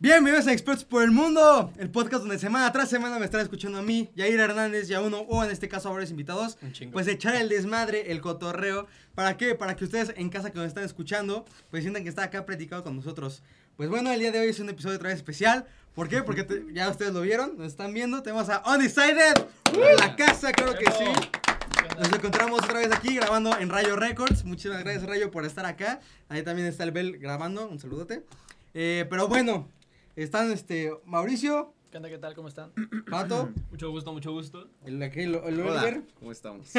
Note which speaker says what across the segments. Speaker 1: Bienvenidos a Expertos por el Mundo, el podcast donde semana tras semana me estará escuchando a mí, Yair Hernández y a uno, o en este caso a varios invitados,
Speaker 2: Un chingo.
Speaker 1: pues echar el desmadre, el cotorreo. ¿Para qué? Para que ustedes en casa que nos están escuchando, pues sientan que está acá platicado con nosotros. Pues bueno, el día de hoy es un episodio otra vez especial. ¿Por qué? Porque te- ya ustedes lo vieron, nos están viendo. Tenemos a Undecided, en la casa, claro que sí. Nos encontramos otra vez aquí grabando en Rayo Records. Muchísimas gracias, Rayo, por estar acá. Ahí también está el Bel grabando. Un saludote. Eh, pero bueno, están este Mauricio,
Speaker 2: ¿Qué onda? ¿Qué tal? ¿Cómo están?
Speaker 1: Pato,
Speaker 2: Mucho gusto, mucho gusto.
Speaker 1: el, aquí, el, el
Speaker 3: Hola,
Speaker 1: Oliver
Speaker 3: ¿cómo estamos?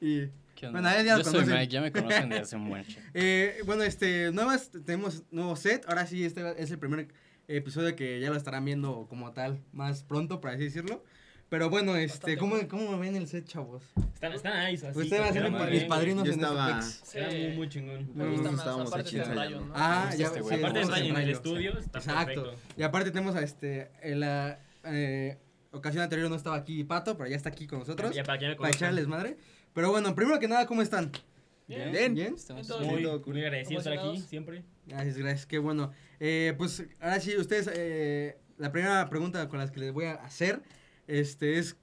Speaker 1: y.
Speaker 4: ¿Qué
Speaker 1: Bueno, a él ya lo
Speaker 4: Yo soy
Speaker 1: conocen.
Speaker 4: Mike, ya me conocen desde hace mucho.
Speaker 1: eh, bueno, este, nuevas, tenemos nuevo set. Ahora sí, este va- es el primer episodio que ya lo estarán viendo como tal más pronto, para así decirlo. Pero bueno, este,
Speaker 2: Bastante
Speaker 1: ¿cómo, ¿cómo ven el set, chavos?
Speaker 5: Están, están ahí, así.
Speaker 4: Pues
Speaker 1: Ustedes van a
Speaker 5: que
Speaker 1: ser
Speaker 3: muy
Speaker 5: madre.
Speaker 1: mis
Speaker 3: bien.
Speaker 1: padrinos
Speaker 3: Yo
Speaker 1: en
Speaker 3: estaba-
Speaker 1: este pex.
Speaker 5: Será muy, muy chingón.
Speaker 2: Me gusta más,
Speaker 3: Estábamos
Speaker 2: aparte
Speaker 3: aquí
Speaker 2: es el rayo,
Speaker 3: ensayando.
Speaker 2: ¿no?
Speaker 1: Ah,
Speaker 4: Me gusta
Speaker 1: ya.
Speaker 4: este güey.
Speaker 1: sí,
Speaker 5: Aparte
Speaker 1: estamos
Speaker 5: está en el
Speaker 1: rayo,
Speaker 5: estudio, está
Speaker 1: Exacto.
Speaker 5: perfecto.
Speaker 1: Y aparte tenemos a este, en la eh, ocasión anterior no estaba aquí Pato, pero ya está aquí con nosotros.
Speaker 5: Ya para que ya me
Speaker 1: para
Speaker 5: conozcan.
Speaker 1: echarles madre. Pero bueno, primero que nada, ¿cómo están?
Speaker 2: Bien.
Speaker 3: Bien.
Speaker 1: ¿Bien?
Speaker 2: Entonces,
Speaker 5: Muy,
Speaker 3: Siento cool.
Speaker 5: muy agradecido estar aquí,
Speaker 2: Emocionados.
Speaker 5: siempre.
Speaker 1: Gracias, gracias, qué bueno. Eh, pues ahora sí, ustedes, eh, la primera pregunta con las que les voy a hacer este, es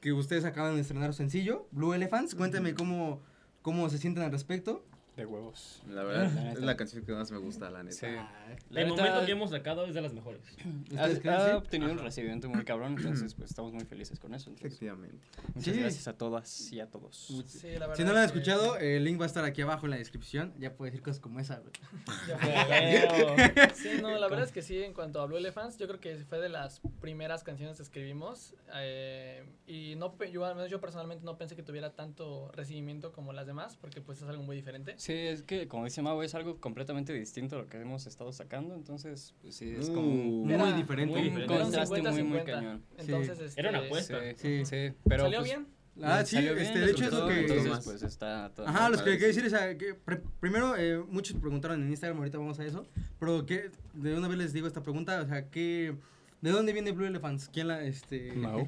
Speaker 1: que ustedes acaban de estrenar su sencillo, Blue Elephants. Cuéntame cómo, cómo se sienten al respecto.
Speaker 4: De huevos.
Speaker 3: La verdad, es
Speaker 4: neta.
Speaker 3: la canción que más me gusta, la neta.
Speaker 4: Sí.
Speaker 1: Ah,
Speaker 4: La
Speaker 5: el
Speaker 4: neta,
Speaker 5: momento que hemos sacado es de las mejores.
Speaker 4: ha,
Speaker 1: ¿Ustedes creen,
Speaker 4: ha
Speaker 1: sí?
Speaker 4: obtenido un recibimiento muy cabrón, entonces pues estamos muy felices con eso. entonces,
Speaker 3: Efectivamente.
Speaker 4: muchas
Speaker 1: Sí.
Speaker 4: gracias a todas y a todos.
Speaker 1: Much-
Speaker 2: Sí, la verdad
Speaker 1: Si no lo han
Speaker 2: es que-
Speaker 1: escuchado, el link va a estar aquí abajo en la descripción. Ya puedo decir cosas como esa, güey.
Speaker 2: Sí, no, la verdad es que sí, en cuanto a Blue Elephants, yo creo que fue de las primeras canciones que escribimos. eh, y no, pe- yo, al menos yo personalmente no pensé que tuviera tanto recibimiento como las demás, porque pues es algo muy diferente.
Speaker 4: Sí, es que como dice Mau, es algo completamente distinto a lo que hemos estado sacando, entonces pues sí, es como un-
Speaker 3: Uh,
Speaker 1: Muy
Speaker 2: Era
Speaker 1: diferente.
Speaker 5: muy
Speaker 4: un
Speaker 5: diferente.
Speaker 2: Era un
Speaker 4: contraste muy, muy
Speaker 2: 50-50,
Speaker 4: cañón.
Speaker 2: Entonces,
Speaker 1: Sí.
Speaker 2: este,
Speaker 5: Era una apuesta.
Speaker 4: Sí,
Speaker 1: Sí.
Speaker 4: sí, pero
Speaker 2: ¿Salió
Speaker 4: pues,
Speaker 2: bien?
Speaker 1: Ah, sí,
Speaker 4: salió
Speaker 1: este,
Speaker 4: bien,
Speaker 1: de hecho es
Speaker 4: resultó,
Speaker 1: lo que...
Speaker 4: Entonces
Speaker 3: Tomás.
Speaker 4: pues está todo
Speaker 1: Ajá,
Speaker 3: Me
Speaker 1: los que quería
Speaker 3: parece.
Speaker 1: decir es a- que pr- primero, eh, muchos preguntaron en Instagram, ahorita vamos a eso, pero que de una vez les digo esta pregunta, o sea, que ¿de dónde viene Blue Elephants? ¿Quién la, este...
Speaker 4: Mau.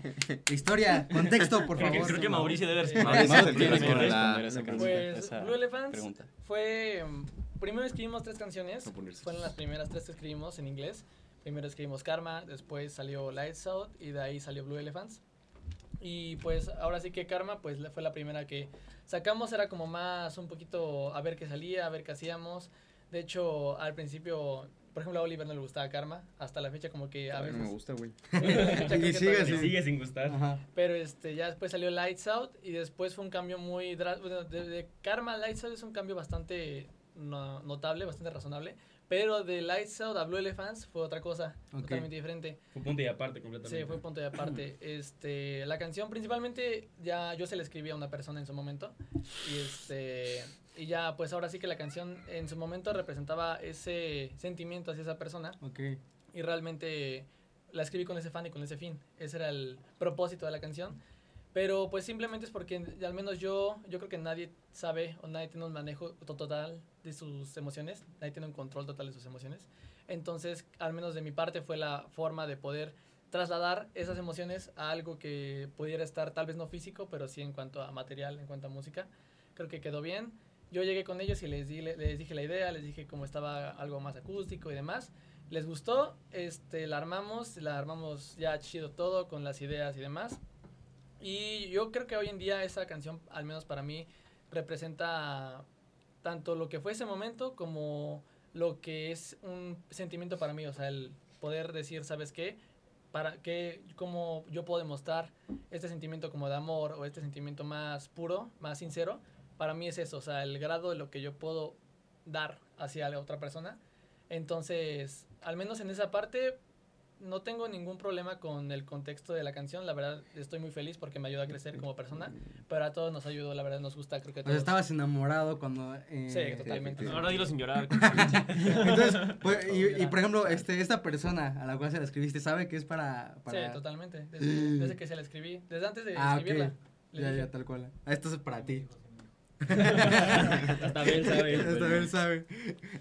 Speaker 1: Historia, contexto, por
Speaker 5: Creo que,
Speaker 1: favor.
Speaker 5: creo que Mauricio debe
Speaker 2: Sí.
Speaker 5: responder.
Speaker 3: Mauricio
Speaker 4: Mau
Speaker 3: es el
Speaker 4: tiene
Speaker 3: primero
Speaker 4: que
Speaker 3: en
Speaker 4: responder
Speaker 3: la-
Speaker 4: a esa,
Speaker 3: en la
Speaker 4: canción-
Speaker 2: Pues,
Speaker 4: esa
Speaker 2: Blue Elephants
Speaker 4: pregunta.
Speaker 2: fue. mm, Primero escribimos tres canciones.
Speaker 3: No ponerse.
Speaker 2: Fueron las primeras tres que escribimos en inglés. Primero escribimos Karma, después salió Lights Out y de ahí salió Blue Elephants. Y pues ahora sí que Karma pues la- fue la primera que sacamos. Era como más un poquito a ver qué salía, a ver qué hacíamos. De hecho, al principio, por ejemplo, a Oliver no le gustaba Karma. Hasta la fecha como que a
Speaker 3: A ver, no me
Speaker 2: veces...
Speaker 3: gusta, güey.
Speaker 2: Ya creo que
Speaker 1: sigue
Speaker 2: todavía
Speaker 1: así.
Speaker 2: no.
Speaker 5: Me sigue sin gustar.
Speaker 1: Ajá.
Speaker 2: Pero este, ya después salió Lights Out y después fue un cambio muy... dra- bueno, de, de Karma a Lights Out es un cambio bastante no- notable, bastante razonable. Pero de Lights Out a Blue Elephants fue otra cosa,
Speaker 1: Ok.
Speaker 2: totalmente diferente.
Speaker 5: Fue punto y aparte completamente.
Speaker 2: Sí, fue punto de aparte. Este, la canción principalmente ya yo se la escribí a una persona en su momento y este y ya pues ahora sí que la canción en su momento representaba ese sentimiento hacia esa persona
Speaker 1: Ok,
Speaker 2: y realmente la escribí con ese fan y con ese fin. Ese era el propósito de la canción. Pero pues simplemente es porque al menos yo, yo creo que nadie sabe o nadie tiene un manejo to- total de sus emociones, nadie tiene un control total de sus emociones. Entonces, al menos de mi parte fue la forma de poder trasladar esas emociones a algo que pudiera estar tal vez no físico, pero sí en cuanto a material, en cuanto a música. Creo que quedó bien. Yo llegué con ellos y les, di, les dije la idea, les dije cómo estaba algo más acústico y demás. Les gustó, este, la armamos, la armamos ya chido todo con las ideas y demás. Y yo creo que hoy en día esa canción, al menos para mí, representa tanto lo que fue ese momento como lo que es un sentimiento para mí, o sea, el poder decir, ¿sabes qué? Para que, cómo yo puedo demostrar este sentimiento como de amor o este sentimiento más puro, más sincero, para mí es eso, o sea, el grado de lo que yo puedo dar hacia la otra persona. Entonces, al menos en esa parte, no tengo ningún problema con el contexto de la canción. La verdad, estoy muy feliz porque me ayuda a crecer como persona. Pero a todos nos ayudó, la verdad, nos gusta, creo que a
Speaker 1: o sea,
Speaker 2: todos.
Speaker 1: estabas enamorado cuando... eh,
Speaker 2: Sí, totalmente.
Speaker 3: sí.
Speaker 5: Ahora dilo sin llorar.
Speaker 1: Entonces, pues, y, y, por ejemplo,
Speaker 2: Llorar.
Speaker 1: este, esta persona a la cual se la escribiste sabe que es para... para...
Speaker 2: Sí, totalmente. Desde, desde que se la escribí, desde antes de
Speaker 1: Ah, ok.
Speaker 2: escribirla. le
Speaker 1: Ya,
Speaker 2: dije.
Speaker 1: ya, tal cual. Ah, Esto es para ti.
Speaker 5: Hasta Bel sabe. pues,
Speaker 1: Hasta
Speaker 5: Pero-
Speaker 1: Bel sabe.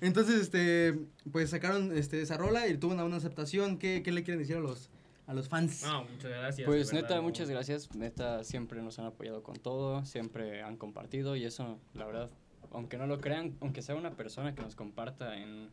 Speaker 1: Entonces, este, pues sacaron este, esa rola y tuvo una buena aceptación. ¿Qué, qué le quieren decir a los, a los fans?
Speaker 5: No, muchas gracias.
Speaker 4: Pues
Speaker 5: de verdad,
Speaker 4: neta,
Speaker 5: no.
Speaker 4: muchas gracias. Neta, siempre nos han apoyado con todo, siempre han compartido y eso, la verdad, aunque no lo crean, aunque sea una persona que nos comparta en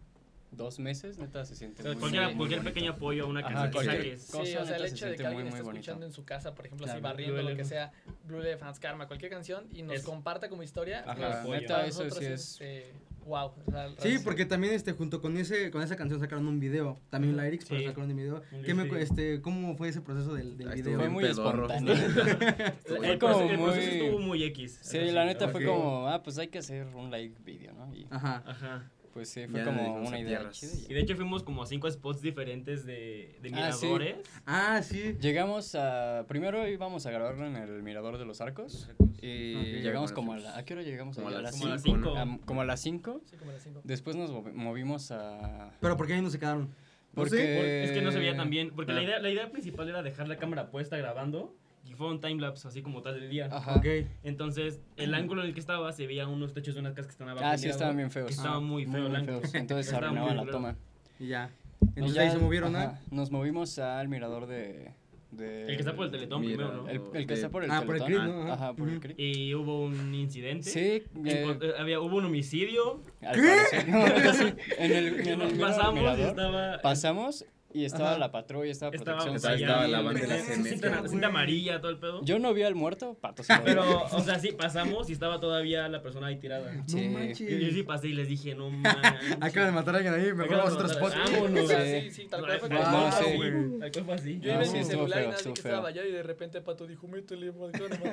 Speaker 4: dos meses, neta, se siente
Speaker 5: sea,
Speaker 4: muy,
Speaker 5: cualquier
Speaker 4: muy
Speaker 5: cualquier
Speaker 4: bonito.
Speaker 5: pequeño apoyo a una
Speaker 4: Ajá,
Speaker 5: canción que
Speaker 4: cualquier-
Speaker 5: saques.
Speaker 2: Sí, o
Speaker 4: cosa,
Speaker 2: sea, el
Speaker 4: neta, se
Speaker 2: hecho de
Speaker 4: siente
Speaker 2: que
Speaker 4: muy,
Speaker 2: alguien
Speaker 4: muy
Speaker 2: esté
Speaker 4: bonito.
Speaker 2: escuchando en su casa, por ejemplo,
Speaker 1: Claro,
Speaker 2: así barriendo,
Speaker 5: Blue
Speaker 2: lo que
Speaker 5: Elephant.
Speaker 2: sea, Blue Elephants, Karma, cualquier canción, y nos
Speaker 5: Es-
Speaker 2: comparta como historia,
Speaker 5: Ajá,
Speaker 2: pues,
Speaker 4: Ajá,
Speaker 5: apoyo.
Speaker 4: neta,
Speaker 2: para
Speaker 4: eso
Speaker 2: nosotros
Speaker 4: sí
Speaker 2: es,
Speaker 4: es.
Speaker 2: eh, wow. o sea,
Speaker 1: Sí,
Speaker 5: pues,
Speaker 2: realmente-
Speaker 1: porque también este, junto con ese, con esa canción sacaron un video. También
Speaker 2: Ajá.
Speaker 1: Lyrix, pero
Speaker 5: Sí.
Speaker 1: sacaron un video.
Speaker 5: Un
Speaker 1: ¿Qué me,
Speaker 5: video.
Speaker 1: cu- este, ¿Cómo fue ese proceso del, del
Speaker 3: Ah, estuvo
Speaker 1: video?
Speaker 4: Fue
Speaker 3: bien
Speaker 4: muy
Speaker 3: pedorro.
Speaker 4: espontáneo.
Speaker 3: Estuvo
Speaker 5: El
Speaker 3: bien
Speaker 4: como
Speaker 5: proceso el proceso
Speaker 4: muy-
Speaker 5: estuvo muy X.
Speaker 4: Sí,
Speaker 5: Así,
Speaker 4: la neta
Speaker 1: ok.
Speaker 4: fue como, ah, pues hay que hacer un like video, ¿no? Y
Speaker 1: Ajá.
Speaker 5: Ajá.
Speaker 4: pues sí, fue
Speaker 3: Ya le
Speaker 4: como
Speaker 3: dijimos
Speaker 4: una
Speaker 3: a
Speaker 4: idea
Speaker 3: tierras.
Speaker 4: chida. y
Speaker 5: Y
Speaker 4: ya.
Speaker 5: de hecho fuimos como a cinco spots diferentes de, de
Speaker 4: Ah, sí.
Speaker 5: miradores.
Speaker 1: Ah, sí.
Speaker 4: Llegamos a, primero íbamos a grabarlo en el Mirador de los Arcos y
Speaker 1: Ok.
Speaker 4: llegamos
Speaker 3: Bueno,
Speaker 4: como a
Speaker 3: fuimos.
Speaker 4: la, ¿a qué hora llegamos?
Speaker 3: Como a
Speaker 4: allá?
Speaker 3: las
Speaker 5: Como a las
Speaker 3: 5.
Speaker 5: cinco.
Speaker 4: Am- como a las 5.
Speaker 2: Sí, como las cinco.
Speaker 4: Después nos movi- movimos a...
Speaker 1: Pero ¿por qué ahí no se quedaron?
Speaker 4: Porque...
Speaker 5: Por- es que no se veía tan bien. Porque la,
Speaker 3: ah.
Speaker 5: idea, la idea principal era dejar la cámara puesta grabando y fue un timelapse así como tal del día.
Speaker 4: Ajá.
Speaker 1: Ok.
Speaker 5: Entonces, el ángulo en el que estaba se veía unos techos de unas casas que estaban abajo.
Speaker 4: Ah,
Speaker 5: del
Speaker 4: sí,
Speaker 5: mirador,
Speaker 4: estaban bien
Speaker 5: que
Speaker 4: feos.
Speaker 5: Estaba
Speaker 4: Ah,
Speaker 5: muy feo el ángulo.
Speaker 4: Entonces
Speaker 5: Estaba muy
Speaker 4: arruinaban la
Speaker 5: feo.
Speaker 4: toma.
Speaker 1: Y ya.
Speaker 4: Y
Speaker 1: Entonces
Speaker 4: ya,
Speaker 1: ahí se movieron,
Speaker 4: ajá,
Speaker 1: ¿ah?
Speaker 4: Nos movimos al mirador de... de-
Speaker 5: El que está por el Teletón primero, ¿no?
Speaker 4: El, el que está por el
Speaker 1: Ah, por el
Speaker 4: Teletón.
Speaker 1: Crit, ¿no? Ajá.
Speaker 4: Ajá, por
Speaker 1: Ujú.
Speaker 4: el CRIT.
Speaker 5: Y hubo un incidente.
Speaker 4: Sí, eh,
Speaker 5: En cuanto- eh, había, hubo un homicidio.
Speaker 4: al
Speaker 1: ¿Qué?
Speaker 4: parecer, no, sí, en el, en el mismo
Speaker 5: pasamos y
Speaker 4: mirador,
Speaker 5: estaba.
Speaker 4: pasamos y estaba
Speaker 1: Ajá.
Speaker 4: la patrulla, estaba
Speaker 5: Estaba
Speaker 4: protección
Speaker 3: Estaba-
Speaker 4: civil.
Speaker 3: estaba la bandera
Speaker 5: eh,
Speaker 3: celeste,
Speaker 5: cinta,
Speaker 3: güey.
Speaker 5: cinta amarilla, todo el pedo.
Speaker 4: Yo no vi al muerto, pato se lo digo.
Speaker 5: Pero, o sea, sí, pasamos y estaba todavía la persona ahí tirada.
Speaker 4: Sí.
Speaker 1: No
Speaker 5: Y yo sí
Speaker 1: manches.
Speaker 5: pasé y les dije, no manches.
Speaker 1: Acaban de matar a alguien ahí, me
Speaker 5: Acaban
Speaker 1: vamos a
Speaker 5: de
Speaker 1: otro
Speaker 5: matar
Speaker 1: spot.
Speaker 5: a- Vámonos.
Speaker 2: O sea,
Speaker 4: Sí.
Speaker 2: sí, sí, tal cual fue
Speaker 5: No,
Speaker 4: no,
Speaker 2: como-
Speaker 4: no,
Speaker 2: Ah,
Speaker 4: sí.
Speaker 2: güey.
Speaker 1: güey.
Speaker 5: Tal cual fue así.
Speaker 2: Yo
Speaker 4: No,
Speaker 2: iba
Speaker 4: sí,
Speaker 2: en mi
Speaker 4: eh. estuvo
Speaker 2: celular
Speaker 4: feo,
Speaker 2: y nadie
Speaker 4: estuvo
Speaker 2: que estaba
Speaker 4: feo.
Speaker 2: allá y de repente Pato dijo, métele, maricón, maricón".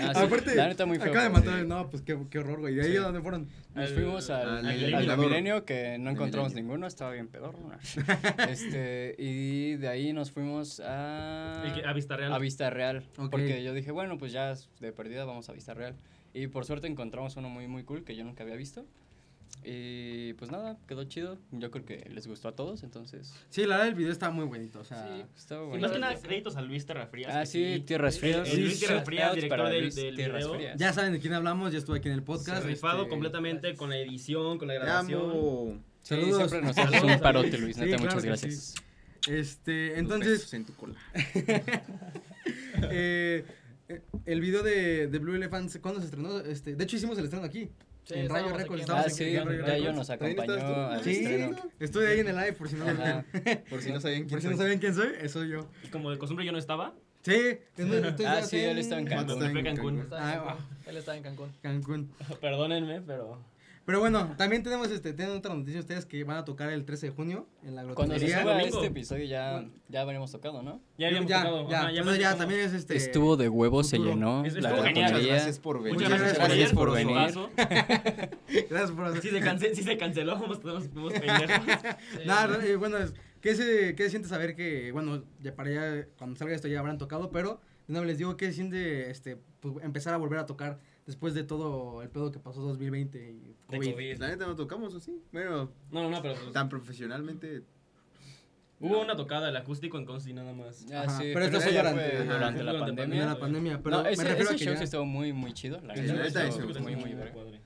Speaker 4: Ah, sí,
Speaker 1: Aparte,
Speaker 4: la neta muy feo.
Speaker 1: acaba de
Speaker 4: güey.
Speaker 1: matar a alguien. No, pues qué, qué horror, güey. ¿Y ahí
Speaker 4: Sí.
Speaker 1: a dónde fueron?
Speaker 4: Nos
Speaker 5: al-
Speaker 4: fuimos
Speaker 3: al
Speaker 4: al, al- al
Speaker 3: milenio.
Speaker 4: de Milenio, que no
Speaker 3: Al
Speaker 4: encontramos
Speaker 3: milenio.
Speaker 4: ninguno, estaba bien pedorro. ¿no? Este, y de ahí nos fuimos a,
Speaker 5: El que- a Vista Real.
Speaker 4: a Vista Real,
Speaker 1: Ok.
Speaker 4: porque yo dije, bueno, pues ya de perdida vamos a Vista Real. Y por suerte encontramos uno muy, muy cool que yo nunca había visto. Y pues nada, quedó chido. Yo creo que les gustó a todos, entonces
Speaker 1: Sí, la verdad, el video estaba muy bonito. O sea,
Speaker 2: Sí.
Speaker 4: estaba
Speaker 5: Y
Speaker 4: bueno.
Speaker 5: más que nada, créditos a Luis Terrafrías.
Speaker 4: Ah,
Speaker 5: que
Speaker 4: sí, Tierras Frías.
Speaker 5: Eh,
Speaker 4: Sí,
Speaker 5: Luis Tierras
Speaker 4: shout
Speaker 5: Frías,
Speaker 4: out
Speaker 5: director
Speaker 4: para
Speaker 5: del-
Speaker 4: Luis
Speaker 5: del
Speaker 4: Tierras
Speaker 5: video.
Speaker 4: Frías.
Speaker 1: ya saben de quién hablamos, ya estuve aquí en el podcast.
Speaker 4: Sí.
Speaker 5: Rifado
Speaker 4: este-
Speaker 5: completamente con la edición, con la grabación.
Speaker 3: Amo.
Speaker 4: Sí,
Speaker 1: Saludos.
Speaker 4: siempre nos haces
Speaker 5: Saludos a
Speaker 4: un parote,
Speaker 5: Luis.
Speaker 4: Luis.
Speaker 1: Sí,
Speaker 4: Neta,
Speaker 1: claro
Speaker 4: muchas
Speaker 1: que
Speaker 4: gracias.
Speaker 1: Este,
Speaker 3: Los
Speaker 1: entonces,
Speaker 3: besos en tu cola.
Speaker 1: eh, eh, el video de, de Blue Elephants, ¿cuándo se estrenó? Este, de hecho, hicimos el estreno aquí.
Speaker 2: Sí,
Speaker 1: en
Speaker 2: estábamos
Speaker 1: Rayo
Speaker 2: aquí
Speaker 1: Records.
Speaker 2: en
Speaker 1: estábamos
Speaker 4: Ah,
Speaker 2: Rayo
Speaker 1: aquí
Speaker 4: sí,
Speaker 1: en Rayo
Speaker 4: Dayo
Speaker 1: Records.
Speaker 4: nos
Speaker 3: ¿También
Speaker 4: acompañó
Speaker 3: estabas tú?
Speaker 4: al
Speaker 1: Sí,
Speaker 4: estreno.
Speaker 1: estuve ahí en el live, por si no,
Speaker 4: Ajá.
Speaker 3: Por si no sabían
Speaker 1: por
Speaker 3: quién
Speaker 1: si no
Speaker 3: soy.
Speaker 1: sabían quién soy, eso soy yo.
Speaker 5: Y como de costumbre yo no estaba,
Speaker 1: Sí, entonces,
Speaker 4: Ah, sí, él estaba en
Speaker 5: cuando me
Speaker 4: Cancún.
Speaker 5: fui a Cancún.
Speaker 2: Estaba en
Speaker 1: Ah,
Speaker 2: Cancún. Él estaba en Cancún.
Speaker 1: Cancún.
Speaker 5: Perdónenme, pero...
Speaker 1: Pero bueno, también tenemos este, tienen otra noticia ustedes que van a tocar el 13 de junio en la
Speaker 4: Cuando se
Speaker 1: grotería.
Speaker 4: suba
Speaker 5: domingo.
Speaker 4: este episodio ya, ya habíamos tocado, ¿no?
Speaker 5: Ya habíamos
Speaker 1: ya,
Speaker 5: tocado.
Speaker 1: ya,
Speaker 5: Ajá,
Speaker 1: bueno,
Speaker 5: hemos
Speaker 1: ya,
Speaker 5: tocado.
Speaker 1: también es este.
Speaker 4: Estuvo de huevo, se
Speaker 1: futuro.
Speaker 4: llenó.
Speaker 5: Es-
Speaker 4: La
Speaker 5: estuvo genial.
Speaker 4: gelatería.
Speaker 3: Muchas gracias por venir.
Speaker 5: Muchas gracias,
Speaker 1: Muchas
Speaker 5: por,
Speaker 4: por
Speaker 5: venir.
Speaker 4: venir.
Speaker 5: Por su paso.
Speaker 1: Gracias por
Speaker 5: si, se cance- si se canceló, vamos, todos fuimos pendejos.
Speaker 2: Sí.
Speaker 1: Nada, eh, bueno, es- ¿qué se, qué se siente saber que, bueno, ya para ya, cuando salga esto ya habrán tocado, pero de una vez les digo, ¿qué se siente este, pues, empezar a volver a tocar después de todo el pedo que pasó 2020 y
Speaker 5: De
Speaker 1: COVID?
Speaker 5: COVID.
Speaker 3: La neta no tocamos, ¿o sí? Bueno,
Speaker 5: No, no, no, pero... pues,
Speaker 3: tan profesionalmente.
Speaker 5: Hubo una tocada, el acústico en Consti nada más.
Speaker 4: Ah,
Speaker 1: Ajá,
Speaker 4: sí,
Speaker 1: pero esto
Speaker 4: eso
Speaker 1: fue
Speaker 4: ya
Speaker 1: durante-
Speaker 4: fue
Speaker 3: ajá,
Speaker 4: durante la
Speaker 5: durante
Speaker 1: También
Speaker 4: pandemia.
Speaker 1: la
Speaker 5: eh.
Speaker 1: pandemia, pero
Speaker 4: no, ese,
Speaker 1: me refiero
Speaker 4: ese
Speaker 1: a que
Speaker 4: show
Speaker 1: ya-
Speaker 4: sí estuvo muy, muy chido. La
Speaker 3: Sí,
Speaker 4: neta,
Speaker 3: la neta,
Speaker 4: estuvo
Speaker 3: eso,
Speaker 4: muy,
Speaker 3: estuvo
Speaker 4: muy verga.
Speaker 5: padre.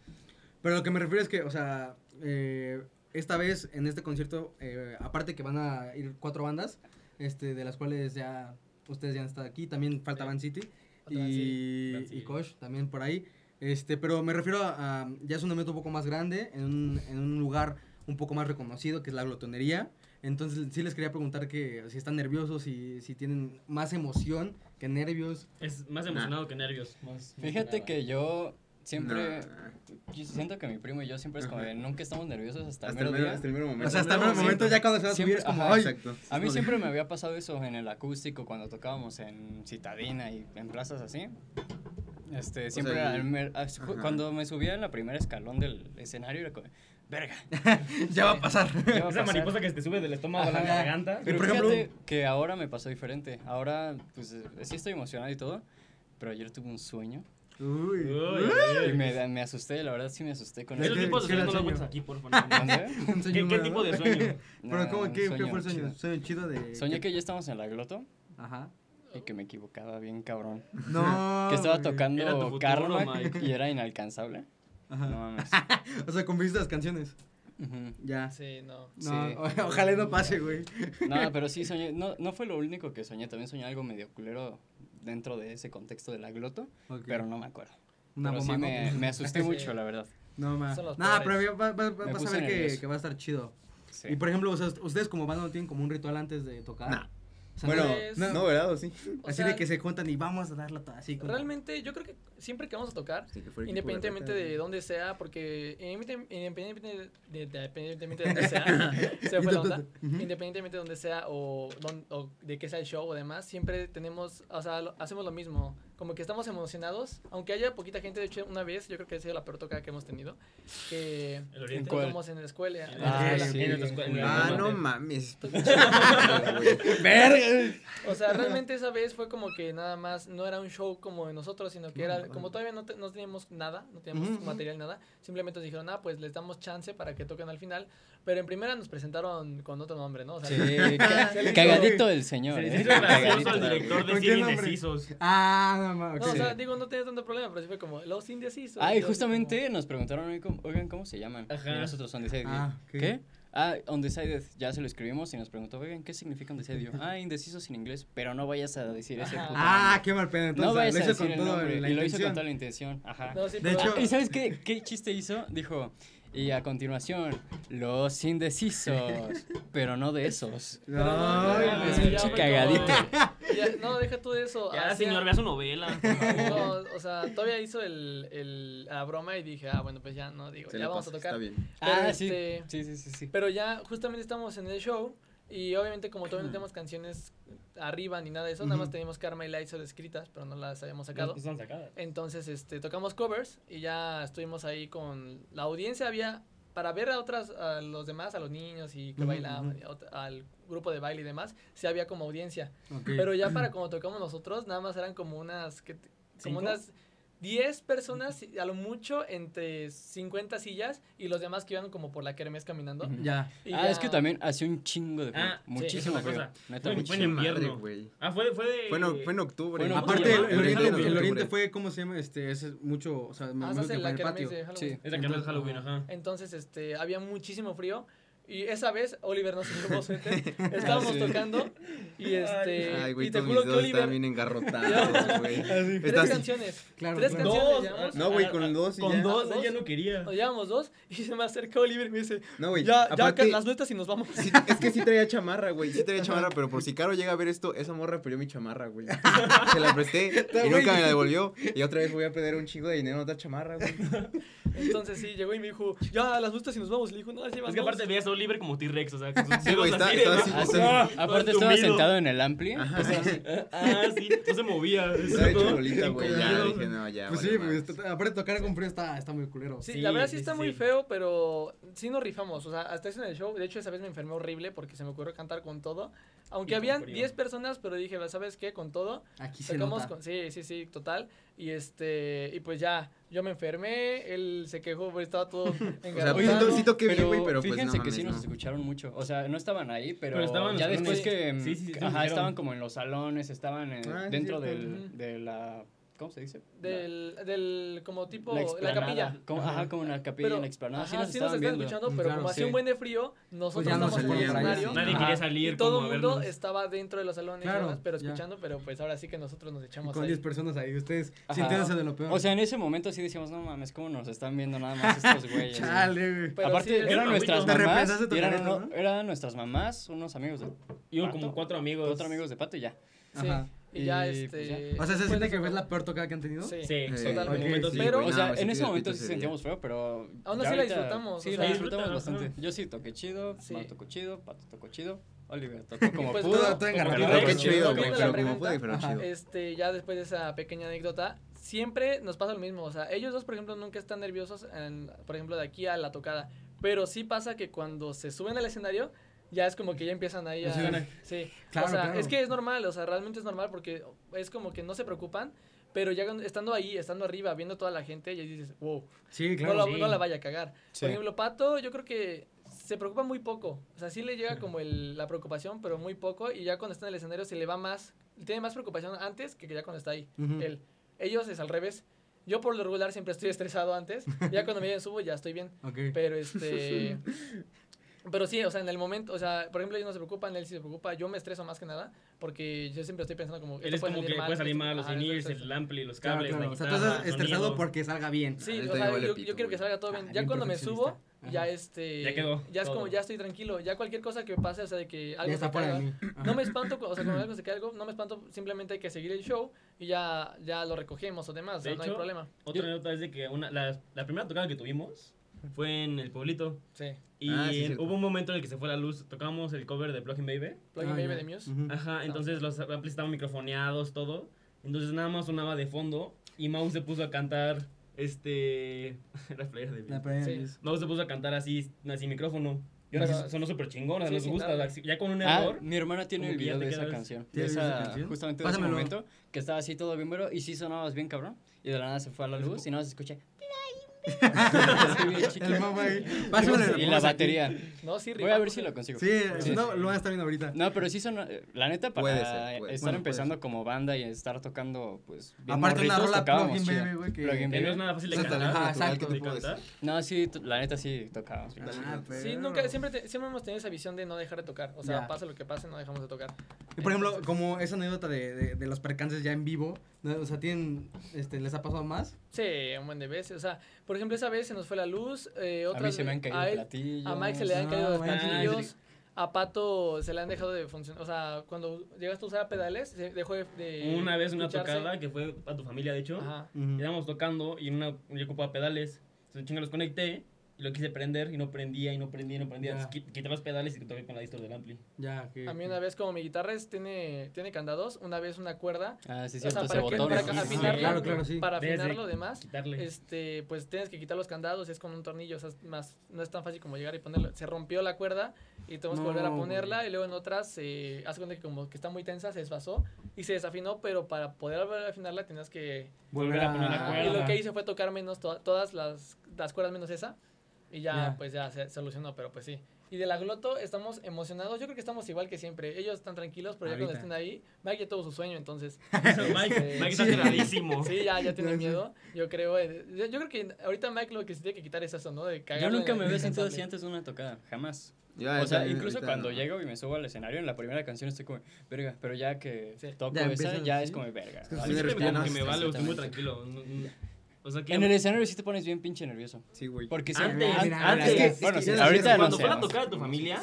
Speaker 1: Pero lo que me refiero es que, o sea, eh, esta vez en este concierto, eh, aparte que van a ir cuatro bandas, este, de las cuales ya ustedes ya han estado aquí, también falta
Speaker 2: Sí.
Speaker 1: Van City
Speaker 2: Falta Van
Speaker 1: y,
Speaker 5: Van City.
Speaker 1: y Koch también por ahí. Este, pero me refiero a, a- ya es un evento un poco más grande, en un, en un lugar un poco más reconocido, que es la glotonería. Entonces sí les quería preguntar que si están nerviosos, si, si tienen más emoción que nervios.
Speaker 5: Es más emocionado que nervios. más- más
Speaker 4: Fíjate
Speaker 5: nada.
Speaker 4: que yo siempre.
Speaker 3: Nah.
Speaker 4: yo siento que mi primo y yo siempre es como de nunca estamos nerviosos hasta,
Speaker 3: Hasta
Speaker 4: el
Speaker 3: el
Speaker 4: mero
Speaker 3: mero-
Speaker 4: día.
Speaker 3: hasta el mero momento.
Speaker 1: O sea, hasta el
Speaker 5: no,
Speaker 1: mero momento
Speaker 5: siempre.
Speaker 1: ya cuando se va a subir
Speaker 4: Siempre,
Speaker 1: es como,
Speaker 4: ajá,
Speaker 1: ¡ay!
Speaker 3: Exacto.
Speaker 4: A mí siempre me había pasado eso en el acústico cuando tocábamos en Citadina y en plazas así. Este, siempre
Speaker 3: sea,
Speaker 4: al mer- a-
Speaker 3: ajá.
Speaker 4: cuando me subía en la primera escalón del escenario era como, verga.
Speaker 1: Ya va a pasar.
Speaker 4: ¿qué va a
Speaker 5: Esa
Speaker 4: pasar?".
Speaker 5: mariposa que se te sube del estómago a la
Speaker 4: Ajá.
Speaker 5: garganta.
Speaker 4: Pero
Speaker 1: por
Speaker 4: fíjate
Speaker 1: ejemplo-
Speaker 4: que ahora me pasó diferente. Ahora, pues eh, sí estoy emocionado y todo, pero ayer tuve un sueño
Speaker 1: Uy.
Speaker 5: Uy,
Speaker 4: y
Speaker 5: uy.
Speaker 4: me, me asusté, la verdad sí me asusté con
Speaker 5: Esos
Speaker 1: Este-
Speaker 4: el
Speaker 5: tipos de
Speaker 1: ¿qué era
Speaker 5: sueños no
Speaker 1: ¿Eh? el
Speaker 5: lo pones
Speaker 1: sueño?
Speaker 5: aquí, por favor.
Speaker 4: ¿Dónde?
Speaker 1: Un
Speaker 5: ¿Qué,
Speaker 1: sueño
Speaker 5: qué
Speaker 1: nuevo.
Speaker 5: tipo de sueño?
Speaker 1: Pero
Speaker 4: No,
Speaker 1: ¿cómo?
Speaker 4: un
Speaker 1: ¿Qué,
Speaker 4: sueño
Speaker 1: qué fue el sueño?
Speaker 4: chido.
Speaker 1: ¿Sueño chido de...?
Speaker 4: Soñé que ya estábamos en la gloto
Speaker 1: Ajá.
Speaker 4: y que me equivocaba bien cabrón.
Speaker 1: No.
Speaker 4: que estaba
Speaker 1: güey.
Speaker 4: tocando
Speaker 5: Era tu futuro,
Speaker 4: Karma
Speaker 5: Mike.
Speaker 4: y era inalcanzable.
Speaker 1: Ajá.
Speaker 4: No mames.
Speaker 1: O sea, conviviste las canciones.
Speaker 4: Ujú.
Speaker 1: Ya.
Speaker 2: Sí, no.
Speaker 1: No,
Speaker 4: Sí.
Speaker 1: o- ojalá y no pase, güey.
Speaker 4: No, pero sí soñé. No, no fue lo único que soñé. También soñé algo medio culero dentro de ese contexto de la gloto.
Speaker 1: Ok.
Speaker 4: Pero no me acuerdo.
Speaker 1: Una
Speaker 4: pero sí
Speaker 1: bomba,
Speaker 4: me,
Speaker 1: ¿no?
Speaker 4: me asusté
Speaker 2: Sí.
Speaker 4: mucho, la verdad.
Speaker 1: No, ma.
Speaker 2: Son los
Speaker 1: Nah, pero
Speaker 2: peores.
Speaker 1: ya va- va- va-
Speaker 4: Me
Speaker 1: vas a
Speaker 4: puse
Speaker 1: ver que,
Speaker 4: nervioso.
Speaker 1: que va a estar chido.
Speaker 4: Sí.
Speaker 1: Y por ejemplo, o sea, ustedes como banda no tienen como un ritual antes de tocar.
Speaker 3: Nah.
Speaker 1: O sea,
Speaker 3: Bueno,
Speaker 1: no-
Speaker 2: es-
Speaker 3: no, ¿verdad? ¿O sí?
Speaker 2: O
Speaker 1: así
Speaker 2: sea,
Speaker 1: de que se juntan y vamos a darla toda así. Como...
Speaker 2: Realmente, yo creo que siempre que vamos a tocar,
Speaker 3: Sí, que fue el equipo
Speaker 2: Independientemente
Speaker 3: Berreta,
Speaker 2: de
Speaker 3: ¿no?
Speaker 2: dónde sea, porque independien- independientemente de, de- independientemente de dónde sea, se fue la onda,
Speaker 1: Ujú.
Speaker 2: independientemente de dónde sea o, dón- o de qué sea el show o demás, siempre tenemos, o sea, lo- hacemos lo mismo, como que estamos emocionados, aunque haya poquita gente, de hecho una vez, yo creo que ha sido la peor toca que hemos tenido, que
Speaker 5: ¿El Oriente?
Speaker 4: ¿Cuál?
Speaker 2: tocamos en la escuela. en la
Speaker 4: Ah,
Speaker 2: escuela.
Speaker 4: sí.
Speaker 5: En otra escuela, en la
Speaker 3: Ah,
Speaker 5: misma.
Speaker 3: no mames.
Speaker 4: Verga.
Speaker 2: O sea, realmente esa vez fue como que nada más, no era un show como de nosotros, sino que era, como todavía no, te- no teníamos nada, no teníamos
Speaker 1: Ujú, ujú.
Speaker 2: material, nada, simplemente nos dijeron, ah, pues les damos chance para que toquen al final, pero en primera nos presentaron con otro nombre, ¿no? O sea,
Speaker 4: Sí, ca- cagadito el señor.
Speaker 5: Se
Speaker 4: ¿eh?
Speaker 5: les hizo gracioso al
Speaker 4: Cagadito.
Speaker 5: director
Speaker 1: ¿Con
Speaker 5: decir
Speaker 1: qué nombre?
Speaker 5: indecisos.
Speaker 1: Ah, no, ma.
Speaker 2: no,
Speaker 1: ok.
Speaker 2: o sea, digo, no tenía tanto problema, pero sí fue como, los indecisos.
Speaker 4: Ah, y
Speaker 2: yo así
Speaker 4: justamente nos preguntaron, hoy cómo- oigan, ¿cómo se llaman?
Speaker 5: Ajá.
Speaker 4: Y nosotros, Undecided.
Speaker 1: Ah, ok.
Speaker 4: ¿Qué? Ah, Undecided. Ya se lo escribimos y nos preguntó, oigan, ¿qué significa Undecided? Y yo, ah, indecisos en inglés, pero no vayas a decir ese
Speaker 2: Ajá.
Speaker 4: puto
Speaker 1: Ah, qué mal pedo.
Speaker 4: nombre. No
Speaker 1: Entonces,
Speaker 4: vayas
Speaker 1: lo
Speaker 4: a
Speaker 1: hizo
Speaker 4: decir
Speaker 1: con
Speaker 4: el
Speaker 1: todo
Speaker 4: nombre.
Speaker 1: la
Speaker 4: y lo hizo con
Speaker 1: intención.
Speaker 4: toda la intención. Ajá.
Speaker 2: como- No, sí,
Speaker 1: De
Speaker 2: pero-
Speaker 1: hecho-
Speaker 4: Ah, ¿Y sabes qué, qué chiste hizo? Dijo, y a continuación, los indecisos, pero no de esos.
Speaker 2: pero no,
Speaker 1: Ay,
Speaker 2: ya,
Speaker 1: güey,
Speaker 4: es
Speaker 2: ya
Speaker 4: un
Speaker 2: fue como-
Speaker 4: cagadito.
Speaker 2: ya, no, deja tú de eso.
Speaker 5: Ya,
Speaker 2: hacía-
Speaker 5: señor, vea su novela. por favor.
Speaker 2: No, o sea, todavía hizo el, el, la broma y dije, ah, bueno, pues ya, no, digo,
Speaker 3: Se
Speaker 2: ya
Speaker 3: la
Speaker 2: vamos
Speaker 3: pasa,
Speaker 2: a tocar.
Speaker 3: Está bien.
Speaker 2: Pero,
Speaker 4: ah,
Speaker 2: este,
Speaker 4: sí. Sí, sí, sí, sí.
Speaker 2: Pero ya justamente estamos en el show y obviamente como todavía no tenemos canciones arriba ni nada de eso, nada más
Speaker 1: Ujú.
Speaker 2: teníamos Karma y Lights escritas, pero no las habíamos sacado.
Speaker 5: Las están sacadas.
Speaker 2: Entonces, este, tocamos covers y ya estuvimos ahí con la audiencia había para ver a otras a los demás, a los niños y que
Speaker 1: Ujú,
Speaker 2: bailaban,
Speaker 1: ujú.
Speaker 2: y a ot- al grupo de baile y demás, sí había como audiencia,
Speaker 1: Ok.
Speaker 2: pero ya para cuando tocamos nosotros nada más eran como unas que como
Speaker 5: ¿Cinco?
Speaker 2: unas 10 personas a lo mucho entre 50 sillas y los demás que iban como por la kermés caminando.
Speaker 4: Ujú.
Speaker 1: Ya.
Speaker 2: Y
Speaker 4: ah,
Speaker 2: ya-
Speaker 4: es que también hace un chingo de frío.
Speaker 5: Ah, sí, es
Speaker 4: Muchísimo
Speaker 5: una
Speaker 4: frío.
Speaker 5: cosa.
Speaker 4: Neta,
Speaker 5: Fue en-
Speaker 4: muchísimo.
Speaker 5: fue en invierno.
Speaker 3: Madre, güey.
Speaker 5: Ah, fue, fue de...
Speaker 3: Fue en, fue en octubre.
Speaker 4: Bueno,
Speaker 1: Aparte,
Speaker 5: ¿cómo se
Speaker 1: el,
Speaker 5: llama?
Speaker 1: el oriente,
Speaker 5: Oriente,
Speaker 1: el oriente
Speaker 3: octubre.
Speaker 1: fue, ¿cómo se llama? Este, es mucho, o sea, me
Speaker 2: Ah,
Speaker 1: imagino
Speaker 2: se hace
Speaker 1: que fue
Speaker 2: la
Speaker 1: en el
Speaker 2: kermés
Speaker 1: patio.
Speaker 2: de Halloween.
Speaker 4: Sí.
Speaker 5: Es la que
Speaker 1: Entonces,
Speaker 5: es Halloween, ajá.
Speaker 2: Entonces, este, había muchísimo frío. Y esa vez Oliver nos llevó suéter. Estábamos
Speaker 4: Sí.
Speaker 2: tocando. Y este.
Speaker 3: Ay, güey,
Speaker 2: y te
Speaker 3: todos mis
Speaker 2: juro que
Speaker 3: dos están
Speaker 2: Oliver.
Speaker 3: bien engarrotados, güey.
Speaker 2: Tres
Speaker 3: Estás-
Speaker 2: canciones.
Speaker 1: Claro,
Speaker 2: tres
Speaker 1: claro.
Speaker 2: canciones.
Speaker 5: Dos.
Speaker 2: llevamos,
Speaker 3: No, güey, con dos y
Speaker 5: Con
Speaker 3: ya.
Speaker 5: dos,
Speaker 2: Ah,
Speaker 5: ella
Speaker 2: dos.
Speaker 5: no quería.
Speaker 2: nos llevamos dos. Y se me acerca Oliver y me dice:
Speaker 3: No, güey.
Speaker 2: Ya,
Speaker 3: aparte-
Speaker 2: ya, las nuestras y nos vamos.
Speaker 3: Sí, es que sí traía chamarra, güey. Sí traía chamarra, pero por si Caro llega a ver esto, esa morra perdió mi chamarra, güey. Se la presté y
Speaker 1: güey.
Speaker 3: nunca me la devolvió. Y otra vez voy a perder un chingo de dinero en otra chamarra, güey.
Speaker 2: Entonces, sí, llegó y me dijo: Ya, las nuestras y nos vamos. Le dijo: No, llevas
Speaker 5: Es que
Speaker 2: dos".
Speaker 5: aparte veías a Oliver como T-Rex, o sea, con sus
Speaker 3: Sí, pues, güey,
Speaker 5: dedos
Speaker 3: está-
Speaker 5: así,
Speaker 3: está
Speaker 5: ¿no?
Speaker 3: así,
Speaker 4: Ah, sí.
Speaker 5: Ah,
Speaker 4: Aparte
Speaker 5: todo
Speaker 4: estaba
Speaker 5: entumido.
Speaker 4: sentado en el ampli. pues,
Speaker 5: Ah, sí, no se movía.
Speaker 3: Estaba hecho
Speaker 5: todo
Speaker 3: bolita, güey. Ya,
Speaker 5: encogido.
Speaker 3: dije, no, ya.
Speaker 1: Pues
Speaker 3: vale,
Speaker 1: sí,
Speaker 3: madre.
Speaker 1: pues, t- aparte tocar con frío está, está muy culero.
Speaker 2: Sí,
Speaker 5: Sí,
Speaker 2: la verdad sí
Speaker 5: sí,
Speaker 2: está
Speaker 5: sí,
Speaker 2: muy
Speaker 5: sí.
Speaker 2: feo, pero sí nos rifamos. O sea, hasta eso en el show. De hecho, esa vez me enfermé horrible porque se me ocurrió cantar con todo.
Speaker 5: Y
Speaker 2: Aunque
Speaker 5: con
Speaker 2: habían
Speaker 5: frío.
Speaker 2: 10 personas, pero dije, ¿sabes qué? Con todo.
Speaker 1: Aquí se
Speaker 2: Tocamos
Speaker 1: nota.
Speaker 2: con, sí, sí, sí, total. Y este, y pues ya, yo me enfermé, él se quejó, pues estaba todo engarrotado.
Speaker 3: pues, entonces sí toqué bien,
Speaker 4: Pero
Speaker 3: güey, pero pues,
Speaker 4: fíjense
Speaker 3: no
Speaker 4: que sí
Speaker 3: mames,
Speaker 4: nos
Speaker 3: no.
Speaker 4: escucharon mucho. O sea, no estaban ahí, pero,
Speaker 5: Pero estaban
Speaker 4: ya
Speaker 5: los
Speaker 4: después que...
Speaker 5: salones. Sí, sí, sí, sí,
Speaker 4: ajá,
Speaker 5: nos dijeron.
Speaker 4: estaban como en los salones, estaban eh,
Speaker 3: Ah, sí, cierto.
Speaker 4: dentro del,
Speaker 2: Ujú.
Speaker 4: de la... ¿Cómo se dice?
Speaker 2: Del, del, como tipo,
Speaker 4: La
Speaker 2: la,
Speaker 4: explanada.
Speaker 2: capilla.
Speaker 4: Como- ajá, como una capilla
Speaker 2: Pero,
Speaker 4: en la explanada.
Speaker 2: ajá, sí nos están
Speaker 4: viendo.
Speaker 2: escuchando,
Speaker 1: Mm,
Speaker 2: pero
Speaker 1: claro, Pues
Speaker 2: como hacía
Speaker 4: sí.
Speaker 2: un buen de frío, nosotros
Speaker 1: ya no
Speaker 2: estábamos en el
Speaker 1: salían, ya
Speaker 2: escenario.
Speaker 1: sí.
Speaker 5: Nadie
Speaker 1: Ajá.
Speaker 5: quería
Speaker 2: Y
Speaker 5: salir.
Speaker 2: todo
Speaker 5: como
Speaker 2: el
Speaker 5: a
Speaker 2: mundo
Speaker 5: vernos.
Speaker 2: estaba dentro de los salones,
Speaker 1: Claro,
Speaker 2: demás, pero
Speaker 1: ya.
Speaker 2: escuchando, pero pues ahora sí que nosotros nos
Speaker 1: Y
Speaker 2: echamos
Speaker 1: con
Speaker 2: ahí.
Speaker 1: 10 personas ahí, ustedes
Speaker 4: Ajá.
Speaker 1: sintiéndose de lo peor.
Speaker 4: O sea, en ese momento sí decíamos, no mames, ¿cómo nos están viendo nada más estos güeyes? güey?"
Speaker 1: chale, güey.
Speaker 2: Pero
Speaker 4: Aparte,
Speaker 2: sí, es-
Speaker 4: eran
Speaker 5: Te
Speaker 4: nuestras mamás,
Speaker 1: reemplazaste tu
Speaker 4: y eran,
Speaker 1: carrito,
Speaker 4: uno-
Speaker 1: ¿no?
Speaker 4: eran nuestras mamás, unos amigos de
Speaker 5: Y un-
Speaker 4: Pato,
Speaker 5: como cuatro amigos.
Speaker 4: otros amigos de Pato y ya.
Speaker 2: Sí,
Speaker 1: Ajá.
Speaker 2: y ya
Speaker 4: Y,
Speaker 2: este...
Speaker 4: pues, ya.
Speaker 1: O sea, se siente
Speaker 2: después
Speaker 1: que
Speaker 2: de
Speaker 1: fue
Speaker 2: eso-
Speaker 1: la peor tocada que han tenido.
Speaker 2: Sí.
Speaker 5: Sí,
Speaker 3: Sí,
Speaker 2: totalmente.
Speaker 5: En momentos
Speaker 2: sí,
Speaker 5: pero...
Speaker 2: güey,
Speaker 4: o sea,
Speaker 3: no, ese
Speaker 4: en ese
Speaker 3: sentido
Speaker 4: momento
Speaker 3: que
Speaker 4: sí
Speaker 3: te
Speaker 4: sentíamos feo, pero.
Speaker 2: Aún
Speaker 4: ya
Speaker 2: así la
Speaker 4: ahorita-
Speaker 2: disfrutamos,
Speaker 4: Sí,
Speaker 2: o
Speaker 4: la
Speaker 2: sea,
Speaker 4: disfrutamos
Speaker 5: disfruta, ajá.
Speaker 4: bastante. Yo sí toqué chido,
Speaker 2: Sí.
Speaker 4: Mau tocó chido, Pato tocó chido, Oliver tocó como
Speaker 2: Pues,
Speaker 4: pudo.
Speaker 1: todo- todo engarrotado.
Speaker 4: pero-
Speaker 3: Qué
Speaker 5: Pero
Speaker 3: chido, güey,
Speaker 2: volviendo a la
Speaker 3: pero como pude,
Speaker 2: pues, pregunta,
Speaker 3: pero
Speaker 1: ajá,
Speaker 3: chido.
Speaker 2: Este, ya después de esa pequeña anécdota, siempre nos pasa lo mismo. O sea, ellos dos, por ejemplo, nunca están nerviosos, en, por ejemplo, de aquí a la tocada. Pero sí pasa que cuando se suben al escenario, ya es como que ya empiezan ahí a...
Speaker 1: Así de-
Speaker 2: Sí,
Speaker 1: Claro,
Speaker 2: o sea,
Speaker 1: claro.
Speaker 2: es que es normal, o sea, realmente es normal porque es como que no se preocupan, pero ya cuando- estando ahí, estando arriba, viendo toda la gente, ya dices, wow,
Speaker 1: Sí,
Speaker 2: no,
Speaker 1: claro.
Speaker 2: la,
Speaker 5: sí.
Speaker 2: no la vaya a cagar.
Speaker 4: Sí.
Speaker 2: Por ejemplo, Pato, yo creo que se preocupa muy poco. O sea, sí le llega como el- la preocupación, pero muy poco. Y ya cuando está en el escenario se le va más. Tiene más preocupación antes que que ya cuando está ahí.
Speaker 1: Ujú.
Speaker 2: Él. Ellos es al revés. Yo por lo regular siempre estoy estresado antes. Ya cuando me subo ya estoy bien.
Speaker 1: Ok.
Speaker 2: Pero este. Pero sí, o sea, en el momento, o sea, por ejemplo, ellos no se preocupan, él sí se preocupa, yo me estreso más que nada, porque yo siempre estoy pensando como...
Speaker 5: Él
Speaker 2: esto
Speaker 5: es como que puede salir mal los
Speaker 2: ajá,
Speaker 5: inils,
Speaker 2: exacto.
Speaker 5: el ampli, los
Speaker 1: ah, Claro,
Speaker 5: cables,
Speaker 1: claro.
Speaker 5: la
Speaker 1: O sea, tú
Speaker 5: guitarra,
Speaker 1: estás estresado
Speaker 5: sonido.
Speaker 1: porque salga bien.
Speaker 3: Ah,
Speaker 2: Sí,
Speaker 3: él
Speaker 2: o
Speaker 3: también
Speaker 2: sea,
Speaker 3: vale
Speaker 2: yo,
Speaker 3: pito,
Speaker 2: yo quiero que
Speaker 3: güey.
Speaker 2: salga todo bien.
Speaker 1: Ah,
Speaker 2: Ya
Speaker 1: bien
Speaker 2: cuando me subo,
Speaker 1: perfeccionista.
Speaker 2: ya este...
Speaker 5: Ya quedó
Speaker 2: Ya es
Speaker 5: todo.
Speaker 2: como, ya estoy tranquilo, ya cualquier cosa que pase, o sea, de que algo
Speaker 1: Ya
Speaker 2: se
Speaker 1: está fuera de
Speaker 2: caiga,
Speaker 1: mí. Ajá.
Speaker 2: No me espanto, cu- o sea, cuando algo se cae algo, no me espanto, simplemente hay que seguir el show y ya, ya lo recogemos o demás, o
Speaker 5: De
Speaker 2: sea, no hay
Speaker 5: hecho,
Speaker 2: problema.
Speaker 5: Otra anécdota es de que una, la, la primera tocada que tuvimos fue en el pueblito.
Speaker 2: Sí,
Speaker 5: Y
Speaker 3: Ah, sí, es cierto.
Speaker 5: hubo un momento en el que se fue la luz. Tocábamos el cover de Blocking Baby.
Speaker 2: Plugin
Speaker 1: Ah,
Speaker 2: Baby
Speaker 1: ya.
Speaker 2: de Muse.
Speaker 1: Ujú.
Speaker 5: Ajá,
Speaker 2: No.
Speaker 5: entonces los amplis estaban microfoneados, todo. Entonces nada más sonaba de fondo y Mouse se puso a cantar este... la playera de Bill.
Speaker 1: La primera
Speaker 2: Sí.
Speaker 1: vez.
Speaker 5: Mouse se puso a cantar así, así micrófono. Y ahora
Speaker 2: Pero-
Speaker 5: sí sonó súper chingona,
Speaker 2: Sí,
Speaker 5: nos
Speaker 2: sí,
Speaker 5: gusta.
Speaker 2: claro.
Speaker 5: así- Ya con un
Speaker 4: Ah,
Speaker 5: error.
Speaker 4: mi hermana tiene
Speaker 5: como
Speaker 4: el
Speaker 5: que ya
Speaker 4: video
Speaker 5: te
Speaker 4: de esa
Speaker 5: quedas-
Speaker 4: canción. De
Speaker 1: ¿Tienes video de esa
Speaker 4: esa,
Speaker 1: canción?
Speaker 4: justamente de
Speaker 1: Pásamelo.
Speaker 4: ese momento. Que estaba así todo bien mero y sí sonabas bien cabrón. Y de la nada se fue a la luz y nada más se escucha. Así bien chiquito.
Speaker 1: El mamá ahí. Pásamelo, lo
Speaker 4: y la
Speaker 1: ponemos aquí.
Speaker 4: batería.
Speaker 2: No, sí,
Speaker 4: Voy a ver
Speaker 2: rifamos,
Speaker 4: si lo consigo.
Speaker 1: Sí, eh,
Speaker 4: Sí,
Speaker 1: no, lo van a estar viendo ahorita.
Speaker 4: No, pero sí son, eh, la neta, para
Speaker 3: Puede ser, puede-
Speaker 4: estar
Speaker 1: bueno,
Speaker 4: empezando como banda y estar tocando, pues, bien
Speaker 1: Aparte una
Speaker 4: morritos,
Speaker 1: rola
Speaker 4: tocábamos
Speaker 1: plugin,
Speaker 4: chido.
Speaker 1: baby, güey, que-
Speaker 4: Plugin
Speaker 5: Que no
Speaker 4: Baby.
Speaker 5: es nada fácil de
Speaker 3: No es tan
Speaker 5: cantar.
Speaker 1: Ah,
Speaker 3: natural
Speaker 1: exacto,
Speaker 3: que
Speaker 5: de
Speaker 3: te puedes-
Speaker 5: cantar.
Speaker 4: No, sí, t- la neta sí tocábamos. bien chido.
Speaker 1: Ah,
Speaker 2: Sí,
Speaker 1: pero-
Speaker 2: nunca, siempre, te- siempre hemos tenido esa visión de no dejar de tocar. O sea,
Speaker 1: Ya.
Speaker 2: pase lo que pase, no dejamos de tocar.
Speaker 1: Y por ejemplo,
Speaker 2: Entonces,
Speaker 1: como esa anécdota de, de, de los percances ya en vivo, ¿no? o sea, ¿tienen, este, ¿les ha pasado más?
Speaker 2: Sí, un buen de veces. O sea, por ejemplo, esa vez se nos fue la luz. Eh,
Speaker 4: a
Speaker 2: otras,
Speaker 4: mí se me han caído
Speaker 2: a él-
Speaker 4: platillos.
Speaker 2: A Mike se le han caído los
Speaker 1: Ah, Mike.
Speaker 2: platillos. A Pato se le han dejado de funcionar. O sea, cuando llegaste a usar pedales, se dejó de. de
Speaker 5: Una vez una
Speaker 2: eh, escucharse.
Speaker 5: tocada que fue a tu familia, de hecho.
Speaker 2: Ajá.
Speaker 1: Ujú.
Speaker 5: Y estábamos tocando y en una, yo ocupaba pedales. Se chinga los conecté y lo quise prender y no prendía y no prendía y no prendía.
Speaker 1: Ya.
Speaker 5: Entonces, qui- Quité los pedales y toqué con la distor del ampli.
Speaker 1: Ya, que...
Speaker 2: A mí una vez, como mi guitarra es- tiene, tiene candados, una vez una cuerda.
Speaker 4: Ah, sí,
Speaker 2: o sea,
Speaker 4: cierto, ese
Speaker 2: para, que,
Speaker 4: botón.
Speaker 2: para
Speaker 1: ¿no?
Speaker 2: que-
Speaker 1: Sí, sí, sí.
Speaker 2: afinarlo,
Speaker 1: Claro, claro, sí.
Speaker 2: para
Speaker 5: Desde-
Speaker 2: afinar lo demás.
Speaker 5: Quitarle.
Speaker 2: este, pues tienes que quitar los candados, es con un tornillo, o sea, es más, no es tan fácil como llegar y ponerlo. Se rompió la cuerda y tuvimos que volver a
Speaker 1: No,
Speaker 2: ponerla
Speaker 1: güey.
Speaker 2: y luego en otras se hace cuenta que como que está muy tensa, se desfasó y se desafinó, pero para poder volver a afinarla tenías que...
Speaker 5: volver a poner la
Speaker 2: Ah,
Speaker 5: cuerda.
Speaker 2: y lo que hice fue tocar menos to- todas las, las cuerdas menos esa y ya,
Speaker 1: Ya.
Speaker 2: pues ya se solucionó, pero pues sí. Y de la gloto estamos emocionados, yo creo que estamos igual que siempre, ellos están tranquilos, pero ya cuando
Speaker 1: Ahorita.
Speaker 2: estén ahí, Mike ya tuvo su sueño, entonces...
Speaker 5: Mike,
Speaker 2: este,
Speaker 5: Mike está tiradísimo.
Speaker 2: Sí, ya, ya tiene
Speaker 1: Ya sé.
Speaker 2: miedo. Yo creo. eh, Yo, yo creo que ahorita Mike lo que se tiene que quitar es eso, ¿no? De
Speaker 4: Yo
Speaker 2: cagarla
Speaker 4: nunca
Speaker 2: en
Speaker 4: me
Speaker 2: el
Speaker 4: había sentido así
Speaker 2: ensamble.
Speaker 4: antes de una tocada, jamás.
Speaker 5: Ah,
Speaker 3: Ya,
Speaker 4: o sea,
Speaker 3: también
Speaker 4: incluso
Speaker 3: ahorita
Speaker 4: cuando
Speaker 3: no.
Speaker 4: llego y me subo al escenario, en la primera canción estoy como, verga, pero ya que
Speaker 2: Sí.
Speaker 4: toco
Speaker 1: Ya
Speaker 4: esa,
Speaker 1: empiezas,
Speaker 4: ya
Speaker 1: sí.
Speaker 4: es como, verga.
Speaker 3: que
Speaker 5: A
Speaker 3: sí
Speaker 4: vale,
Speaker 5: mí
Speaker 3: de
Speaker 5: siempre
Speaker 3: repente
Speaker 5: como
Speaker 3: no
Speaker 5: que
Speaker 3: haces
Speaker 5: me vale, estoy muy
Speaker 4: exactamente.
Speaker 5: tranquilo. No, no, O sea, que
Speaker 4: En el escenario sí te pones bien pinche nervioso.
Speaker 3: Sí, güey.
Speaker 4: Porque
Speaker 5: Antes,
Speaker 4: siempre-
Speaker 1: antes,
Speaker 4: Ah,
Speaker 1: antes,
Speaker 4: es que-
Speaker 1: es que
Speaker 4: bueno,
Speaker 1: sí,
Speaker 4: ahorita no
Speaker 5: cuando
Speaker 4: sé.
Speaker 5: fuera a
Speaker 4: vamos.
Speaker 5: tocar a tu familia,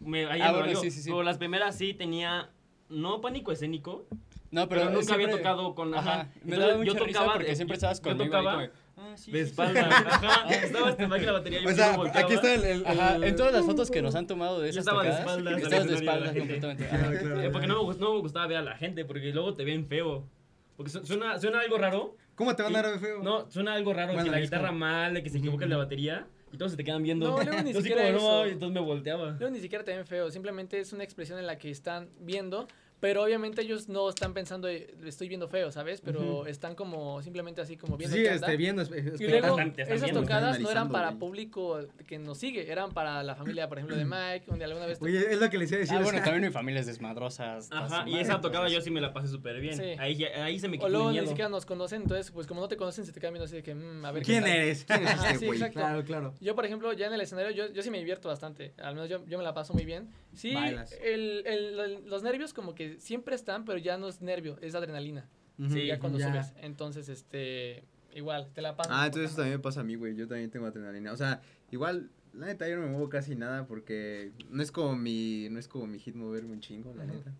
Speaker 5: me, ahí
Speaker 4: Ah,
Speaker 5: me
Speaker 4: bueno,
Speaker 5: valió.
Speaker 4: sí, sí, sí.
Speaker 5: Pero las primeras sí tenía, no pánico escénico,
Speaker 4: No, pero,
Speaker 5: pero, nunca había
Speaker 4: siempre-
Speaker 5: tocado con... Ajá.
Speaker 4: Ajá, me
Speaker 5: Entonces,
Speaker 4: daba mucha
Speaker 5: yo
Speaker 4: risa
Speaker 5: tocaba,
Speaker 4: porque
Speaker 5: eh,
Speaker 4: siempre
Speaker 5: yo-
Speaker 4: estabas
Speaker 5: yo
Speaker 4: conmigo ahí
Speaker 5: tocaba
Speaker 4: como, ah, sí,
Speaker 5: de
Speaker 4: sí, sí.
Speaker 5: espalda. Ajá, estaba este Mike la batería. yo
Speaker 1: O
Speaker 5: solo
Speaker 1: sea,
Speaker 5: volteaba.
Speaker 1: aquí está el... el,
Speaker 4: Ajá,
Speaker 1: el-
Speaker 4: en todas las fotos que nos han tomado de
Speaker 5: Eh, Yo
Speaker 4: esas
Speaker 5: estaba de
Speaker 4: tocadas,
Speaker 5: espaldas,
Speaker 4: estabas de
Speaker 5: al escenario de la
Speaker 4: espaldas
Speaker 5: gente.
Speaker 4: completamente. Ajá.
Speaker 1: Claro, Ah, claro,
Speaker 5: Eh, porque no
Speaker 1: claro.
Speaker 5: me, gust- no me gustaba ver a la gente, porque luego te ven feo. Porque su- suena, suena algo raro.
Speaker 1: ¿Cómo te van a dar
Speaker 5: y-
Speaker 1: feo?
Speaker 5: No, suena algo raro
Speaker 1: Bueno,
Speaker 5: que la
Speaker 1: es
Speaker 5: guitarra
Speaker 1: como-
Speaker 5: mal, de que se equivoca en la batería y todos se te quedan viendo.
Speaker 2: No, luego ni
Speaker 5: Entonces,
Speaker 2: siquiera
Speaker 5: como, no,
Speaker 2: eso.
Speaker 5: entonces me volteaba.
Speaker 2: Luego ni siquiera te ven feo, simplemente es una expresión en la que están viendo, pero obviamente ellos no están pensando, eh, estoy viendo feo, ¿sabes? Pero están como simplemente así como viendo.
Speaker 1: Sí,
Speaker 2: qué onda.
Speaker 1: este, viendo, espe-
Speaker 2: Y
Speaker 1: espectando.
Speaker 2: luego,
Speaker 5: están- te están
Speaker 2: esas
Speaker 5: viendo, están
Speaker 2: tocadas no eran
Speaker 3: analizando,
Speaker 2: para
Speaker 3: güey.
Speaker 2: público que nos sigue, eran para la familia, por ejemplo, de Mike, donde alguna vez...
Speaker 1: Oye, es lo que les iba a decir.
Speaker 4: Ah,
Speaker 1: o
Speaker 4: bueno,
Speaker 1: sea,
Speaker 4: también mi familia es desmadrosa. hasta
Speaker 5: Ajá,
Speaker 4: su
Speaker 5: y
Speaker 4: madre,
Speaker 5: esa tocada yo
Speaker 4: entonces-
Speaker 5: sí me la pasé súper bien.
Speaker 2: Sí.
Speaker 5: Ahí, ya- ahí se me
Speaker 2: o
Speaker 5: quitó el
Speaker 2: luego ni
Speaker 5: miedo.
Speaker 2: siquiera nos conocen, entonces, pues como no te conocen, se te quedan viendo así de que, mm, a ver...
Speaker 1: ¿Quién
Speaker 2: tal?
Speaker 1: eres?
Speaker 3: ¿Quién es
Speaker 2: Ajá,
Speaker 3: este
Speaker 2: sí,
Speaker 3: güey?
Speaker 2: exacto.
Speaker 1: Claro, claro.
Speaker 2: Yo, por ejemplo, ya en el escenario, yo, yo sí me divierto bastante. Al menos yo, yo me la paso muy bien. Sí,
Speaker 1: Bailas.
Speaker 2: el- el- el- los nervios como que siempre están, pero ya no es nervio, es adrenalina.
Speaker 5: Sí,
Speaker 2: ya cuando
Speaker 1: ya.
Speaker 2: subes. Entonces, este, igual, te la pasas.
Speaker 3: Ah, entonces eso también me pasa a mí, güey. Yo también tengo adrenalina. O sea, igual, la neta, yo no me muevo casi nada porque no es como mi, no es como mi hit moverme un chingo, la
Speaker 2: Ajá.
Speaker 3: neta.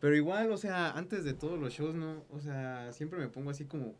Speaker 3: Pero igual, o sea, antes de todos los shows, ¿no? O sea, siempre me pongo así como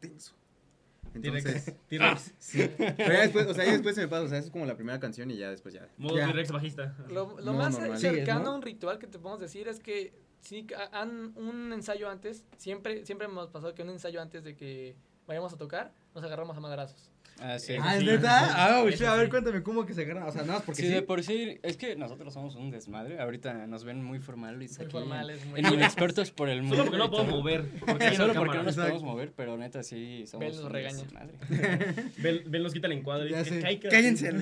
Speaker 3: tenso. Entonces,
Speaker 5: T-Rex. T-Rex.
Speaker 3: sí. Pero ya después, o sea, ya después se me pasa. O sea, es como la primera canción y ya después ya.
Speaker 5: Modo
Speaker 1: Ya.
Speaker 5: T-Rex bajista.
Speaker 2: Lo, lo
Speaker 3: No,
Speaker 2: más
Speaker 3: normal.
Speaker 1: Sigues,
Speaker 2: cercano
Speaker 1: ¿no?
Speaker 2: a un ritual que te podemos decir es que sí, ca- han, un ensayo antes, siempre, siempre hemos pasado que un ensayo antes de que vayamos a tocar, nos agarramos a madrazos.
Speaker 4: Ah, sí.
Speaker 1: Ah, ¿es
Speaker 5: Sí.
Speaker 1: neta? Ah,
Speaker 5: Eso
Speaker 1: uy, a ver,
Speaker 5: sí.
Speaker 1: cuéntame cómo que se agarran. O sea, nada más porque
Speaker 4: Sí, de por sí, es que nosotros somos un desmadre. Ahorita nos ven muy formales
Speaker 2: Muy
Speaker 4: aquí.
Speaker 2: formales, muy...
Speaker 4: En inexpertos por el mundo.
Speaker 5: Solo porque no
Speaker 4: y
Speaker 5: lo puedo
Speaker 4: todo.
Speaker 5: mover. Porque
Speaker 4: Sí,
Speaker 5: hay
Speaker 4: Solo
Speaker 5: una
Speaker 4: porque no
Speaker 5: cámara.
Speaker 4: nos
Speaker 1: Exacto.
Speaker 4: podemos mover, pero neta sí somos
Speaker 2: Bel nos
Speaker 4: un
Speaker 2: regaña.
Speaker 4: desmadre.
Speaker 5: Ven, ven, los quita el encuadre.
Speaker 1: Ya
Speaker 5: Que
Speaker 1: sé.
Speaker 5: caiga.
Speaker 1: Cállense.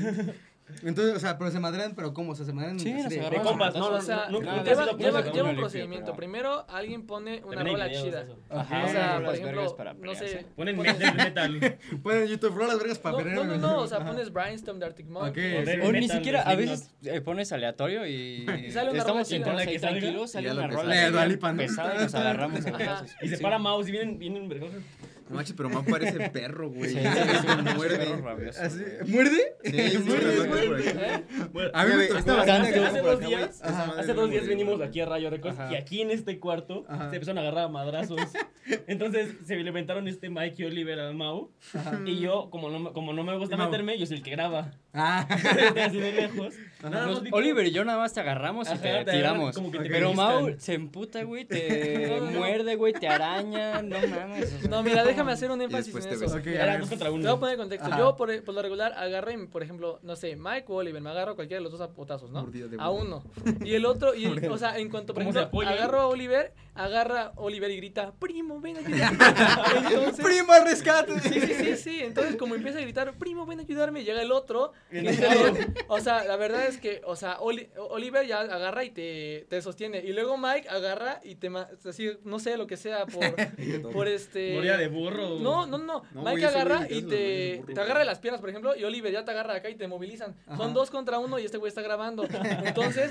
Speaker 1: Entonces, o sea, pero se madrean, pero ¿cómo? O sea, se madrean.
Speaker 4: Sí,
Speaker 1: así
Speaker 4: nos
Speaker 1: de-
Speaker 4: agarramos.
Speaker 5: De
Speaker 4: no,
Speaker 5: compas,
Speaker 4: no,
Speaker 5: no, no,
Speaker 2: o sea,
Speaker 5: no,
Speaker 4: no,
Speaker 5: nunca he
Speaker 4: no,
Speaker 5: sido
Speaker 2: lleva,
Speaker 4: no,
Speaker 5: compas
Speaker 2: lleva-
Speaker 5: de
Speaker 2: lleva
Speaker 4: no,
Speaker 5: compas.
Speaker 2: un
Speaker 4: no,
Speaker 2: procedimiento.
Speaker 4: pero-
Speaker 2: Primero, alguien pone una
Speaker 5: También hay
Speaker 2: rola
Speaker 5: videos de
Speaker 2: chida.
Speaker 5: eso.
Speaker 4: Ajá,
Speaker 2: o sea,
Speaker 4: rolas
Speaker 2: por
Speaker 4: Ah, vergas
Speaker 2: ejemplo,
Speaker 4: para
Speaker 2: no sé.
Speaker 4: pelearse.
Speaker 5: Ponen
Speaker 2: pones-
Speaker 5: metal, metal.
Speaker 1: Ponen en YouTube rolas vergas para
Speaker 2: no,
Speaker 1: perder.
Speaker 2: no, no, no, o sea,
Speaker 1: Ajá.
Speaker 2: pones Brainstorm de Arctic Monkeys.
Speaker 1: Ok.
Speaker 5: Poner
Speaker 4: O ni
Speaker 5: metal,
Speaker 4: siquiera, a
Speaker 5: slipknot.
Speaker 4: veces eh, pones aleatorio y
Speaker 2: sale una rola
Speaker 4: estamos
Speaker 2: chida.
Speaker 4: sentados
Speaker 5: Con la
Speaker 4: ahí
Speaker 5: que salga,
Speaker 4: tranquilos,
Speaker 3: y
Speaker 4: sale
Speaker 3: ya
Speaker 4: una
Speaker 3: la que
Speaker 4: rola
Speaker 3: salga.
Speaker 4: ahí
Speaker 1: Le da lipa, ¿no?
Speaker 4: pesada y nos agarramos a
Speaker 2: Ajá.
Speaker 4: balazos.
Speaker 5: Y se
Speaker 4: Sí.
Speaker 5: para Mouse y vienen, vienen vergosos.
Speaker 3: No manches, pero Mau parece perro, güey.
Speaker 4: Sí,
Speaker 3: Sí,
Speaker 4: sí, sí,
Speaker 3: me
Speaker 4: sí, perro
Speaker 3: muerde.
Speaker 4: rabioso,
Speaker 1: Así-
Speaker 4: güey.
Speaker 1: ¿Muerde?
Speaker 3: Sí, sí,
Speaker 1: Muy
Speaker 3: me
Speaker 1: bien,
Speaker 3: muerde por
Speaker 2: güey.
Speaker 3: aquí.
Speaker 2: ¿Eh?
Speaker 5: Bueno,
Speaker 1: A mí me
Speaker 3: Ya ve,
Speaker 1: tocó.
Speaker 3: estaba
Speaker 1: bastante.
Speaker 4: hace-
Speaker 5: hace dos días-
Speaker 3: Esa Ah, madre
Speaker 5: Hace
Speaker 3: me
Speaker 5: dos
Speaker 3: muerde,
Speaker 5: días venimos
Speaker 3: güey.
Speaker 5: aquí a Radio Records
Speaker 4: Ajá.
Speaker 5: y aquí en este cuarto
Speaker 1: Ajá.
Speaker 5: se empezaron a agarrar a madrazos. Entonces se inventaron este Mikey Oliver al Mau y yo, como no, me- como no me gusta
Speaker 1: Y Mau.
Speaker 5: meterme, yo soy el que graba.
Speaker 1: Ah,
Speaker 5: Estoy así de lejos. Nada
Speaker 4: Nos-
Speaker 5: más vi cómo-
Speaker 4: Oliver y yo nada más te agarramos y
Speaker 5: Ajá, te
Speaker 4: te,
Speaker 5: agarran
Speaker 4: tiramos.
Speaker 5: como que te
Speaker 4: Pero
Speaker 5: pellizcan.
Speaker 4: Mau se emputa, güey, te
Speaker 2: No, no, no.
Speaker 4: muerde, güey, te araña. No mames. o sea.
Speaker 2: No, mira, déjame hacer un énfasis
Speaker 3: después
Speaker 2: en
Speaker 3: te
Speaker 2: eso.
Speaker 3: besas.
Speaker 1: ok. a
Speaker 5: Era
Speaker 1: ver.
Speaker 5: dos contra
Speaker 2: Te voy a
Speaker 5: uno.
Speaker 2: poner en contexto.
Speaker 1: Ajá.
Speaker 2: Yo, por, por lo regular, agarré, por ejemplo, no sé, Mike o Oliver. Me agarro a cualquiera de los dos a potazos, ¿no?
Speaker 3: Mordida de
Speaker 2: A
Speaker 3: burro.
Speaker 2: uno. Y el otro, y el- o sea, en cuanto, por
Speaker 5: ¿Cómo se
Speaker 2: ejemplo,
Speaker 5: apoyan?
Speaker 2: agarro a Oliver, agarra Oliver y grita, primo, ven a ayudarme. Entonces,
Speaker 1: Primo, al rescate.
Speaker 2: Sí, sí, sí, sí. Entonces, como empieza a gritar, primo, ven a ayudarme, llega el otro. y
Speaker 5: Bien
Speaker 2: se
Speaker 5: enojado.
Speaker 2: le- o sea, la verdad es que, o sea, Oli- Oliver ya agarra y te, te sostiene. Y luego Mike agarra y te, ma- así, no sé, lo que sea, por, por este...
Speaker 5: Moría de burro.
Speaker 2: No, no, no.
Speaker 3: No,
Speaker 2: Mike
Speaker 3: güey, ese
Speaker 2: agarra
Speaker 3: güey
Speaker 2: y
Speaker 3: es de
Speaker 2: te,
Speaker 3: esos burros,
Speaker 2: te agarra de
Speaker 3: güey.
Speaker 2: las piernas, por ejemplo, y Oliver ya te agarra acá y te movilizan.
Speaker 1: Ajá.
Speaker 2: Son dos contra uno y este güey está grabando. Entonces,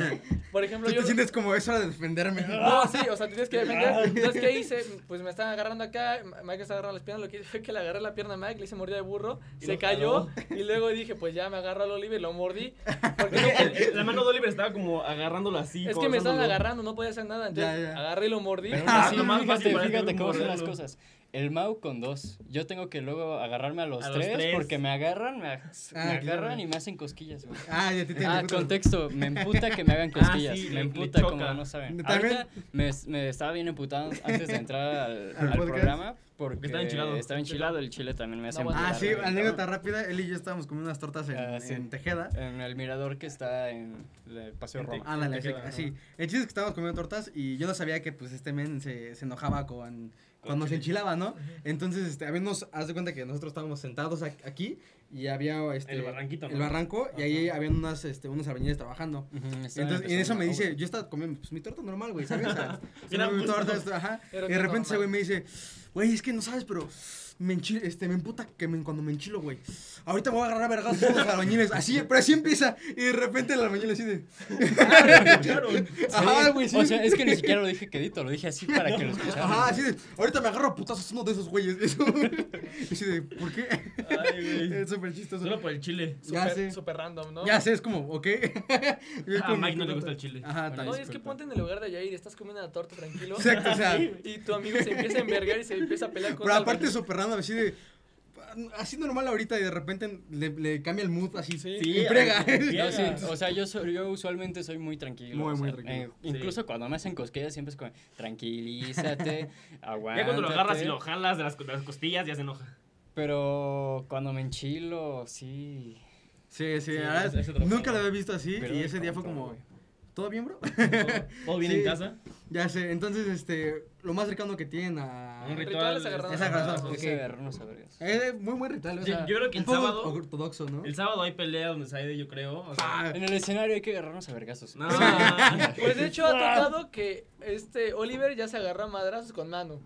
Speaker 2: por ejemplo,
Speaker 1: Tú
Speaker 2: yo.
Speaker 1: te sientes como es hora de defenderme.
Speaker 2: No, sí, o sea, tienes que defender. Entonces, ¿qué hice? Pues me están agarrando acá, Mike está agarrando las piernas, lo que hice fue que le agarré la pierna a Mike, le hice mordida de burro,
Speaker 5: Y
Speaker 2: se
Speaker 5: lo
Speaker 2: cayó
Speaker 5: jaló.
Speaker 2: y luego dije, pues ya me agarro al Oliver, lo mordí. Porque no
Speaker 5: El-
Speaker 2: podía-
Speaker 5: el- La mano de Oliver estaba como agarrándolo así.
Speaker 2: es que me estaban
Speaker 5: forzándolo.
Speaker 2: agarrando, no podía hacer nada, entonces
Speaker 1: Ya, ya.
Speaker 2: agarré y lo mordí.
Speaker 4: Pero aún
Speaker 5: Ah,
Speaker 4: así,
Speaker 5: lo más
Speaker 4: fíjate,
Speaker 5: fácil para
Speaker 4: fíjate
Speaker 5: este
Speaker 4: cómo son las
Speaker 5: morderlo.
Speaker 4: cosas. El Mau con dos. Yo tengo que luego agarrarme a los,
Speaker 5: A los
Speaker 4: tres,
Speaker 5: tres.
Speaker 4: porque me agarran, me, ag-
Speaker 1: Ah,
Speaker 4: me
Speaker 1: claro.
Speaker 4: agarran y me hacen cosquillas, güey.
Speaker 1: Ah, ya te te-
Speaker 4: Ah,
Speaker 1: te-
Speaker 4: contexto, me emputa que me hagan
Speaker 5: Ah,
Speaker 4: cosquillas,
Speaker 5: sí,
Speaker 4: me
Speaker 5: le- le
Speaker 4: emputa como
Speaker 5: choca.
Speaker 4: no saben.
Speaker 1: También-
Speaker 4: Ahorita me, me estaba bien emputado antes de entrar al,
Speaker 1: Al
Speaker 4: al
Speaker 1: podcast.
Speaker 4: programa porque
Speaker 5: estaba enchilado.
Speaker 4: estaba enchilado, el chile también me hace
Speaker 2: No, bueno.
Speaker 1: Ah,
Speaker 4: emputar,
Speaker 1: sí,
Speaker 4: güey.
Speaker 1: anécdota rápida. Él y yo estábamos comiendo unas tortas en,
Speaker 4: Ah, sí.
Speaker 1: en Tejeda.
Speaker 4: En el mirador que está en el Paseo
Speaker 5: En Tec-
Speaker 4: Roma.
Speaker 1: Ándale,
Speaker 5: en
Speaker 1: así,
Speaker 5: Tejeda,
Speaker 1: así.
Speaker 5: ajá.
Speaker 1: El chiste es que estábamos comiendo tortas y yo no sabía que pues este men se, se enojaba con cuando se enchilaba, ¿no? Entonces, este, habíamos, haz de cuenta que nosotros estábamos sentados ac- aquí y había este
Speaker 5: El barranquito, ¿no?
Speaker 1: el barranco y ahí habían unas este unos albañiles trabajando.
Speaker 4: Ujú, estaba
Speaker 1: Entonces, y en
Speaker 4: empezando
Speaker 1: eso me
Speaker 4: la
Speaker 1: dice,
Speaker 4: obra.
Speaker 1: yo estaba comiendo pues, mi torta normal, güey, ¿sabes? O sea,
Speaker 5: Era
Speaker 1: mi
Speaker 5: muy
Speaker 1: torta,
Speaker 5: normal.
Speaker 1: esto, ajá.
Speaker 2: Era
Speaker 1: Y de
Speaker 2: muy
Speaker 1: repente ese
Speaker 2: normal.
Speaker 1: güey me dice, güey, es que no sabes, pero me enchi- este, me emputa que me- cuando me enchilo, güey. Ahorita me voy a agarrar a vergazos con los albañiles. Así, pero así empieza. Y de repente el albañil así de, ajá, "Ah, güey, sí.
Speaker 4: O sea, es que ni siquiera lo dije quedito, lo dije así para que lo escucharan.
Speaker 1: Ajá, así de, ahorita me agarro a putazos uno de esos güeyes. Eso. Así de, ¿por qué?
Speaker 5: Ay, güey.
Speaker 1: Es súper chistoso.
Speaker 5: Solo por el chile.
Speaker 1: Ya sé.
Speaker 2: Súper súper random, ¿no?
Speaker 1: Ya sé, es como, ¿ok? Y es
Speaker 5: A
Speaker 1: como-
Speaker 5: Ah, Mike no le gusta el chile.
Speaker 1: Ajá,
Speaker 4: Bueno,
Speaker 1: tal-
Speaker 2: No, y es que
Speaker 4: disculpa.
Speaker 2: ponte en el lugar de Yair, estás comiendo la torta tranquilo.
Speaker 1: Exacto, o sea.
Speaker 2: Y tu amigo se empieza a envergar y se empieza a pelear con
Speaker 1: Pero aparte es
Speaker 2: alguien.
Speaker 1: súper random, así de. Así normal ahorita y de repente le, le cambia el mood así.
Speaker 2: Sí.
Speaker 1: y prega.
Speaker 5: Sí,
Speaker 4: No, sí,
Speaker 5: Llega.
Speaker 4: o sea, yo, soy- yo usualmente soy muy tranquilo.
Speaker 1: Muy,
Speaker 4: o
Speaker 1: muy
Speaker 4: sea,
Speaker 1: tranquilo.
Speaker 4: eh, incluso cuando me hacen cosquillas siempre es como, tranquilízate, aguanta.
Speaker 5: Ya cuando lo agarras y lo jalas de las, de las costillas, ya se enoja.
Speaker 4: Pero cuando me enchilo, sí.
Speaker 1: Sí, sí,
Speaker 5: Sí,
Speaker 1: la verdad,
Speaker 5: es- es otro
Speaker 1: nunca lo
Speaker 5: pedo.
Speaker 1: había visto así
Speaker 4: Pero
Speaker 1: y
Speaker 4: de
Speaker 1: ese día fue
Speaker 4: tonto,
Speaker 1: como,
Speaker 4: güey.
Speaker 1: ¿todo bien, bro?
Speaker 5: Todo bien
Speaker 1: Sí.
Speaker 5: en casa.
Speaker 1: ya sé, entonces, este, lo más cercano que tienen a...
Speaker 5: Un ritual.
Speaker 2: Rituales
Speaker 5: este,
Speaker 2: agarrados.
Speaker 1: Esa
Speaker 2: agarrados.
Speaker 1: razón.
Speaker 4: Sí,
Speaker 1: ok.
Speaker 4: agarrarnos a vergas.
Speaker 1: Eh, muy buen ritual, o
Speaker 5: Sí,
Speaker 1: sea,
Speaker 5: yo creo que
Speaker 1: un
Speaker 5: el
Speaker 1: poco
Speaker 5: sábado-
Speaker 1: ortodoxo, ¿no?
Speaker 5: El sábado hay pelea donde Saide, yo creo. o sea,
Speaker 1: Ah,
Speaker 4: En el escenario hay que agarrarnos a vergazos.
Speaker 5: no.
Speaker 2: Pues de hecho ha
Speaker 5: Ah.
Speaker 2: tratado que este Oliver ya se agarra a madrazos con Manu.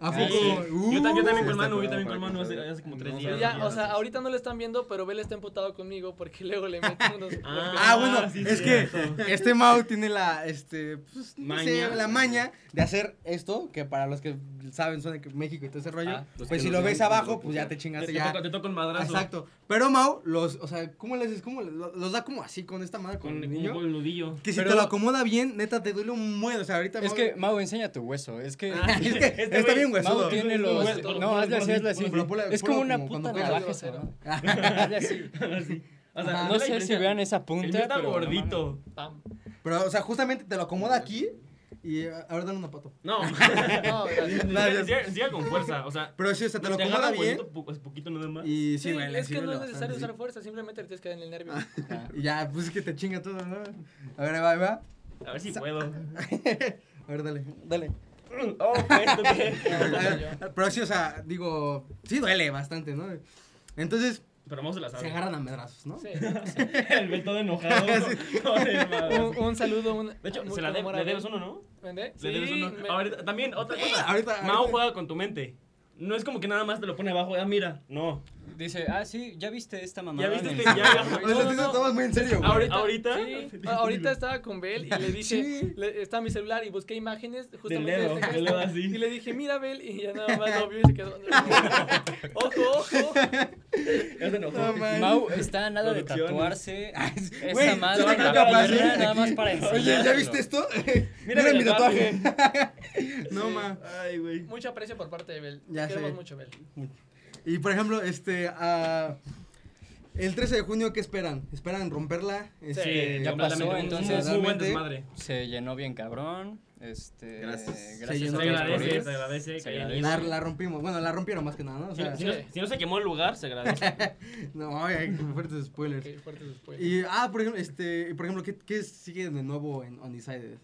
Speaker 1: ¿A
Speaker 5: Ah, Sí,
Speaker 1: poco?
Speaker 5: yo, tam- yo
Speaker 1: Uh,
Speaker 5: también
Speaker 3: Sí,
Speaker 5: con
Speaker 3: está
Speaker 5: Manu, yo
Speaker 3: curado
Speaker 5: también
Speaker 3: para
Speaker 5: con Manu
Speaker 3: que
Speaker 5: hace,
Speaker 3: salga.
Speaker 5: hace como
Speaker 3: No,
Speaker 5: tres
Speaker 3: no,
Speaker 5: días.
Speaker 2: Y
Speaker 3: Claro,
Speaker 2: ya,
Speaker 5: cuatro
Speaker 2: o sea,
Speaker 5: días.
Speaker 2: ahorita no lo están viendo, pero Bel está emputado conmigo porque luego le meten unos
Speaker 1: Ah,
Speaker 2: golpes.
Speaker 1: bueno,
Speaker 5: sí,
Speaker 1: es
Speaker 5: cierto.
Speaker 1: que este Mau tiene la, este, pues, no sé,
Speaker 5: Maña.
Speaker 1: la maña de hacer esto, que para los que saben suena que México y todo ese rollo,
Speaker 4: Ah, los
Speaker 1: pues si
Speaker 4: que nos
Speaker 1: lo ves
Speaker 4: ven,
Speaker 1: abajo,
Speaker 4: los-
Speaker 1: pues ya te
Speaker 5: Te,
Speaker 1: chingaste,
Speaker 5: te
Speaker 1: ya.
Speaker 5: toca, te toca un madrazo.
Speaker 1: Exacto. Pero Mau, los, o sea, ¿cómo le haces? ¿Cómo le- lo- los da como así, con esta madre, con,
Speaker 5: Con
Speaker 1: el
Speaker 5: un
Speaker 1: niño?
Speaker 5: buen nudillo.
Speaker 1: Que si
Speaker 4: Pero-
Speaker 1: te lo acomoda bien, neta, te duele un muedo. O sea, ahorita
Speaker 4: Es
Speaker 1: Mau-
Speaker 4: que, Mau, enseña tu hueso. Es que.
Speaker 5: Ah,
Speaker 1: Es que
Speaker 5: Este
Speaker 1: está
Speaker 5: güey,
Speaker 1: bien
Speaker 4: Mau
Speaker 1: huesudo.
Speaker 4: tiene
Speaker 5: Es un
Speaker 4: los.
Speaker 5: hueso.
Speaker 4: No, hazle así, hazle así.
Speaker 1: Pero ponle-
Speaker 4: Es como
Speaker 1: ponle
Speaker 4: una
Speaker 1: como
Speaker 4: puta
Speaker 1: cuando
Speaker 4: navaja.
Speaker 2: cuelgas.
Speaker 4: esa madre. Hazle así.
Speaker 5: Así. O sea,
Speaker 1: Ajá.
Speaker 5: ve
Speaker 4: No
Speaker 5: Ah, la
Speaker 4: sé si
Speaker 5: diferencia.
Speaker 4: vean esa
Speaker 5: El
Speaker 4: punta.
Speaker 5: mío está
Speaker 4: pero no mames.
Speaker 5: gordito.
Speaker 2: Pam.
Speaker 1: Pero, o sea, justamente te lo acomoda aquí y eh, a ver, dale una pato.
Speaker 5: No,
Speaker 2: No, gracias.
Speaker 1: Gracias.
Speaker 5: Llega- llega con fuerza. O sea,
Speaker 1: Pero sí, o sea, te lo
Speaker 5: agarra
Speaker 1: acomoda bien.
Speaker 5: huesito, po- Es poquito nada más.
Speaker 1: Y sí,
Speaker 2: Sí,
Speaker 1: duele,
Speaker 2: es
Speaker 1: sí
Speaker 2: que no
Speaker 1: duele
Speaker 2: es
Speaker 1: bastante,
Speaker 2: necesario
Speaker 1: sí.
Speaker 2: usar fuerza, simplemente le tienes que dar en el nervio.
Speaker 4: Ah.
Speaker 1: Y ya, pues es que te chinga todo, ¿no? A ver, ahí va, ahí va.
Speaker 5: A ver si puedo.
Speaker 1: A ver, dale, dale.
Speaker 5: Oh, esto qué.
Speaker 1: A ver, Pero sí, o sea, digo, sí duele bastante, ¿no? Entonces,
Speaker 5: Pero Mau se la sabe.
Speaker 1: Se agarran a medrazos, ¿no?
Speaker 2: Sí.
Speaker 5: El güey todo enojado. Joder, madre.
Speaker 2: un, un saludo. Un,
Speaker 5: De hecho,
Speaker 2: muy
Speaker 5: se la de-
Speaker 2: amor a
Speaker 5: le
Speaker 2: Ben.
Speaker 5: debes uno, ¿no?
Speaker 2: ¿Vende?
Speaker 5: Le debes uno.
Speaker 2: me-
Speaker 5: Ahorita- también, otra
Speaker 1: Eh,
Speaker 5: cosa.
Speaker 1: ahorita-
Speaker 5: Mao
Speaker 1: ahorita-
Speaker 5: juega con tu mente. No es como que nada más te lo pone abajo. Ah, mira. No.
Speaker 4: Dice, ah, sí, ya viste esta mamá.
Speaker 5: Ya viste este- ya- ya-
Speaker 1: O sea,
Speaker 2: No,
Speaker 1: sí
Speaker 2: no,
Speaker 1: nos
Speaker 2: no.
Speaker 1: tomamos muy en serio, güey.
Speaker 5: Ahorita. ¿Ahorita?
Speaker 2: Sí, a- ahorita estaba con Bel y le dije,
Speaker 1: Sí.
Speaker 2: le- está mi celular y busqué imágenes justamente
Speaker 5: Del dedo,
Speaker 2: de este
Speaker 5: del
Speaker 2: gesto.
Speaker 5: dedo así.
Speaker 2: Y le dije, mira Bel, y ya nada más lo vio y se quedó. Ojo, ojo.
Speaker 5: Ya se enojó.
Speaker 1: No, man.
Speaker 4: Mau está a nada de
Speaker 5: Producciones.
Speaker 4: tatuarse. Esa
Speaker 1: Güey,
Speaker 4: madre.
Speaker 1: yo no creo
Speaker 4: la
Speaker 1: que capaz,
Speaker 4: pierna,
Speaker 1: ¿eh?
Speaker 4: nada más
Speaker 1: Aquí.
Speaker 4: para
Speaker 1: Oye, ¿ya
Speaker 4: enseñárselo.
Speaker 1: viste esto?
Speaker 5: Mira
Speaker 1: Mira,
Speaker 5: mi
Speaker 1: mi tatuaje. no, ma.
Speaker 5: Ay, güey.
Speaker 2: Mucho aprecio por parte de Bel.
Speaker 1: Ya
Speaker 2: Queremos
Speaker 1: sé.
Speaker 2: mucho Bel.
Speaker 1: Y por ejemplo, este, ah, el 13 de junio, ¿qué esperan? ¿Esperan romperla? Este,
Speaker 4: ya pasó,
Speaker 5: completamente. Un-
Speaker 4: entonces,
Speaker 5: Un muy buen
Speaker 1: realmente,
Speaker 5: desmadre.
Speaker 4: Se llenó bien cabrón. Este,
Speaker 3: Gracias.
Speaker 1: Se
Speaker 4: a
Speaker 1: llenó.
Speaker 5: Se
Speaker 4: todos por
Speaker 5: agradece,
Speaker 4: ir.
Speaker 5: se agradece.
Speaker 4: Se
Speaker 5: que hayan
Speaker 4: agradece.
Speaker 5: ido.
Speaker 1: La, la rompimos, bueno, la rompieron más que nada, ¿no? O
Speaker 5: Si,
Speaker 1: sea,
Speaker 5: si no,
Speaker 2: Sí.
Speaker 5: si no se quemó el lugar, se agradece.
Speaker 1: no, oye, fuertes spoilers.
Speaker 2: Ok, fuertes
Speaker 4: pues.
Speaker 2: después.
Speaker 1: Y, ah, por ejemplo, este, y por ejemplo, ¿qué, qué sigue de nuevo en Undecided?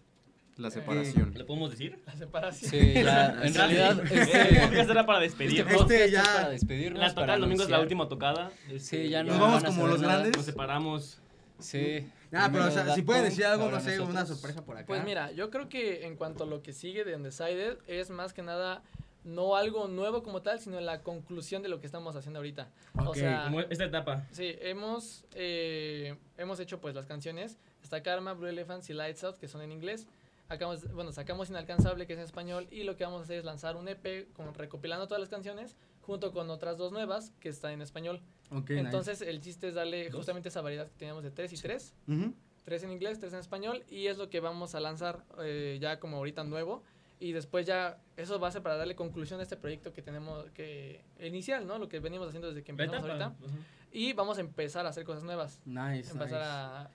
Speaker 3: La
Speaker 2: Eh,
Speaker 3: separación.
Speaker 5: ¿Le podemos decir?
Speaker 2: La separación.
Speaker 4: Sí, ya, en realidad,
Speaker 5: Este
Speaker 4: este,
Speaker 5: podcast era para
Speaker 4: este
Speaker 5: despedirnos.
Speaker 1: Este
Speaker 4: podcast es
Speaker 1: ya-
Speaker 4: para despedirnos.
Speaker 5: La tocada
Speaker 4: para
Speaker 5: el domingo es la
Speaker 4: anunciar.
Speaker 5: última tocada. Este,
Speaker 4: Sí, ya no
Speaker 1: Nos vamos
Speaker 4: van a
Speaker 1: como
Speaker 4: saber
Speaker 1: los
Speaker 4: nada.
Speaker 1: grandes.
Speaker 5: Nos separamos.
Speaker 4: Sí.
Speaker 1: Ah, pero, o
Speaker 4: primero
Speaker 1: sea, si
Speaker 4: Daft
Speaker 1: pueden
Speaker 4: Punk,
Speaker 1: decir algo,
Speaker 4: ahora
Speaker 1: no sé, una
Speaker 4: nosotros.
Speaker 1: sorpresa por acá.
Speaker 2: Pues mira, yo creo que en cuanto a lo que sigue de Undecided es más que nada no algo nuevo como tal, sino la conclusión de lo que estamos haciendo ahorita. O
Speaker 5: Ok,
Speaker 2: sea,
Speaker 5: como esta etapa.
Speaker 2: Sí, hemos, eh, hemos hecho pues las canciones. Está Karma, Blue Elephants y Lights Out, que son en inglés. Acabamos, bueno, sacamos Inalcanzable, que es en español, y lo que vamos a hacer es lanzar un EP con, recopilando todas las canciones junto con otras dos nuevas que están en español.
Speaker 1: Ok, nice.
Speaker 2: Entonces el chiste es darle
Speaker 5: Dos.
Speaker 2: justamente esa variedad que teníamos de tres y tres.
Speaker 1: Ujú.
Speaker 2: Tres en inglés, tres en español, y es lo que vamos a lanzar eh, ya como ahorita nuevo. Y después ya, eso va a ser para darle conclusión a este proyecto que tenemos, que inicial, ¿no? Lo que venimos haciendo desde que
Speaker 5: La
Speaker 2: empezamos
Speaker 5: etapa.
Speaker 2: ahorita.
Speaker 5: Ajá.
Speaker 2: Y vamos a empezar a hacer cosas nuevas.
Speaker 1: Nice, nice.
Speaker 2: empezar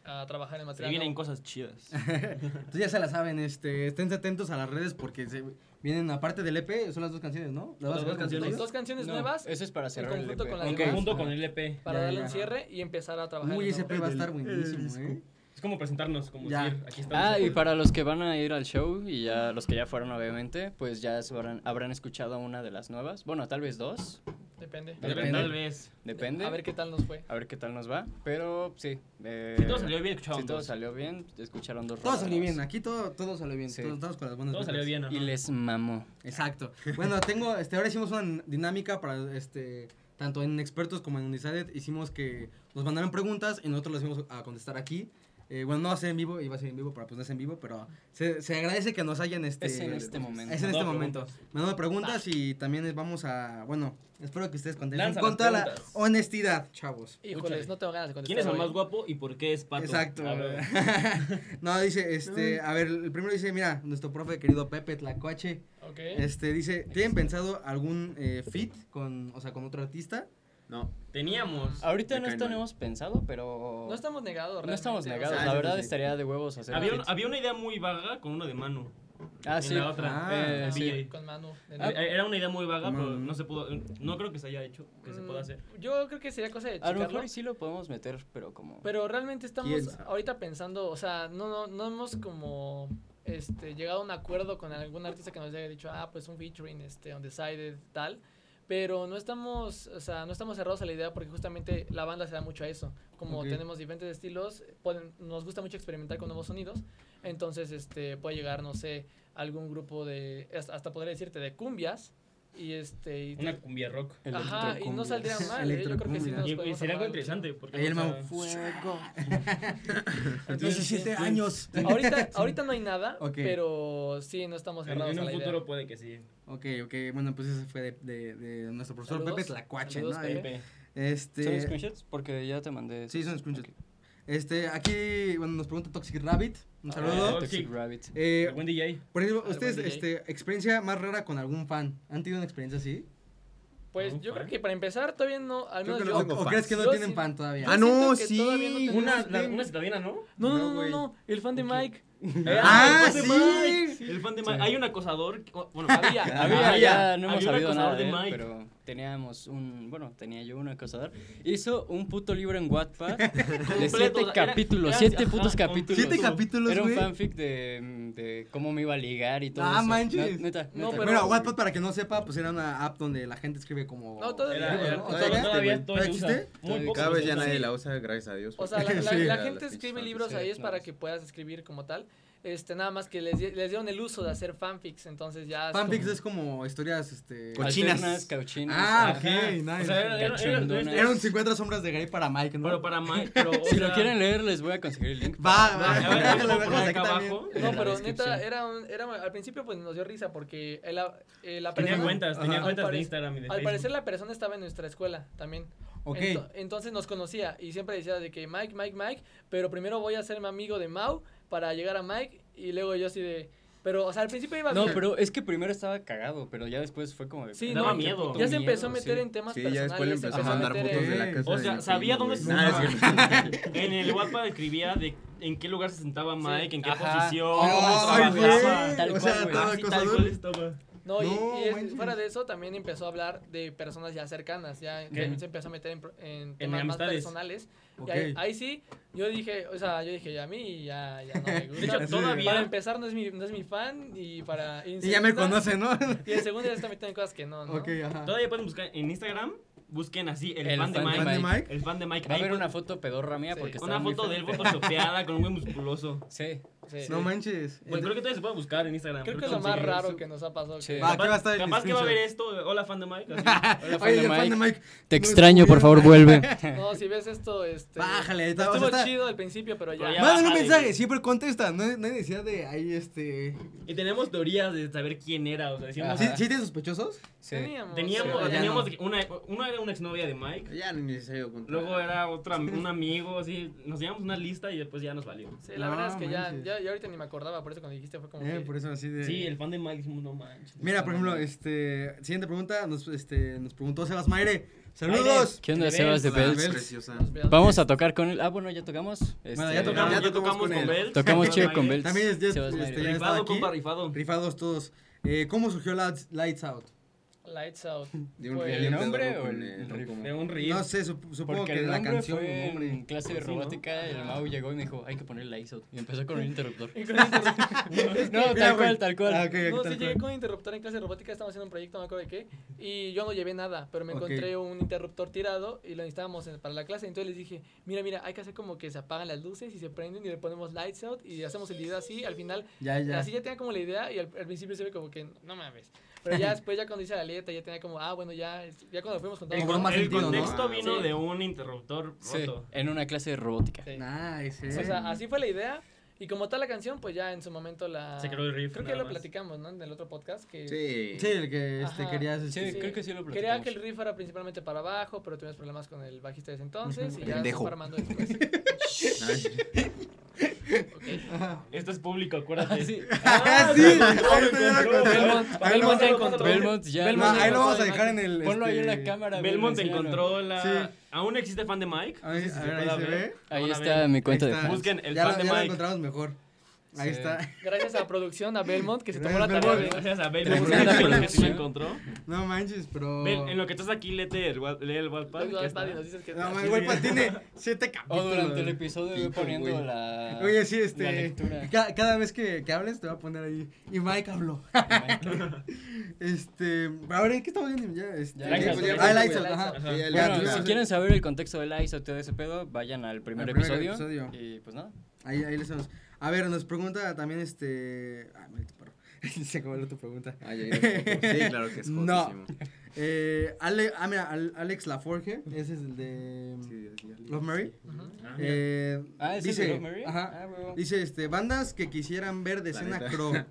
Speaker 2: a, a trabajar en
Speaker 5: Se
Speaker 2: material.
Speaker 5: vienen
Speaker 2: nuevo.
Speaker 5: cosas chidas.
Speaker 1: Entonces ya se la saben, este, estén atentos a las redes porque se- vienen, aparte del EP, son las dos canciones, ¿no?
Speaker 5: Las
Speaker 1: vas a
Speaker 5: dos
Speaker 1: sacar con
Speaker 5: canciones.
Speaker 1: todos?
Speaker 2: Dos canciones
Speaker 4: No,
Speaker 2: nuevas
Speaker 4: Eso es para cerrar el
Speaker 2: conjunto
Speaker 4: EP.
Speaker 2: con la
Speaker 5: En
Speaker 2: Ok.
Speaker 5: conjunto con el E EP.
Speaker 2: para
Speaker 1: Ya,
Speaker 2: darle
Speaker 1: ya.
Speaker 2: un cierre y empezar a trabajar.
Speaker 1: Uy,
Speaker 2: en
Speaker 1: ese
Speaker 2: nuevo.
Speaker 1: EP va a estar buenísimo,
Speaker 3: disco.
Speaker 1: ¿eh?
Speaker 5: Es como presentarnos, como
Speaker 1: Ya.
Speaker 5: decir, aquí estamos.
Speaker 4: Ah, y para los que van a ir al show y ya los que ya fueron obviamente, pues ya se habrán, habrán escuchado una de las nuevas. Bueno, tal vez dos,
Speaker 2: Depende.
Speaker 5: Tal vez- Tal vez.
Speaker 4: depende.
Speaker 2: A ver qué tal nos fue.
Speaker 4: qué tal nos va, pero sí. eh,
Speaker 5: Si todo salió bien,
Speaker 4: si
Speaker 5: escuchamos.
Speaker 4: todo salió bien, escucharon dos
Speaker 1: Todo
Speaker 4: rolas
Speaker 1: salió bien,
Speaker 4: nuevas.
Speaker 1: aquí todo, todo salió bien,
Speaker 4: Sí.
Speaker 1: todos, todos con las buenas
Speaker 5: Todo salió
Speaker 1: vibras.
Speaker 5: bien, ajá.
Speaker 4: Y les mamó.
Speaker 1: Exacto. Bueno, tengo, este, ahora hicimos una dinámica para, este, tanto en expertos como en Unisadet, hicimos que nos mandaron preguntas y nosotros las íbamos a contestar aquí. Eh, bueno, no va a ser en vivo, iba a ser en vivo, pero pues no es en vivo, pero se, se agradece que nos hayan, este...
Speaker 4: Es en este momento.
Speaker 1: Es en este
Speaker 5: Mandado
Speaker 1: momento.
Speaker 5: preguntas.
Speaker 1: Mandando preguntas y también les vamos a, bueno, espero que ustedes contesten
Speaker 5: Lanza
Speaker 1: con
Speaker 5: las
Speaker 1: toda la
Speaker 5: preguntas.
Speaker 1: honestidad, chavos.
Speaker 2: Híjoles, no tengo ganas de contestar.
Speaker 5: ¿Quién es el
Speaker 2: hoy.
Speaker 5: más guapo y por qué es pato?
Speaker 1: Exacto.
Speaker 5: A ver.
Speaker 1: no, dice, este, a ver, el primero dice, mira, nuestro profe querido Pepe Tlacoache,
Speaker 2: Ok.
Speaker 1: este, dice, ¿tienen pensado algún eh, fit con, o sea, con otro artista?
Speaker 3: No.
Speaker 5: Teníamos.
Speaker 4: Ahorita
Speaker 3: Me
Speaker 4: no
Speaker 3: caen mal.
Speaker 4: tenemos pensado, pero
Speaker 2: No estamos negados.
Speaker 4: no estamos
Speaker 2: realmente,
Speaker 4: negados.
Speaker 2: o sea,
Speaker 4: la
Speaker 3: sí,
Speaker 4: verdad
Speaker 3: sí.
Speaker 4: estaría de huevos hacer.
Speaker 5: Había,
Speaker 4: un
Speaker 5: un-
Speaker 4: fit.
Speaker 5: había una idea muy vaga con uno de Manu.
Speaker 4: Ah,
Speaker 5: en
Speaker 4: sí.
Speaker 5: la otra.
Speaker 1: Ah,
Speaker 4: eh, sí.
Speaker 5: PJ.
Speaker 2: Con Manu. de
Speaker 4: Ah,
Speaker 2: nuevo.
Speaker 5: eh, Era una idea muy vaga,
Speaker 1: Manu.
Speaker 5: pero no se pudo. No creo que se haya hecho, que se pueda hacer.
Speaker 2: Mm, Yo creo que sería cosa de
Speaker 4: A lo
Speaker 2: checarlo.
Speaker 4: mejor y sí lo podemos meter, pero como.
Speaker 2: Pero realmente
Speaker 1: ¿Quién
Speaker 2: estamos
Speaker 1: sabe?
Speaker 2: ahorita pensando, o sea, no, no, no hemos como este, llegado a un acuerdo con algún artista que nos haya dicho, ah, pues un featuring, este, undecided, tal. Pero no estamos, o sea, no estamos cerrados a la idea porque justamente la banda se da mucho a eso. Como
Speaker 1: Ok.
Speaker 2: tenemos diferentes estilos, pueden- nos gusta mucho experimentar con nuevos sonidos. Entonces, este, puede llegar, no sé, algún grupo de, hasta- hasta podría decirte, de cumbias. Y este, y-
Speaker 5: Una cumbia rock.
Speaker 2: ajá, y no
Speaker 4: Electrocumbia.
Speaker 2: saldría mal. ¿eh? Yo creo que sí
Speaker 1: Electrocumbia.
Speaker 2: nos
Speaker 5: Y- Y,
Speaker 2: podemos
Speaker 5: sería algo
Speaker 2: armar algo chido.
Speaker 5: interesante. Porque,
Speaker 1: Ahí el
Speaker 5: o sea,
Speaker 1: Mau.
Speaker 4: Fuego.
Speaker 2: Entonces, sí.
Speaker 1: 17 años.
Speaker 2: Ahorita, ahorita no hay nada,
Speaker 1: Ok.
Speaker 2: pero sí, no estamos
Speaker 5: en,
Speaker 2: cerrados
Speaker 5: en
Speaker 2: a
Speaker 5: un
Speaker 2: la
Speaker 5: futuro
Speaker 2: idea.
Speaker 5: puede que sí.
Speaker 1: Ok, ok, bueno, pues ese fue de, de- de nuestro profesor
Speaker 2: Saludos.
Speaker 1: Pepe Tlacuache,
Speaker 2: Saludos,
Speaker 1: ¿no?
Speaker 2: Pepe.
Speaker 5: Pepe.
Speaker 4: ¿Son
Speaker 1: Este,
Speaker 4: screenshots? Porque ya te mandé.
Speaker 1: sí,
Speaker 4: esos.
Speaker 1: son screenshots.
Speaker 4: Ok.
Speaker 1: Este, aquí, bueno, nos pregunta Toxic Rabbit, un
Speaker 2: Ah,
Speaker 1: saludo.
Speaker 5: ok.
Speaker 4: Toxic Rabbit.
Speaker 1: Eh,
Speaker 5: Buen DJ.
Speaker 1: por ejemplo,
Speaker 2: Al
Speaker 1: ustedes,
Speaker 2: buen DJ.
Speaker 1: este, experiencia más rara con algún fan, ¿han tenido una experiencia así?
Speaker 2: Pues
Speaker 5: No,
Speaker 2: yo
Speaker 5: fan.
Speaker 2: creo que para empezar todavía no, al
Speaker 3: Creo
Speaker 2: menos
Speaker 3: que
Speaker 1: ¿O,
Speaker 2: yo...
Speaker 3: tengo
Speaker 1: o
Speaker 3: fans.
Speaker 1: crees que no
Speaker 2: Yo
Speaker 1: tienen
Speaker 2: sí.
Speaker 1: fan todavía?
Speaker 3: Ah,
Speaker 2: siento
Speaker 3: no,
Speaker 2: que todavía no
Speaker 3: sí.
Speaker 2: tenemos-
Speaker 5: Una, la- una citadina, ¿no?
Speaker 2: No, no,
Speaker 3: No,
Speaker 2: no,
Speaker 3: güey.
Speaker 2: no, el fan de Mike.
Speaker 5: Eh,
Speaker 1: Ah,
Speaker 5: el fan de
Speaker 1: sí. Ah,
Speaker 5: Mike, El fan de Mike. Hay un acosador. que- bueno, Eh, había.
Speaker 4: Había, ya no
Speaker 5: había
Speaker 4: hemos
Speaker 5: un
Speaker 4: sabido
Speaker 5: acosador
Speaker 4: nada de, él,
Speaker 5: Mike.
Speaker 4: pero teníamos un, bueno, tenía yo un acosador. Hizo un puto libro en Wattpad de
Speaker 5: Completo, o
Speaker 4: siete
Speaker 5: sea, era-
Speaker 4: capítulos,
Speaker 5: era-
Speaker 4: siete
Speaker 5: ajá,
Speaker 4: putos
Speaker 5: completo.
Speaker 4: capítulos.
Speaker 1: Siete capítulos,
Speaker 4: Era un
Speaker 1: güey.
Speaker 4: fanfic de, mm, de cómo me iba a ligar y todo
Speaker 1: Ah,
Speaker 4: eso.
Speaker 1: manches.
Speaker 4: No, neta,
Speaker 2: No,
Speaker 4: neta.
Speaker 2: pero-
Speaker 1: Bueno, Wattpad, para que no sepa, pues era una app donde la gente escribe como...
Speaker 2: No, todo-
Speaker 5: Era- era-
Speaker 1: ¿no?
Speaker 5: todo-
Speaker 1: ¿Todavía?
Speaker 5: todavía todo
Speaker 1: ¿Todavía
Speaker 5: se usa.
Speaker 1: existe?
Speaker 5: Muy
Speaker 4: Todavía-
Speaker 5: poco
Speaker 3: Cada
Speaker 5: se
Speaker 3: vez ya
Speaker 5: usa.
Speaker 3: nadie la usa, gracias a Dios.
Speaker 2: O sea, la,
Speaker 3: porque-
Speaker 1: Sí.
Speaker 2: la-
Speaker 3: Era
Speaker 2: la
Speaker 3: las
Speaker 2: gente
Speaker 3: pinches
Speaker 2: escribe
Speaker 3: fanfics.
Speaker 2: libros ahí es
Speaker 4: no,
Speaker 2: para
Speaker 4: sí.
Speaker 2: que puedas escribir como tal. Este, nada más que les, di- les dieron el uso de hacer fanfics, entonces ya... es
Speaker 1: Fanfics
Speaker 2: como-
Speaker 1: es como historias, este...
Speaker 3: Cochi-
Speaker 4: Alternas,
Speaker 3: cochinas.
Speaker 4: cauchinas.
Speaker 1: Ah,
Speaker 4: ajá.
Speaker 1: ok, nice.
Speaker 5: O sea, era, era- era-
Speaker 4: Cachondonas.
Speaker 1: Era un 50 sombras de Grey para Mike, ¿no?
Speaker 5: Pero para Mike, pero. o
Speaker 4: Si
Speaker 5: sea,
Speaker 4: lo quieren leer, les voy a conseguir el link.
Speaker 1: Va,
Speaker 5: a
Speaker 1: va,
Speaker 5: ver, lo
Speaker 1: lo
Speaker 5: vamos a poner
Speaker 1: dejamos aquí
Speaker 5: acá
Speaker 1: también.
Speaker 5: abajo.
Speaker 4: en
Speaker 2: No,
Speaker 4: la
Speaker 2: pero
Speaker 4: descripción.
Speaker 2: neta, era, un- era al principio pues nos dio risa porque el- eh, la
Speaker 5: Tenía
Speaker 2: persona-
Speaker 5: cuentas, tenía
Speaker 1: Ajá.
Speaker 5: cuentas
Speaker 2: Al
Speaker 5: de
Speaker 2: parec-
Speaker 5: Instagram y de
Speaker 2: Al
Speaker 5: Facebook.
Speaker 2: parecer la persona estaba en nuestra escuela también.
Speaker 1: Ok.
Speaker 2: Ento- entonces nos conocía y siempre decía de que Mike, Mike, Mike, pero primero voy a hacerme amigo de Mau para llegar a Mike y luego yo así de... Pero, o sea, al principio iba
Speaker 4: No,
Speaker 2: bien.
Speaker 4: pero es que primero estaba cagado, pero ya después fue como de.
Speaker 2: Sí,
Speaker 4: "Puta,
Speaker 5: daba
Speaker 4: qué
Speaker 5: miedo.
Speaker 4: puto
Speaker 2: Ya se empezó a
Speaker 4: miedo",
Speaker 2: meter
Speaker 4: sí.
Speaker 2: en temas
Speaker 3: Sí, ya
Speaker 2: personales.
Speaker 3: después le empezó a
Speaker 2: empezó
Speaker 3: mandar
Speaker 2: meter
Speaker 3: fotos de
Speaker 2: en-
Speaker 3: la casa
Speaker 5: O
Speaker 3: de
Speaker 5: sea,
Speaker 3: mi
Speaker 5: sabía
Speaker 3: primo,
Speaker 5: dónde
Speaker 3: güey. Nah, es cierto.
Speaker 5: En el WhatsApp escribía de en qué lugar se sentaba Mike, en qué
Speaker 4: Ajá.
Speaker 5: posición,
Speaker 1: Ay,
Speaker 5: cómo
Speaker 1: güey.
Speaker 5: trabajaba.
Speaker 4: Tal
Speaker 1: O
Speaker 4: cual,
Speaker 1: sea,
Speaker 4: güey.
Speaker 1: todo
Speaker 5: Así, tal
Speaker 1: acosador.
Speaker 5: cual estaba.
Speaker 2: No, y,
Speaker 1: No,
Speaker 2: y es-
Speaker 1: manches.
Speaker 2: fuera de eso también empezó a hablar de personas ya cercanas, ya
Speaker 5: ¿Qué?
Speaker 2: se empezó a meter en, pro- en temas más
Speaker 5: amistades.
Speaker 2: personales.
Speaker 1: Ok.
Speaker 2: Y ahí, ahí sí, yo dije, o sea, yo dije, ya a mí ya, ya no me
Speaker 5: De hecho,
Speaker 2: gusta.
Speaker 1: Así,
Speaker 2: para
Speaker 5: todavía.
Speaker 2: empezar no es mi, no es mi fan y para... en
Speaker 1: Y ya me
Speaker 2: segunda-
Speaker 1: conoce, ¿no?
Speaker 2: Y en segunda ya está metiendo en cosas que no, ¿no?
Speaker 1: Ok, ajá.
Speaker 5: Todavía pueden buscar en Instagram, busquen así el,
Speaker 4: El
Speaker 5: fan, de
Speaker 4: fan
Speaker 5: Mike.
Speaker 4: de
Speaker 1: ¿Fan de
Speaker 4: Mike.
Speaker 1: Mike?
Speaker 5: El fan de Mike.
Speaker 4: Va a
Speaker 5: Ahí
Speaker 4: haber
Speaker 5: pon-
Speaker 4: una foto pedorra mía
Speaker 2: Sí,
Speaker 4: porque
Speaker 5: una
Speaker 4: estaba muy
Speaker 5: foto de él
Speaker 4: feo.
Speaker 5: photoshopeada con un güey musculoso.
Speaker 4: Sí.
Speaker 2: Sí.
Speaker 1: No manches.
Speaker 5: Pues creo que todavía se puede buscar en Instagram.
Speaker 2: Creo que es lo más
Speaker 5: consigues.
Speaker 2: raro que nos ha pasado.
Speaker 4: Sí.
Speaker 2: que-
Speaker 1: Va,
Speaker 5: Capaz-
Speaker 1: aquí Ah, va a estar el
Speaker 5: Capaz que va a ver
Speaker 1: screenshot.
Speaker 5: esto. Hola, fan de Mike. así.
Speaker 4: Hola, fan
Speaker 1: Oye,
Speaker 4: de
Speaker 1: el fan de
Speaker 4: Mike.
Speaker 1: Mike.
Speaker 4: Te
Speaker 1: no
Speaker 4: extraño, por favor, vuelve.
Speaker 2: No, si ves esto, este...
Speaker 1: Bájale, ahorita vamos a
Speaker 2: Estuvo
Speaker 1: estar-
Speaker 2: chido al principio, pero ya...
Speaker 5: Pero ya
Speaker 1: Mándale un
Speaker 5: bájale.
Speaker 1: mensaje, siempre contesta. No hay, no hay necesidad de ahí, este.
Speaker 5: Y tenemos teorías de saber quién era. O sea, decíamos.
Speaker 4: Ajá.
Speaker 1: ¿Sí, ¿sí tienes sospechosos?
Speaker 4: Sí.
Speaker 5: Teníamos,
Speaker 1: Sí, ya
Speaker 5: teníamos
Speaker 1: no.
Speaker 5: una, una era una exnovia de Mike,
Speaker 3: Ya ni se dio cuenta.
Speaker 5: luego era otra, un amigo, así, nos llevamos una lista y después ya nos valió.
Speaker 2: Sí, la
Speaker 1: No,
Speaker 2: verdad es que ya,
Speaker 1: manches.
Speaker 2: ya, ya ahorita ni me acordaba, por eso cuando dijiste fue como
Speaker 1: Eh,
Speaker 2: que...
Speaker 1: por eso así de.
Speaker 5: Sí, el fan de Mike dijimos, no manches.
Speaker 1: Mira, por ejemplo, este. Siguiente pregunta. Nos, este, nos preguntó Sebas Maire. ¡Saludos!
Speaker 4: ¿Qué onda,
Speaker 5: De
Speaker 4: Sebas de
Speaker 3: La
Speaker 4: Bells?
Speaker 3: Preciosa.
Speaker 2: Nos veamos.
Speaker 4: Vamos a tocar con él. Ah, bueno, ya tocamos.
Speaker 1: Bueno, ya
Speaker 4: Este,
Speaker 5: tocamos,
Speaker 3: ya
Speaker 5: ya tocamos
Speaker 3: tocamos
Speaker 5: con,
Speaker 3: con
Speaker 5: Belts.
Speaker 4: Tocamos
Speaker 5: Con
Speaker 4: chido con
Speaker 5: Belts.
Speaker 4: Belts.
Speaker 1: También es- ya es-
Speaker 4: Sebas
Speaker 1: este,
Speaker 4: Mayer.
Speaker 1: ya-
Speaker 5: Rifado,
Speaker 1: aquí.
Speaker 5: compa, rifado.
Speaker 1: Rifados todos. Eh, ¿Cómo surgió Lights, Lights Out?
Speaker 2: Lights Out.
Speaker 3: De un
Speaker 2: Pues,
Speaker 3: riff
Speaker 4: ¿El
Speaker 3: empezó
Speaker 4: nombre
Speaker 3: con
Speaker 4: o el
Speaker 3: el-
Speaker 4: riff?
Speaker 3: con-
Speaker 5: De un reel.
Speaker 1: No sé, sup- supongo
Speaker 4: Porque
Speaker 1: que
Speaker 4: el
Speaker 1: la
Speaker 4: nombre
Speaker 1: canción.
Speaker 4: fue
Speaker 1: nombre.
Speaker 4: en clase de
Speaker 5: Pues sí, ¿no?
Speaker 4: robótica, el Mau llegó y me dijo, hay que poner la ISO. Y empezó con un interruptor.
Speaker 1: Mira,
Speaker 4: no,
Speaker 1: güey.
Speaker 4: tal cual, tal cual.
Speaker 1: Ah, ok, ok,
Speaker 2: No,
Speaker 1: tal
Speaker 2: sí, llegué
Speaker 1: cual.
Speaker 2: con interruptor en clase de robótica, estábamos haciendo un proyecto, no me acuerdo de qué, y yo no llevé nada, pero me
Speaker 1: Ok.
Speaker 2: encontré un interruptor tirado y lo necesitábamos en- para la clase, entonces les dije, mira, mira, hay que hacer como que se apagan las luces y se prenden y le ponemos lights out y hacemos el video así, al final,
Speaker 1: Ya, ya.
Speaker 2: así ya tenía como la idea y al, al principio se ve como que, no mames, pero ya después, ya cuando hice la letra, ya tenía como, ah, bueno, ya, ya cuando lo fuimos contando,
Speaker 1: Cobró más
Speaker 5: el
Speaker 1: sentido, ¿no?
Speaker 5: contexto
Speaker 3: Ah,
Speaker 5: vino
Speaker 2: sí.
Speaker 5: de un interruptor
Speaker 4: Sí,
Speaker 5: roto.
Speaker 4: en una clase de robótica.
Speaker 2: Sí.
Speaker 1: Nice, eh.
Speaker 2: o sea, así fue la idea, y como tal la canción, pues ya en su momento la...
Speaker 5: Se creó el riff.
Speaker 2: Creo que
Speaker 5: nada
Speaker 2: ya lo
Speaker 5: más.
Speaker 2: platicamos, ¿no? En el otro podcast, que...
Speaker 3: Sí.
Speaker 1: Sí, el que este,
Speaker 2: Ajá.
Speaker 1: querías.
Speaker 4: Sí,
Speaker 1: este,
Speaker 4: creo que sí lo
Speaker 2: Quería
Speaker 4: platicamos.
Speaker 2: que el riff fuera principalmente para abajo, pero tuvimos problemas con el bajista desde entonces y ya se
Speaker 3: Pendejo.
Speaker 2: fue armando después.
Speaker 3: Ay,
Speaker 2: Ok.
Speaker 1: Ajá.
Speaker 5: Esto es público, acuérdate.
Speaker 4: sí.
Speaker 1: Ah, sí, ahí te la
Speaker 5: encontró,
Speaker 1: conté. Ahí
Speaker 5: Belmont. Belmont
Speaker 1: lo-
Speaker 5: ya
Speaker 1: no,
Speaker 5: encontró.
Speaker 4: Belmont ya.
Speaker 1: Ah, ahí lo
Speaker 2: Belmont ya
Speaker 1: vamos a
Speaker 2: encontró.
Speaker 1: dejar en el.
Speaker 4: Ponlo ahí en la
Speaker 1: este,
Speaker 4: cámara. güey,
Speaker 5: Belmont
Speaker 4: enséñalo.
Speaker 5: encontró la...
Speaker 1: Sí.
Speaker 5: ¿Aún existe fan de Mike?
Speaker 1: A ver,
Speaker 5: No sé si
Speaker 1: a
Speaker 5: se
Speaker 1: ver, ahí
Speaker 5: pueda
Speaker 1: se
Speaker 5: ver.
Speaker 1: ve.
Speaker 4: Ahí
Speaker 5: Ahora
Speaker 4: está
Speaker 5: ven.
Speaker 4: mi cuenta
Speaker 1: Ahí
Speaker 4: de
Speaker 1: está.
Speaker 4: fans.
Speaker 5: Busquen el
Speaker 1: Ya
Speaker 5: fan
Speaker 1: lo-
Speaker 5: de
Speaker 1: ya lo
Speaker 5: Mike.
Speaker 1: encontramos mejor. Ahí
Speaker 4: Sí.
Speaker 1: está.
Speaker 2: Gracias a producción, a Belmont, que se tomó la
Speaker 1: Gracias,
Speaker 2: tarea de...
Speaker 1: Belmont.
Speaker 5: Gracias a Bel
Speaker 4: La
Speaker 5: por
Speaker 4: primera
Speaker 5: lo que se
Speaker 4: producción.
Speaker 5: lo encontró.
Speaker 1: No manches, pero.
Speaker 5: Bel, en lo que estás aquí, léete el, wa- lee el Wattpad.
Speaker 2: Luego
Speaker 5: que
Speaker 2: Daddy
Speaker 5: está.
Speaker 2: nos dices que-
Speaker 1: No, man, igual pues, tiene siete
Speaker 4: O
Speaker 1: capítulos.
Speaker 4: Oh, durante el episodio voy
Speaker 3: Pinche
Speaker 4: poniendo
Speaker 3: güey.
Speaker 4: la.
Speaker 1: Oye, sí,
Speaker 4: Ah, La
Speaker 1: este.
Speaker 4: lectura.
Speaker 1: ca- cada vez que, que hables te voy a poner ahí. Y Mike habló. este. Ahora, ¿en qué estamos viendo? Ya, este.
Speaker 4: Ya, Lights Out.
Speaker 1: ah, Lights
Speaker 5: Ya,
Speaker 2: ya,
Speaker 1: Out,
Speaker 2: Lights
Speaker 1: ajá.
Speaker 2: Out.
Speaker 5: Ajá.
Speaker 3: ya, ya,
Speaker 4: Bueno,
Speaker 1: ya.
Speaker 4: si quieren saber el contexto del ISO, todo ese pedo, vayan al primer,
Speaker 1: Al primer
Speaker 4: episodio,
Speaker 1: episodio.
Speaker 4: Y pues nada.
Speaker 1: Ahí, ahí le estamos. A ver, nos pregunta también este. Ah, maldito perro. Se acabó la tu pregunta.
Speaker 3: Ay, ay, ay, Sí, claro que es
Speaker 1: No.
Speaker 3: jotísimo.
Speaker 1: Eh, Ale, ah, mira, Al- Alex Laforge, ese es el de.
Speaker 3: Sí, sí, sí.
Speaker 1: Love Mary.
Speaker 2: Ujú.
Speaker 5: Ah, mira.
Speaker 1: Eh,
Speaker 4: Ah, ¿es el
Speaker 1: dice,
Speaker 4: de Love Mary?
Speaker 1: Ajá.
Speaker 4: Ah, huevo.
Speaker 1: Dice, este, bandas que quisieran ver de
Speaker 3: La
Speaker 1: escena
Speaker 3: neta.
Speaker 1: crow.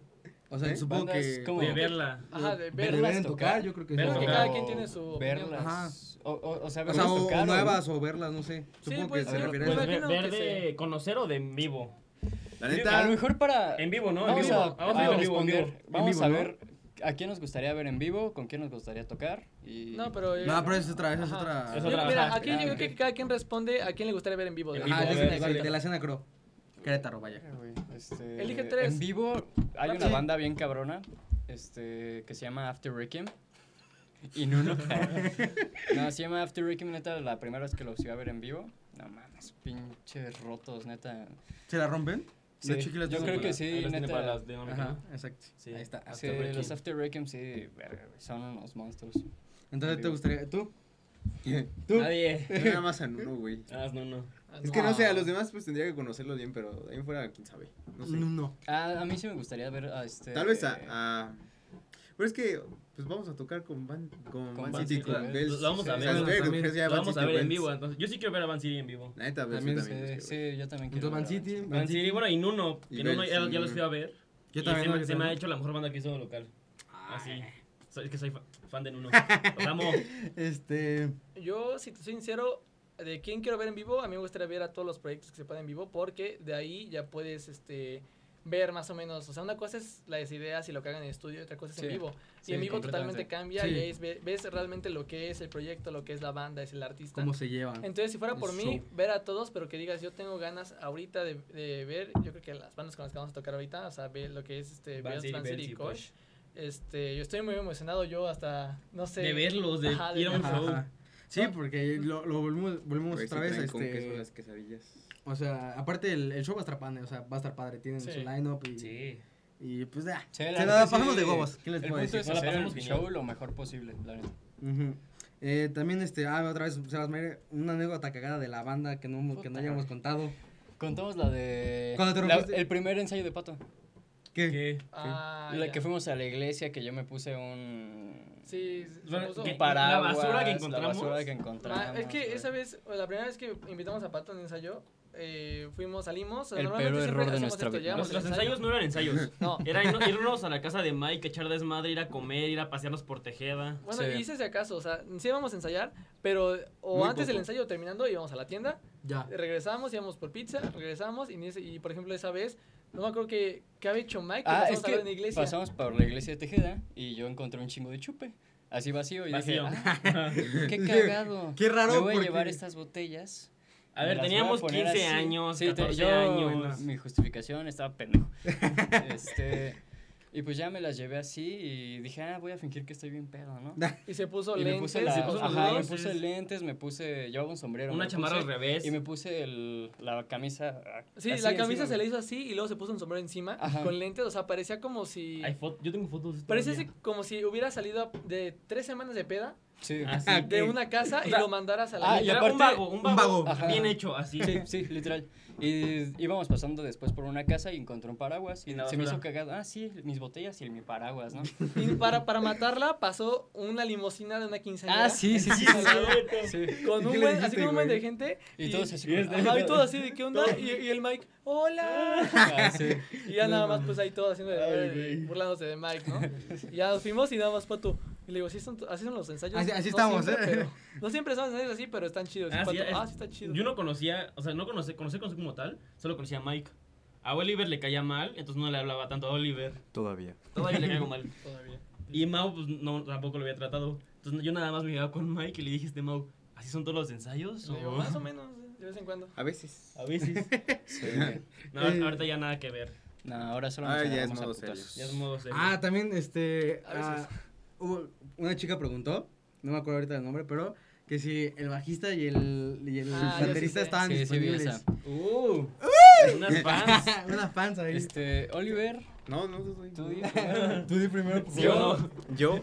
Speaker 1: O sea,
Speaker 4: ¿Eh?
Speaker 1: supongo
Speaker 4: Bandas
Speaker 1: que. Ah,
Speaker 4: como-
Speaker 5: De verla.
Speaker 2: Ajá, de
Speaker 1: de
Speaker 2: verlas.
Speaker 1: verlas tocar, yo creo que
Speaker 5: Verlas
Speaker 1: sí.
Speaker 2: Porque
Speaker 5: tocar.
Speaker 2: cada quien tiene su opinión.
Speaker 4: Verlas.
Speaker 1: Ajá.
Speaker 4: O, o, o sea,
Speaker 1: O
Speaker 4: verlas
Speaker 1: sea, o,
Speaker 4: tocar,
Speaker 1: o nuevas o verlas, no sé.
Speaker 2: Sí,
Speaker 1: Supongo
Speaker 2: puede
Speaker 1: que se
Speaker 2: ser,
Speaker 1: refiere a eso.
Speaker 2: puede
Speaker 5: Pues,
Speaker 2: imagino
Speaker 5: ver
Speaker 2: que
Speaker 5: de conocer o de en vivo.
Speaker 3: La
Speaker 4: A lo
Speaker 3: neta,
Speaker 4: mejor para.
Speaker 5: En vivo, ¿no? En
Speaker 4: Vamos
Speaker 5: vivo.
Speaker 4: a,
Speaker 5: Vamos
Speaker 4: a
Speaker 5: a ver en vivo, en
Speaker 4: responder.
Speaker 5: vivo.
Speaker 4: Vamos
Speaker 1: vivo,
Speaker 4: a
Speaker 1: ¿no?
Speaker 4: ver a quién nos gustaría ver en vivo, con quién nos gustaría tocar. Y...
Speaker 2: No, pero... eh,
Speaker 1: No, pero esa es otra, esa es
Speaker 2: ajá.
Speaker 1: otra.
Speaker 5: Es otra,
Speaker 2: Mira,
Speaker 5: ajá.
Speaker 2: aquí yo
Speaker 4: Ah,
Speaker 2: creo
Speaker 4: ok.
Speaker 2: que cada quien responde a quién le gustaría ver en vivo.
Speaker 5: En
Speaker 2: de-
Speaker 1: Ajá,
Speaker 5: vivo,
Speaker 1: de,
Speaker 5: a ver,
Speaker 1: de-
Speaker 5: sí.
Speaker 1: de la escena crow. Querétaro, vaya.
Speaker 4: Este,
Speaker 2: Elige tres.
Speaker 4: En vivo hay una
Speaker 2: Sí.
Speaker 4: banda bien cabrona este, que se llama After Requiem. Y Nuno. no, se llama After Requiem, neta, la primera vez que los iba a ver en vivo. No mames, pinches rotos, neta.
Speaker 1: ¿Se la rompen?
Speaker 4: Sí,
Speaker 1: ¿De chiquilas
Speaker 4: yo
Speaker 1: dicen,
Speaker 4: creo
Speaker 1: güey?
Speaker 4: que sí,
Speaker 5: Ahí los tiene
Speaker 4: neta.
Speaker 5: para las de
Speaker 1: Ajá,
Speaker 5: Omicron.
Speaker 1: exacto.
Speaker 5: Sí,
Speaker 1: Ahí está.
Speaker 5: hasta
Speaker 4: Sí,
Speaker 5: Breaking.
Speaker 4: los After Requiem sí, verga, güey, son unos monstruos.
Speaker 1: Entonces, ¿te
Speaker 4: Digo.
Speaker 1: gustaría? ¿Tú? ¿Tú?
Speaker 5: Nadie.
Speaker 3: Yo Nada más a Nuno, güey.
Speaker 5: Ah, no, no.
Speaker 2: Ah,
Speaker 3: Es que no sé, a los demás pues tendría que conocerlo bien, pero de ahí en fuera, quién sabe. No sé.
Speaker 1: No, no.
Speaker 4: Ah, a mí sí me gustaría ver a este.
Speaker 3: Tal vez a, a- Pero es que pues vamos a tocar con Van, con
Speaker 4: Con
Speaker 3: Van
Speaker 4: Van
Speaker 3: City,
Speaker 4: City,
Speaker 3: con
Speaker 4: lo-
Speaker 3: Bells.
Speaker 5: lo vamos a
Speaker 3: Sí,
Speaker 5: ver,
Speaker 3: las
Speaker 1: lo
Speaker 3: Vegas,
Speaker 1: también.
Speaker 3: Bells, ya
Speaker 5: Lo
Speaker 3: Van
Speaker 5: vamos a
Speaker 3: City,
Speaker 5: ver en
Speaker 3: Bells.
Speaker 5: vivo, entonces. Yo sí quiero ver a Van City en vivo.
Speaker 3: La neta, Bells,
Speaker 4: También,
Speaker 3: yo también.
Speaker 4: sí,
Speaker 3: los quiero ver.
Speaker 4: sí, yo también quiero.
Speaker 1: Entonces,
Speaker 4: ver
Speaker 1: Van
Speaker 4: a
Speaker 1: City,
Speaker 5: Van
Speaker 1: Van
Speaker 5: City,
Speaker 1: City.
Speaker 5: bueno, y Nuno. Que
Speaker 3: Y
Speaker 5: Nuno
Speaker 3: Bells,
Speaker 5: ya,
Speaker 3: sí.
Speaker 5: ya los fui a ver.
Speaker 1: Yo
Speaker 5: y
Speaker 1: también.
Speaker 5: se,
Speaker 1: ¿no?
Speaker 5: me,
Speaker 1: Yo
Speaker 5: se me ha
Speaker 1: también.
Speaker 5: hecho la mejor banda que hizo local. Así. Soy- Es que soy fa- fan de Nuno. Los amo.
Speaker 1: Este.
Speaker 2: Yo, si te soy sincero, de quién quiero ver en vivo, a mí me gustaría ver a todos los proyectos que se puedan en vivo porque de ahí ya puedes este, ver más o menos. O sea, una cosa es las ideas y lo que hagan en estudio, y otra cosa es
Speaker 4: Sí,
Speaker 2: en vivo.
Speaker 4: sí,
Speaker 2: y en vivo totalmente
Speaker 4: completamente.
Speaker 2: cambia
Speaker 1: Sí.
Speaker 2: y ahí es- ve- ves realmente lo que es el proyecto, lo que es la banda, es el artista.
Speaker 1: ¿Cómo se llevan?
Speaker 2: Entonces, si fuera por
Speaker 1: El
Speaker 2: mí,
Speaker 1: show.
Speaker 2: ver a todos, pero que digas, yo tengo ganas ahorita de, de ver, yo creo que las bandas con las que vamos a tocar ahorita, o sea, ve lo que es este,
Speaker 5: Van
Speaker 2: Bells,
Speaker 5: City,
Speaker 2: Van
Speaker 5: Bells
Speaker 2: City,
Speaker 5: y
Speaker 2: Koch.
Speaker 5: Koch.
Speaker 2: Este, yo estoy muy emocionado, yo hasta, no sé.
Speaker 5: De verlos, de
Speaker 2: Ajá, de
Speaker 5: ir a un
Speaker 2: verlos.
Speaker 5: show.
Speaker 1: Ajá. Sí, porque lo, lo volvemos, volvemos
Speaker 3: Güey, sí
Speaker 1: otra vez.
Speaker 3: traen con queso
Speaker 1: Este,
Speaker 3: las quesadillas.
Speaker 1: O sea, aparte el, el show va a estar padre, o sea, va a estar padre. Tienen
Speaker 2: Sí.
Speaker 1: su line-up y,
Speaker 5: Sí.
Speaker 1: y pues ya.
Speaker 4: Sí,
Speaker 1: se
Speaker 4: la
Speaker 1: la
Speaker 4: neta,
Speaker 1: pasamos
Speaker 4: sí.
Speaker 1: de huevos. ¿Qué les
Speaker 4: El
Speaker 2: Pues,
Speaker 1: puedo
Speaker 4: punto
Speaker 1: decir?
Speaker 4: es
Speaker 5: No la
Speaker 4: hacer el
Speaker 5: pasamos genial.
Speaker 4: show lo mejor posible, la neta.
Speaker 1: Ujú. Eh, también, este, ah, otra vez, se las merece una anécdota cagada de la banda que no, hemos- que no
Speaker 4: Puta,
Speaker 1: hayamos
Speaker 4: güey.
Speaker 1: contado.
Speaker 4: Contamos la de.
Speaker 1: Cuando te
Speaker 4: la-
Speaker 1: rompiste-
Speaker 4: el primer ensayo de pato.
Speaker 1: ¿Qué?
Speaker 5: ¿Qué?
Speaker 2: Ah,
Speaker 4: la
Speaker 2: ya.
Speaker 4: que fuimos a la iglesia, que yo me puse un.
Speaker 2: Sí, se
Speaker 5: Bueno,
Speaker 2: puso-
Speaker 5: que-
Speaker 4: un paraguas.
Speaker 5: la basura que
Speaker 4: La
Speaker 5: encontramos.
Speaker 4: basura que
Speaker 2: Ah,
Speaker 4: encontramos.
Speaker 2: es que
Speaker 4: güey.
Speaker 2: esa vez, o la primera vez que invitamos a Pato en ensayo, eh, fuimos, salimos.
Speaker 4: El
Speaker 2: normalmente
Speaker 4: peor
Speaker 2: siempre
Speaker 4: error de
Speaker 2: hacemos
Speaker 4: nuestra vida.
Speaker 2: llegamos
Speaker 5: Los,
Speaker 2: al
Speaker 5: los
Speaker 2: ensayo.
Speaker 5: ensayos no eran ensayos.
Speaker 2: No.
Speaker 5: Era ir- irnos a la casa de Mike, echar desmadre, ir a comer, ir a pasearnos por Tejeda.
Speaker 2: Bueno,
Speaker 4: Sí.
Speaker 2: y hice si acaso, o sea, sí íbamos a ensayar, pero o
Speaker 3: Muy
Speaker 2: antes del
Speaker 3: poco.
Speaker 2: ensayo terminando íbamos a la tienda,
Speaker 1: Ya.
Speaker 2: regresamos, íbamos por pizza, regresamos y, ni ese- y, por ejemplo esa vez, no me acuerdo que, que había hecho Mike, que
Speaker 4: Ah,
Speaker 2: pasamos
Speaker 4: es
Speaker 2: a ver
Speaker 4: que
Speaker 2: en la iglesia.
Speaker 4: pasamos por la iglesia de Tejeda y yo encontré un chingo de chupe. Así vacío. Y
Speaker 5: Vacío.
Speaker 4: dije, ah, qué
Speaker 1: Sí,
Speaker 4: cagado.
Speaker 1: qué raro,
Speaker 4: Me voy a
Speaker 1: porque-
Speaker 4: llevar estas botellas.
Speaker 5: A
Speaker 4: me
Speaker 5: ver,
Speaker 4: las voy
Speaker 5: teníamos
Speaker 4: poner
Speaker 5: 15
Speaker 4: así".
Speaker 5: años,
Speaker 4: Sí, te-
Speaker 5: 14
Speaker 4: yo,
Speaker 5: años.
Speaker 4: Mi justificación estaba pendejo. este, y pues ya me las llevé así y dije, ah, voy a fingir que estoy bien pedo, ¿no?
Speaker 2: Y se puso
Speaker 4: y me
Speaker 2: lentes.
Speaker 4: puse, la-
Speaker 5: se puso los
Speaker 4: ajá, me
Speaker 5: lentes.
Speaker 4: puse lentes, me puse, llevaba un sombrero.
Speaker 5: Una
Speaker 4: me
Speaker 5: chamarra al
Speaker 4: puse-
Speaker 5: revés.
Speaker 4: Y me puse el- la camisa. ah,
Speaker 2: Sí,
Speaker 4: así
Speaker 2: la camisa
Speaker 4: encima,
Speaker 2: se le
Speaker 4: güey.
Speaker 2: hizo así y luego se puso un sombrero encima
Speaker 4: Ajá.
Speaker 2: con lentes, o sea, parecía como si...
Speaker 5: Hay fot- yo tengo fotos. este
Speaker 2: Parecía
Speaker 5: todavía.
Speaker 2: así como si hubiera salido de tres semanas de peda
Speaker 4: Sí.
Speaker 5: Ah, sí.
Speaker 2: de una casa y lo mandaras a la
Speaker 4: Ah,
Speaker 5: Y
Speaker 4: y
Speaker 2: niña.
Speaker 5: era un
Speaker 4: aparte-
Speaker 5: vago, un
Speaker 1: un
Speaker 5: vago.
Speaker 1: vago.
Speaker 4: Ajá.
Speaker 5: Bien hecho, así.
Speaker 4: Sí, sí, literal. Y íbamos pasando después por una casa y encontré un paraguas.
Speaker 5: Y
Speaker 4: Y
Speaker 5: la
Speaker 4: se me
Speaker 5: basura.
Speaker 4: hizo cagado. Ah, sí, mis botellas y mi paraguas, ¿no?
Speaker 2: Y para, para matarla pasó una limusina de una quinceañera.
Speaker 4: ah, sí, sí,
Speaker 5: Sí, es
Speaker 4: sí. sí, sí.
Speaker 5: cierto.
Speaker 4: Sí.
Speaker 2: Con
Speaker 1: ¿Y qué
Speaker 2: un
Speaker 1: le
Speaker 2: buen, así
Speaker 1: dijiste,
Speaker 2: con un buen de
Speaker 1: güey?
Speaker 2: gente.
Speaker 4: Y todos así.
Speaker 5: y es de-
Speaker 4: como,
Speaker 2: Ajá, y todo así de qué onda. Y, y el Mike, hola.
Speaker 4: ah, sí.
Speaker 2: Y ya nada más, pues ahí todo haciendo de-
Speaker 5: Ay, güey.
Speaker 2: burlándose de Mike, ¿no? Y ya nos fuimos y nada más fue tú. Y le digo, así son, así son los ensayos.
Speaker 1: Así- así
Speaker 2: no
Speaker 1: estamos,
Speaker 2: siempre,
Speaker 1: ¿eh?
Speaker 2: pero- no siempre son ensayos así, pero están chidos. Y
Speaker 5: Ah, sí,
Speaker 2: Pato,
Speaker 5: es-
Speaker 2: ah, sí, está chido.
Speaker 5: Yo no conocía, o sea, no conocía, conocía conocía como tal, solo conocía a Mike. A Oliver le caía mal, entonces no le hablaba tanto a Oliver.
Speaker 6: Todavía.
Speaker 5: Todavía le caigo mal.
Speaker 2: Todavía.
Speaker 5: Y Mau, pues no, tampoco lo había tratado. Entonces yo nada más me llevaba con Mike y le dije, este Mau, ¿así son todos los ensayos?
Speaker 2: Le digo,
Speaker 5: o-?"
Speaker 2: más o menos, ¿eh? de vez en cuando.
Speaker 3: A veces.
Speaker 5: A veces.
Speaker 4: sí.
Speaker 5: No, ahorita ya nada que ver.
Speaker 4: No, ahora solo nos
Speaker 3: Ah, ya es
Speaker 4: agarramos a
Speaker 3: modo serio.
Speaker 4: putazos.
Speaker 5: Ya es modo serio.
Speaker 1: Ah, también, este.
Speaker 2: A veces.
Speaker 1: ah, hubo- una chica preguntó, no me acuerdo ahorita el nombre, pero que si el bajista y el, y el
Speaker 2: Ah, yo sí
Speaker 1: baterista
Speaker 2: sé.
Speaker 1: estaban
Speaker 4: Sí, sí, vi
Speaker 1: disponibles.
Speaker 4: esa.
Speaker 5: Uh, unas fans.
Speaker 1: una panza ahí.
Speaker 4: Este, Oliver,
Speaker 3: No, no, no soy.
Speaker 4: tú di primero.
Speaker 1: Tú di primero, por
Speaker 5: ¿Sí o
Speaker 1: favor.
Speaker 5: no?
Speaker 6: Yo,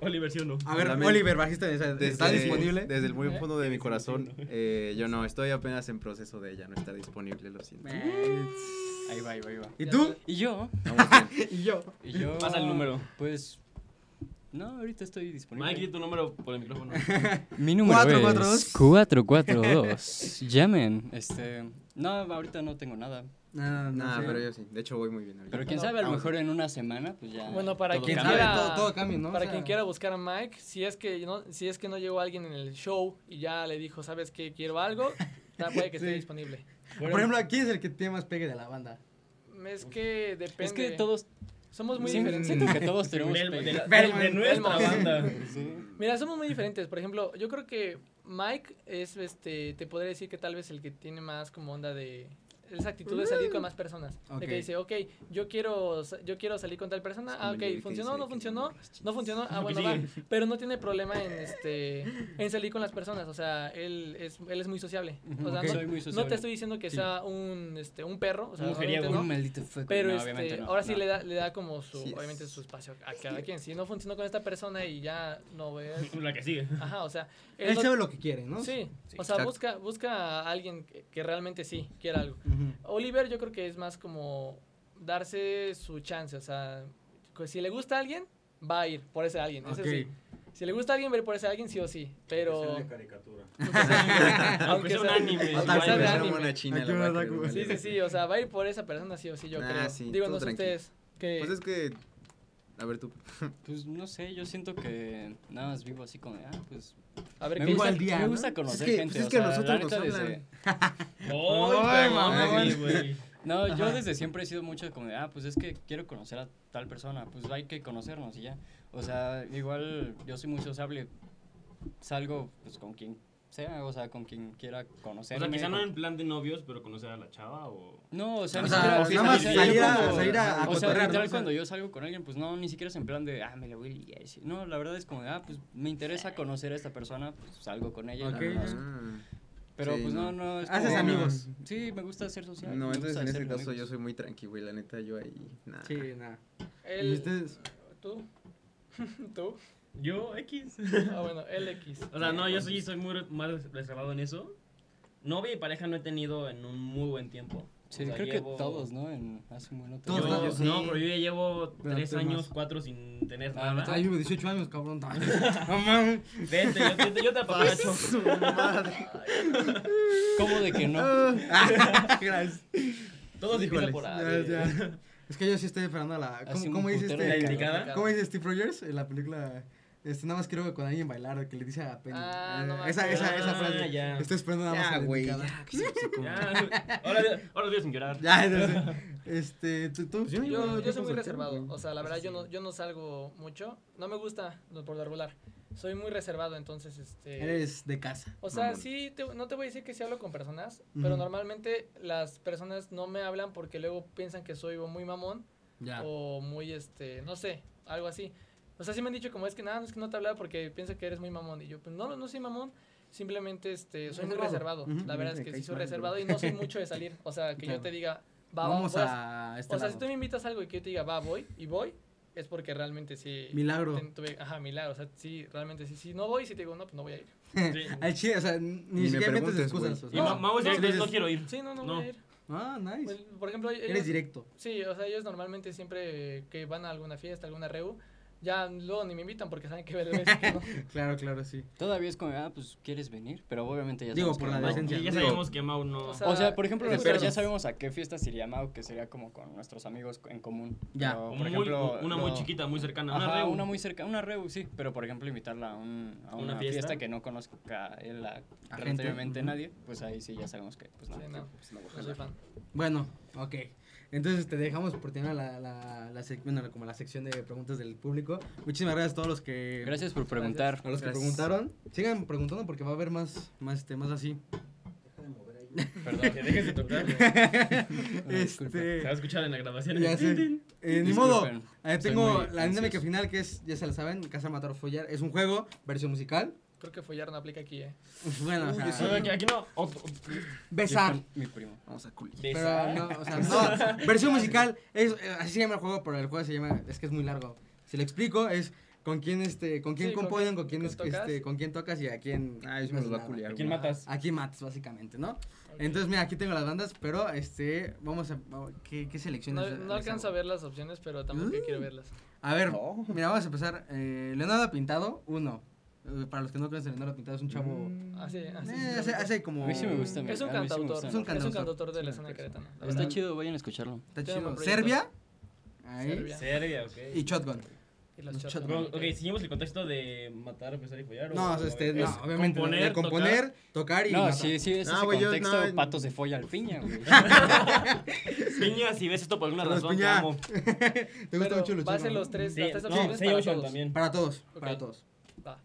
Speaker 5: Oliver, ¿sí o no?
Speaker 1: A ver,
Speaker 6: Lamento.
Speaker 1: Oliver, bajista, ¿está está disponible?
Speaker 6: Desde el muy
Speaker 2: ¿Eh?
Speaker 6: fondo de mi corazón, eh, yo no, estoy apenas en proceso de ella, no está disponible, lo siento.
Speaker 1: Eh,
Speaker 4: Ahí va, ahí va, ahí va.
Speaker 1: ¿Y
Speaker 2: Ya
Speaker 1: tú?
Speaker 4: Y yo,
Speaker 6: Vamos bien.
Speaker 1: Y yo.
Speaker 4: y yo.
Speaker 5: Pasa el número.
Speaker 4: Pues. No, ahorita estoy disponible.
Speaker 5: Mike, di tu número por el micrófono.
Speaker 4: Mi número
Speaker 1: Cuatro, cuatro, dos.
Speaker 4: es 442. Llamen. Este, no, ahorita no tengo nada.
Speaker 1: No,
Speaker 6: Nah,
Speaker 1: sé.
Speaker 6: pero yo sí, de hecho voy muy bien. ahorita.
Speaker 4: Pero quién sabe, a lo
Speaker 6: Vamos
Speaker 4: mejor en una semana, pues ya.
Speaker 2: Bueno, para
Speaker 4: todo
Speaker 2: quien
Speaker 4: cambia.
Speaker 2: quiera-
Speaker 1: todo, todo cambia, ¿no?
Speaker 2: Para
Speaker 1: O sea,
Speaker 2: quien quiera buscar a Mike, si es que no, si es que no llegó alguien en el show y ya le dijo, ¿sabes qué? Quiero algo, ta- puede que esté
Speaker 1: Sí.
Speaker 2: disponible.
Speaker 1: Por ejemplo, ¿quién es el que tiene más pegue de la banda?
Speaker 2: Es que depende.
Speaker 4: Es que todos.
Speaker 2: Somos muy
Speaker 4: sí,
Speaker 2: diferentes.
Speaker 4: Siento que todos tenemos.
Speaker 5: Del- de,
Speaker 4: pegue.
Speaker 5: la-
Speaker 1: Velma.
Speaker 5: de nuestra
Speaker 2: Velma.
Speaker 5: banda.
Speaker 2: Mira, somos muy diferentes. Por ejemplo, yo creo que Mike es, este, te podría decir que tal vez el que tiene más como onda de esa actitud de salir con más personas. De
Speaker 1: Ok.
Speaker 2: que dice, ok, yo quiero, sa- yo quiero salir con tal persona.
Speaker 6: Es como
Speaker 2: Ah,
Speaker 6: el día
Speaker 2: ok,
Speaker 6: que
Speaker 2: funcionó,
Speaker 6: dice
Speaker 2: no
Speaker 6: que
Speaker 2: funcionó.
Speaker 6: morras chidas.
Speaker 2: No funcionó. Ah,
Speaker 5: Lo que
Speaker 2: bueno, va.
Speaker 5: sigue.
Speaker 2: Pero no tiene problema en, este, en salir con las personas. O sea, él es, él es muy sociable. O sea,
Speaker 1: Ok.
Speaker 2: no-
Speaker 4: Soy muy
Speaker 2: no,
Speaker 4: sociable.
Speaker 2: te estoy diciendo que
Speaker 4: Sí.
Speaker 2: sea un, este, un perro. O sea,
Speaker 5: Un
Speaker 2: obviamente
Speaker 5: mujeriego.
Speaker 2: no,
Speaker 4: Un maldito fuego.
Speaker 2: Pero
Speaker 4: no,
Speaker 2: este,
Speaker 4: obviamente no,
Speaker 2: ahora sí
Speaker 4: no.
Speaker 2: le da, le da como su,
Speaker 6: Sí es.
Speaker 2: obviamente su espacio a cada quien. Si no funcionó con esta persona y ya no ves.
Speaker 5: La que sigue.
Speaker 2: Ajá, o sea, él
Speaker 1: Él
Speaker 2: no-
Speaker 1: sabe lo que quiere, ¿no?
Speaker 2: Sí,
Speaker 6: Sí,
Speaker 2: o sea,
Speaker 6: exacto.
Speaker 2: busca, busca a alguien que, que realmente sí quiera algo.
Speaker 1: Ujú.
Speaker 2: Oliver yo creo que es más como darse su chance, o sea, que si le gusta a alguien, va a ir por ese alguien, eso
Speaker 1: Ok.
Speaker 2: sí. Si le gusta a alguien, va a ir por ese alguien sí o sí, pero...
Speaker 7: de caricatura.
Speaker 5: Aunque sea un anime.
Speaker 2: aunque
Speaker 1: igual,
Speaker 2: sea de
Speaker 1: pero
Speaker 2: anime.
Speaker 6: buena china.
Speaker 1: Aquí
Speaker 6: la voy a
Speaker 1: me
Speaker 6: creer,
Speaker 1: saco.
Speaker 6: vale,
Speaker 2: Sí, sí,
Speaker 6: vale.
Speaker 2: sí, o sea, va a ir por esa persona sí o sí, yo
Speaker 6: Nah,
Speaker 2: creo.
Speaker 6: Ah, sí,
Speaker 2: Digo,
Speaker 6: tú
Speaker 2: no sé
Speaker 6: tranquilo.
Speaker 2: ustedes. Que...
Speaker 6: Pues es que. A ver tú.
Speaker 4: Pues no sé, yo siento que nada más vivo así como, de, ah, pues.
Speaker 2: a ver,
Speaker 4: Me
Speaker 2: ¿qué
Speaker 4: gusta,
Speaker 1: al día,
Speaker 4: me
Speaker 1: ¿no?
Speaker 4: gusta conocer
Speaker 6: Es que-
Speaker 4: gente.
Speaker 6: pues es
Speaker 4: o
Speaker 6: que a
Speaker 4: sea, la
Speaker 6: nosotros nos
Speaker 4: neta desde-
Speaker 6: hablan.
Speaker 5: ¡Ay, mamá!
Speaker 4: mamón.
Speaker 5: Sí, güey.
Speaker 4: No, yo
Speaker 2: Ajá.
Speaker 4: desde siempre he sido mucho como de, ah, pues es que quiero conocer a tal persona, pues hay que conocernos y ya. O sea, igual yo soy muy sociable, salgo pues con quien sea, o sea, con quien quiera
Speaker 5: O
Speaker 4: conocerme.
Speaker 5: sea, quizá no
Speaker 4: con-
Speaker 5: en plan de novios, pero conocer a la chava o...
Speaker 4: No, o sea,
Speaker 1: O
Speaker 4: ni
Speaker 1: sea,
Speaker 4: siquiera-
Speaker 1: nada
Speaker 4: o
Speaker 1: más
Speaker 4: sea,
Speaker 1: salir
Speaker 4: yo
Speaker 1: a-
Speaker 4: cuando-
Speaker 1: salir a- a
Speaker 4: O
Speaker 1: cotorrear,
Speaker 4: sea,
Speaker 1: ¿no?
Speaker 4: literal,
Speaker 1: O sea-
Speaker 4: cuando yo salgo con alguien, pues no, ni siquiera es en plan de, ah, me la voy a liar", sí. No, la verdad es como de, ah, pues me interesa conocer a esta persona, pues salgo con ella. y la
Speaker 1: Ok,
Speaker 4: conozco.
Speaker 6: Ah.
Speaker 4: Pero
Speaker 6: Sí,
Speaker 4: pues no,
Speaker 6: no.
Speaker 4: no. es
Speaker 1: Haces
Speaker 4: como-
Speaker 1: amigos.
Speaker 4: Sí, me gusta ser social.
Speaker 6: No,
Speaker 4: me
Speaker 6: entonces
Speaker 4: gusta
Speaker 6: en ese
Speaker 4: hacer
Speaker 6: caso
Speaker 4: amigos.
Speaker 6: yo soy muy tranqui, güey. La neta, yo ahí. Nah.
Speaker 1: Sí, nada.
Speaker 2: él-
Speaker 1: ¿Y ustedes?
Speaker 2: ¿Tú? ¿Tú?
Speaker 5: Yo, X.
Speaker 2: Ah, bueno, LX.
Speaker 5: O sea, no, yo sí soy muy re- más reservado en eso. Novia y pareja no he tenido en un muy buen tiempo.
Speaker 4: Sí,
Speaker 5: O sea,
Speaker 4: creo
Speaker 5: llevo-
Speaker 4: que todos, ¿no? En, hace un buen otro-
Speaker 5: Yo-
Speaker 1: Todos,
Speaker 5: yo
Speaker 1: todos,
Speaker 5: sí. No, pero yo ya llevo
Speaker 1: Pero
Speaker 5: tres
Speaker 1: tú
Speaker 5: años,
Speaker 1: más.
Speaker 5: cuatro sin tener
Speaker 4: Ah,
Speaker 5: nada.
Speaker 1: Ay, yo llevo 18 años, cabrón. No mames.
Speaker 5: Vente, yo te, yo te apapacho.
Speaker 4: ¿Cómo de que no?
Speaker 1: Gracias.
Speaker 5: Todos
Speaker 6: Híjole.
Speaker 5: difíciles por
Speaker 1: Ya,
Speaker 5: ahí.
Speaker 1: ya. Es que yo sí estoy esperando a la.
Speaker 4: Hace
Speaker 1: ¿Cómo,
Speaker 4: un
Speaker 1: cómo dice
Speaker 4: putero
Speaker 1: este?
Speaker 5: ¿La
Speaker 4: de calor.
Speaker 5: indicada?
Speaker 1: ¿Cómo dice Steve Rogers en la película? Este, nada más quiero con alguien bailar, que le dice a Penny.
Speaker 2: Ah, no
Speaker 1: Eh,
Speaker 2: mames.
Speaker 1: esa, esa, esa
Speaker 5: Ah,
Speaker 1: frase.
Speaker 5: ya.
Speaker 1: Estoy esperando nada más. a
Speaker 6: Ya,
Speaker 1: la
Speaker 6: güey.
Speaker 1: indicada.
Speaker 6: Ya, que se- se como-
Speaker 5: Ya. Ahora, ahora voy a sin llorar.
Speaker 1: Ya, ya sé. Este, tú, tú. llevo
Speaker 5: Yo-
Speaker 2: Yo, yo
Speaker 1: tiempo
Speaker 2: soy muy
Speaker 1: soltero,
Speaker 2: reservado,
Speaker 1: güey.
Speaker 2: o sea, la verdad yo no, yo no salgo mucho, no me gusta no, por lo regular, soy muy reservado, entonces, este,
Speaker 1: Eres de casa.
Speaker 2: o sea,
Speaker 6: mamón.
Speaker 2: sí, te- no te voy a decir que sí hablo con personas, pero
Speaker 1: Ujú.
Speaker 2: normalmente las personas no me hablan porque luego piensan que soy o muy mamón
Speaker 1: Ya.
Speaker 2: o muy, este, no sé, algo así, o sea, sí me han dicho como es que nada, es que no te hablaba porque piensa que eres muy mamón, y yo, pues no, no soy mamón, simplemente, este, soy muy reservado,
Speaker 1: Reservado. Ujú.
Speaker 2: la verdad es
Speaker 6: Me
Speaker 2: que sí
Speaker 6: caes
Speaker 2: soy
Speaker 6: mal, bro.
Speaker 2: reservado y no soy mucho de salir, o sea, que yo
Speaker 1: Claro.
Speaker 2: te diga, va,
Speaker 1: Vamos
Speaker 2: vas-
Speaker 1: a este
Speaker 2: pues, o sea,
Speaker 1: lado.
Speaker 2: si tú me invitas a algo y que yo te diga, va, voy, y voy, es porque realmente sí.
Speaker 1: Milagro.
Speaker 2: ten- tuve- ajá, milagro. O sea, sí, realmente sí. Si no voy, si te digo, no, pues no voy a ir.
Speaker 5: Sí.
Speaker 1: Al chile, o sea, ni,
Speaker 6: me
Speaker 1: siquiera metes
Speaker 6: preguntes,
Speaker 1: excusas.
Speaker 6: güey.
Speaker 1: o
Speaker 5: Y
Speaker 1: sea.
Speaker 5: ma- Mau
Speaker 1: Sí,
Speaker 5: dice,
Speaker 1: dices,
Speaker 5: no quiero ir.
Speaker 2: Sí, no, no,
Speaker 5: No.
Speaker 2: voy a ir.
Speaker 1: Ah, nice.
Speaker 2: Pues, por ejemplo, ellos,
Speaker 1: Eres directo.
Speaker 2: Sí, o sea, ellos normalmente siempre que van a alguna fiesta, alguna reu, ya luego ni me invitan porque saben que veo de veces que no. Pues
Speaker 1: Claro, claro, sí.
Speaker 4: Todavía es como, ah, pues quieres venir, pero obviamente ya
Speaker 1: Digo,
Speaker 4: sabemos
Speaker 1: por
Speaker 4: que
Speaker 1: la
Speaker 4: no.
Speaker 1: decencia.
Speaker 5: Ya, ya
Speaker 1: Digo,
Speaker 5: sabemos que Mau no.
Speaker 2: o sea,
Speaker 4: O sea, por ejemplo,
Speaker 2: Es
Speaker 4: nosotros ya
Speaker 2: esperarnos.
Speaker 4: sabemos a qué fiestas iría Mau, que sería como con nuestros amigos en común.
Speaker 1: Ya.
Speaker 4: Pero,
Speaker 5: o
Speaker 4: por
Speaker 5: muy-
Speaker 4: ejemplo,
Speaker 5: una muy
Speaker 4: lo-
Speaker 5: chiquita, muy cercana.
Speaker 4: Ajá,
Speaker 5: una reu.
Speaker 4: una muy cerca, una reu, sí, pero por ejemplo invitarla a, un- a una,
Speaker 5: ¿Una
Speaker 4: fiesta?
Speaker 5: fiesta?
Speaker 4: que no conozca él a,
Speaker 1: A gente,
Speaker 4: relativamente
Speaker 1: ujú.
Speaker 4: nadie, pues ahí sí ya sabemos que pues no.
Speaker 2: Sí, no,
Speaker 6: Pues no,
Speaker 2: no soy
Speaker 6: ojalá.
Speaker 2: fan.
Speaker 1: Bueno, ok. Entonces te dejamos por terminar la, la, la, sec- bueno, como la sección de preguntas del público. Muchísimas gracias a todos los que,
Speaker 4: Gracias por preguntar.
Speaker 1: a los que
Speaker 6: Gracias.
Speaker 1: preguntaron. Sigan preguntando porque va a haber más, más temas así.
Speaker 5: Que dejes de tocar. Se va a
Speaker 1: Ah, este,
Speaker 5: escuchar en la grabación.
Speaker 1: ya sé. Eh, ni
Speaker 4: Disculpen,
Speaker 1: modo. Ahí
Speaker 4: soy
Speaker 1: tengo
Speaker 4: muy
Speaker 1: la dinámica
Speaker 4: ansioso.
Speaker 1: final que es, ya se la saben, Casa Matar o Follar. Es un juego, versión musical.
Speaker 2: Creo que follar no aplica aquí, ¿eh?
Speaker 1: Bueno, o sea,
Speaker 5: No, aquí, aquí no. O- o-
Speaker 1: besar.
Speaker 4: Yo con Mi primo.
Speaker 6: Vamos a cool.
Speaker 1: Pero no, o sea, no. Versión musical, es, eh, así se llama el juego, pero el juego se llama, es que es muy largo. Si lo explico, es con quién, este, con quién
Speaker 2: Sí, con
Speaker 1: componen,
Speaker 2: quién-
Speaker 1: con quién,
Speaker 2: con
Speaker 1: es-
Speaker 2: tocas.
Speaker 1: este, con quién tocas y a quién.
Speaker 6: Ah, eso me los
Speaker 1: no haces
Speaker 6: va a
Speaker 1: nada.
Speaker 6: culiar.
Speaker 5: ¿A quién
Speaker 6: güey.
Speaker 5: matas?
Speaker 1: Aquí matas, básicamente, ¿no?
Speaker 2: Ok.
Speaker 1: Entonces, mira, aquí tengo las bandas, pero este, vamos a. ¿Qué, qué selecciones?
Speaker 2: no, no
Speaker 1: les
Speaker 2: alcanzo a
Speaker 1: hago?
Speaker 2: ver las opciones, pero tampoco
Speaker 1: Mm.
Speaker 2: quiero verlas.
Speaker 1: A ver,
Speaker 6: No.
Speaker 1: mira, vamos a empezar. eh, Leonardo Pintado, uno. Eh, Para los que no conocen, Leonardo Pintado es un chavo.
Speaker 2: Así, así.
Speaker 1: eh, hace, hace como.
Speaker 4: A mí sí me
Speaker 2: Es
Speaker 4: gusta.
Speaker 2: un
Speaker 4: a mí sí me
Speaker 2: cantautor.
Speaker 4: gusta.
Speaker 2: Es
Speaker 1: Es un
Speaker 2: un
Speaker 1: cantautor.
Speaker 2: cantautor de la
Speaker 6: Es una
Speaker 2: escena
Speaker 6: persona.
Speaker 2: queretana. la
Speaker 4: Está
Speaker 2: verdad.
Speaker 4: chido, vayan a escucharlo.
Speaker 1: Está
Speaker 2: Tengo
Speaker 1: chido.
Speaker 2: proyectos.
Speaker 1: Serbia. Ahí.
Speaker 2: Serbia.
Speaker 5: Serbia, ok.
Speaker 1: Y Shotgun.
Speaker 2: Y las
Speaker 1: Los
Speaker 2: chatas.
Speaker 1: chatas.
Speaker 5: Bro, ok, seguimos el contexto de matar, besar y follar.
Speaker 1: No,
Speaker 5: o-
Speaker 1: o sea, este, no,
Speaker 5: es
Speaker 1: obviamente. Componer,
Speaker 5: componer,
Speaker 1: componer tocar, y.
Speaker 4: No,
Speaker 1: matar.
Speaker 4: sí, sí, es
Speaker 6: Ah,
Speaker 4: ese
Speaker 6: güey, yo-
Speaker 4: contexto
Speaker 6: no,
Speaker 4: patos de folla al piña, güey.
Speaker 5: tocar. Piña, si ves esto por alguna
Speaker 1: Los
Speaker 5: razón, te
Speaker 1: piña.
Speaker 5: amo.
Speaker 1: Te gusta
Speaker 2: Pero
Speaker 1: mucho
Speaker 2: Va a ser los
Speaker 1: Luchito.
Speaker 2: tres.
Speaker 5: Sí,
Speaker 2: las tres
Speaker 5: no,
Speaker 2: opciones
Speaker 5: sí,
Speaker 2: para
Speaker 5: Ocean
Speaker 2: todos.
Speaker 5: también.
Speaker 1: Para todos,
Speaker 2: Ok.
Speaker 1: para todos.
Speaker 2: Va.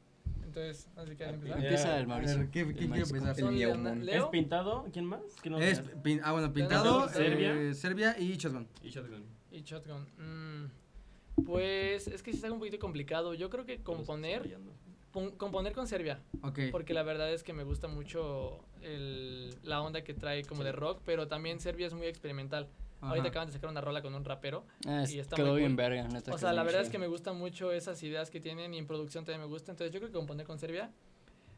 Speaker 2: Entonces, así que empezar.
Speaker 4: Empieza el
Speaker 1: A
Speaker 4: Mauricio.
Speaker 1: ver, ¿Qué,
Speaker 4: El
Speaker 1: qué quiere
Speaker 4: Mauricio
Speaker 1: empezar?
Speaker 4: con-
Speaker 2: Son
Speaker 3: mío,
Speaker 2: Leona-
Speaker 3: mon.
Speaker 5: ¿Es
Speaker 2: Leo
Speaker 5: pintado? ¿Quién más? ¿Quién nos
Speaker 1: Es
Speaker 5: quedaste?
Speaker 1: pin- ah, bueno, pintado,
Speaker 2: Tenemos
Speaker 5: Serbia.
Speaker 1: eh, Serbia y Chosman.
Speaker 5: Y shotgun.
Speaker 2: y Shotgun. Mm, pues es que sí está un poquito complicado. Yo creo que componer, pon- componer con Serbia,
Speaker 1: Ok.
Speaker 2: porque la verdad es que me gusta mucho el- la onda que trae como de rock, pero también Serbia es muy experimental. Ahorita
Speaker 1: ajá.
Speaker 2: acaban de sacar una rola con un rapero.
Speaker 4: Ah, es-
Speaker 2: Y está
Speaker 4: quedó
Speaker 2: muy
Speaker 4: bien Ah,
Speaker 2: cool.
Speaker 4: verga, neta.
Speaker 2: O sea, la verdad es que me gustan mucho esas ideas que tienen y en producción también me gusta. Entonces yo creo que componer con Serbia.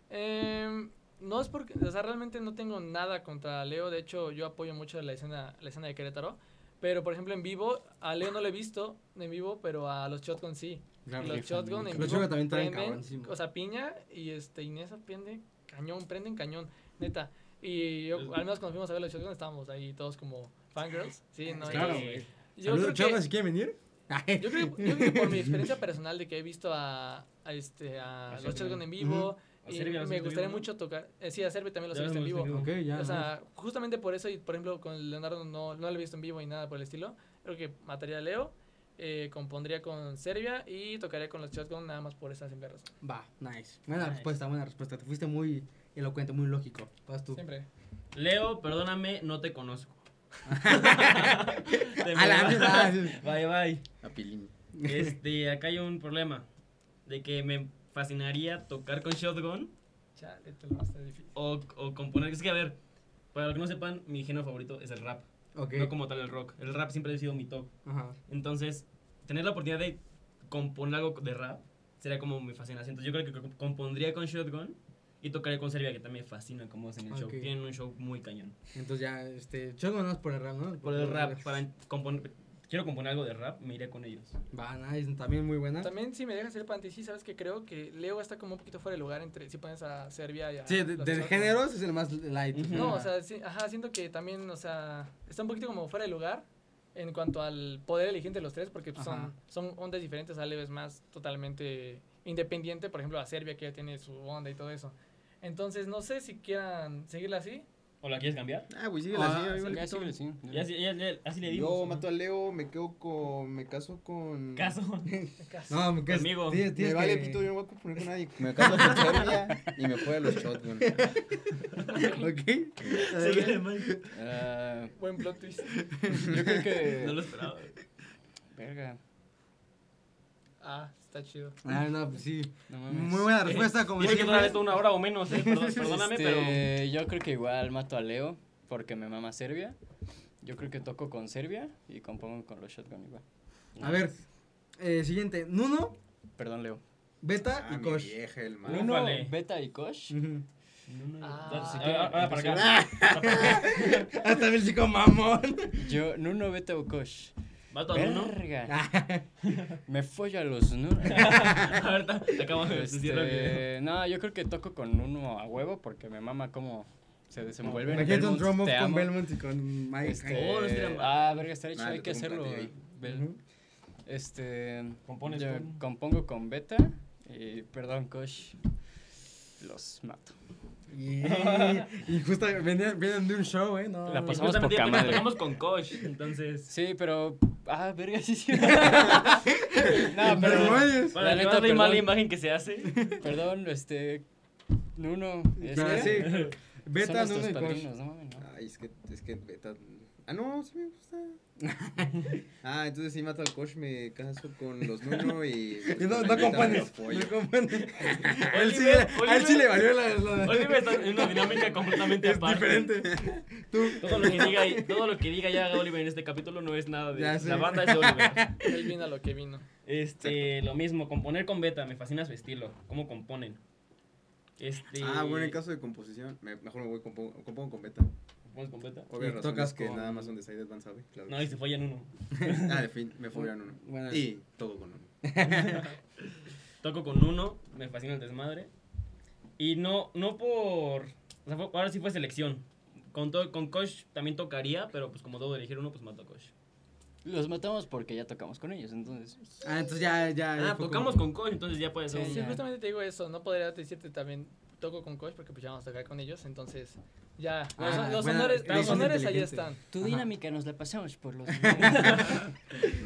Speaker 2: Em, no es porque, o sea, realmente no tengo nada contra Leo. De hecho, yo apoyo mucho la escena, la escena de Querétaro. Pero, por ejemplo, en vivo, a Leo no lo he visto en vivo, pero a los Shotgun sí. Y los
Speaker 4: rifan
Speaker 2: Shotgun en
Speaker 4: mucho.
Speaker 1: Los
Speaker 2: vivo
Speaker 1: Shotgun también traen
Speaker 2: prenden,
Speaker 1: cabroncísimo.
Speaker 2: O sea, Piña y este, Inés prende cañón, prenden cañón, neta. Y yo, al menos cuando fuimos a ver los Shotgun estábamos ahí todos como fangirls. Sí, no,
Speaker 1: Pues Claro,
Speaker 2: y-
Speaker 1: güey.
Speaker 2: yo
Speaker 1: Saludos,
Speaker 2: creo que-
Speaker 1: Chosman, si quieren venir.
Speaker 2: yo creo, yo creo que por mi experiencia personal de que he visto a, a este, a
Speaker 5: A
Speaker 2: los
Speaker 5: Serbia.
Speaker 2: Shotgun en vivo,
Speaker 5: A
Speaker 2: y
Speaker 5: Serbia los he
Speaker 2: me
Speaker 5: visto
Speaker 2: gustaría
Speaker 5: en vivo,
Speaker 2: mucho tocar, eh, sí, a Serbia también los he
Speaker 5: Ya
Speaker 2: visto en
Speaker 5: los he
Speaker 2: vivo.
Speaker 5: visto en
Speaker 1: Ok, ya.
Speaker 2: O sea, justamente por eso, y por ejemplo, con Leonardo no, no lo he visto en vivo y nada por el estilo, creo que mataría a Leo, eh, compondría con Serbia y tocaría con los Shotgun nada más por esa simple razón.
Speaker 1: Va, nice. Buena
Speaker 5: Nice.
Speaker 1: respuesta, buena respuesta. Te fuiste muy elocuente, muy lógico. Vas tú.
Speaker 2: Siempre.
Speaker 5: Leo, perdóname, no te conozco. De
Speaker 1: A la Ah,
Speaker 5: verdad.
Speaker 1: verdad.
Speaker 5: Bye, bye.
Speaker 6: A pilín.
Speaker 5: Este, acá hay un problema. De que me fascinaría tocar con Shotgun
Speaker 2: Chale, te lo más difícil.
Speaker 5: o, o componer. Es que, a ver, para los que no sepan, mi género favorito es el rap.
Speaker 1: Ok.
Speaker 5: No como tal el rock. El rap siempre ha sido mi top.
Speaker 1: Ajá.
Speaker 5: Entonces, tener la oportunidad de componer algo de rap sería como mi fascinación. Entonces, yo creo que co- compondría con Shotgun y tocaría con Serbia, que también me fascina cómo hacen el show.
Speaker 1: Ok.
Speaker 5: Tienen un show muy cañón.
Speaker 1: Entonces ya, este, Chosman no es por el rap, ¿no?
Speaker 5: Por el rap, para componer, quiero componer algo de rap, me iré con ellos.
Speaker 1: Va, nice, también muy buena.
Speaker 2: También si me dejas ser panty, sí, sabes que creo que Leo está como un poquito fuera de lugar entre si pones a Serbia y a
Speaker 1: Sí, de,
Speaker 2: los
Speaker 1: de
Speaker 2: Shotgun.
Speaker 1: géneros es el más light.
Speaker 5: Ujú.
Speaker 2: No, o sea, sí, ajá, siento que también, o sea, está un poquito como fuera de lugar en cuanto al poder elegir de los tres, porque pues,
Speaker 1: Ajá.
Speaker 2: son, son ondas diferentes. Ale es más totalmente independiente, por ejemplo, a Serbia, que ya tiene su onda y todo eso. Entonces, no sé si quieran seguirla así.
Speaker 5: ¿O la quieres cambiar?
Speaker 6: Ah, güey, sigue la
Speaker 1: Ah,
Speaker 6: silla,
Speaker 4: Ya, sí, sí.
Speaker 5: Ya, así- ya- ya- así le dimos.
Speaker 6: Yo mato a Leo, me quedo con. Me caso con.
Speaker 5: Caso.
Speaker 1: No, me quedas-
Speaker 5: Amigo,
Speaker 1: tienes-
Speaker 6: Me
Speaker 1: tienes
Speaker 6: vale
Speaker 1: que-
Speaker 6: pito, yo no voy a componer con nadie. Me caso con Serbia y me fue a los shotgun.
Speaker 1: Ok.
Speaker 5: Síguele, Mike.
Speaker 4: Ah,
Speaker 2: Buen plot twist.
Speaker 4: yo creo que.
Speaker 5: No lo esperaba.
Speaker 4: Verga.
Speaker 2: Ah, está chido.
Speaker 1: Ah, no, pues sí.
Speaker 4: No mames.
Speaker 1: Muy buena respuesta, como
Speaker 5: Tiene que durar
Speaker 1: siempre.
Speaker 5: esto una hora o menos, eh, perdón- perdóname,
Speaker 4: Este,
Speaker 5: pero...
Speaker 4: Yo creo que igual mato a Leo porque me mama Serbia. Yo creo que toco con Serbia y compongo con los Shotgun igual.
Speaker 1: A ver, eh, siguiente. Nuno,
Speaker 4: Perdón, Leo.
Speaker 1: Beta
Speaker 6: Ah,
Speaker 1: y
Speaker 6: mi
Speaker 1: Kosh.
Speaker 6: vieja, el mal.
Speaker 5: Uno. Vale.
Speaker 4: Beta y Kosh.
Speaker 1: Ujú.
Speaker 2: Ah,
Speaker 5: Entonces, ahora- ahora para acá.
Speaker 1: Hasta el chico mamón.
Speaker 4: Yo, Nuno, Beta o Kosh.
Speaker 5: Mato a uno.
Speaker 4: Verga.
Speaker 1: Ah.
Speaker 4: Me follo a los Nuno.
Speaker 5: Ahorita acabamos de
Speaker 4: Este,
Speaker 5: cierra el video.
Speaker 4: no, yo creo que toco con Nuno a huevo porque me mama cómo se desenvuelve.
Speaker 1: Imagínate un drum off
Speaker 4: te
Speaker 1: con
Speaker 4: amo.
Speaker 1: Belmont y con Mike.
Speaker 4: Este,
Speaker 5: Oh, no estaría mal.
Speaker 4: ah, verga, estaría
Speaker 6: Nah,
Speaker 4: chido, hay
Speaker 6: le
Speaker 4: que
Speaker 6: toco un
Speaker 4: hacerlo.
Speaker 6: platillo
Speaker 4: Bel-
Speaker 1: Ujú.
Speaker 4: Este.
Speaker 5: Compones
Speaker 4: yo
Speaker 5: con-
Speaker 4: Compongo con Beta. Y perdón, Kosh. Los mato.
Speaker 1: Yeah. Y justo venían, venían de un show, ¿eh? No.
Speaker 4: La
Speaker 5: Y
Speaker 4: pasamos
Speaker 5: justamente
Speaker 4: poca
Speaker 5: apenas
Speaker 4: madre.
Speaker 5: tocamos con Kosh, entonces...
Speaker 4: Sí, pero. Ah, verga, sí, sí. no,
Speaker 1: Pero
Speaker 4: perdón.
Speaker 1: bueno,
Speaker 5: Para
Speaker 4: La
Speaker 5: que
Speaker 4: neta,
Speaker 5: veas la
Speaker 4: perdón.
Speaker 5: mala imagen que se hace.
Speaker 4: Perdón, este. Nuno.
Speaker 1: Pero Ah, sí,
Speaker 4: Este,
Speaker 1: claro. Beta,
Speaker 4: son
Speaker 1: Nuno
Speaker 4: nuestros
Speaker 1: y Kosh.
Speaker 4: padrinos, no mames, no.
Speaker 6: Ay, es que, es que beta. Ah, no, sí me gusta. Ah, entonces sí mato al coach, me caso con los Nuno y. pues,
Speaker 1: Y no, no
Speaker 6: Beta me
Speaker 1: compones.
Speaker 6: apoya.
Speaker 1: No compones. A él sí le-
Speaker 5: Oliver,
Speaker 1: a él sí le valió la. la-
Speaker 5: Oliver está en una dinámica completamente
Speaker 1: es
Speaker 5: aparte.
Speaker 1: diferente. Tú.
Speaker 5: Todo lo que diga, y- todo lo que diga ya Oliver en este capítulo no es nada de
Speaker 1: Ya sé.
Speaker 5: la banda es de Oliver.
Speaker 2: Él vino a lo que vino.
Speaker 5: Este, lo mismo, componer con Beta, me fascina su estilo, cómo componen. Este,
Speaker 6: Ah, bueno, en caso de composición, me- mejor me voy con, compongo con beta.
Speaker 5: ¿Compones con Beta?
Speaker 1: Y
Speaker 6: Obvias razones
Speaker 1: tocas
Speaker 6: que
Speaker 1: con-
Speaker 6: nada más son de Sided Van Sabe, claro.
Speaker 5: No, y se follan uno.
Speaker 6: ah, de fin, me follan uno.
Speaker 1: Bueno.
Speaker 6: Y toco con uno.
Speaker 5: Toco con uno, me fascina el desmadre. Y no, no por... O sea, fue- ahora sí fue selección. Con, to- con Kosh también tocaría, pero pues como debo elegir uno, pues mato a Kosh.
Speaker 4: Los matamos porque ya tocamos con ellos, entonces.
Speaker 1: Ah, entonces ya, ya. ya
Speaker 5: Ah,
Speaker 1: fue
Speaker 5: tocamos
Speaker 1: como-
Speaker 5: con Kosh, entonces ya puede ser
Speaker 4: Sí,
Speaker 5: uno.
Speaker 2: Sí,
Speaker 4: ya.
Speaker 2: justamente te digo eso, no podría decirte también toco con Coach porque pues ya vamos a tocar con ellos, entonces ya, los,
Speaker 1: Ah,
Speaker 2: los
Speaker 1: buena,
Speaker 2: honores,
Speaker 1: eres
Speaker 2: los
Speaker 1: un
Speaker 2: honores ahí
Speaker 1: inteligente.
Speaker 2: están.
Speaker 4: Tu
Speaker 1: Ajá.
Speaker 4: dinámica nos la pasamos por los.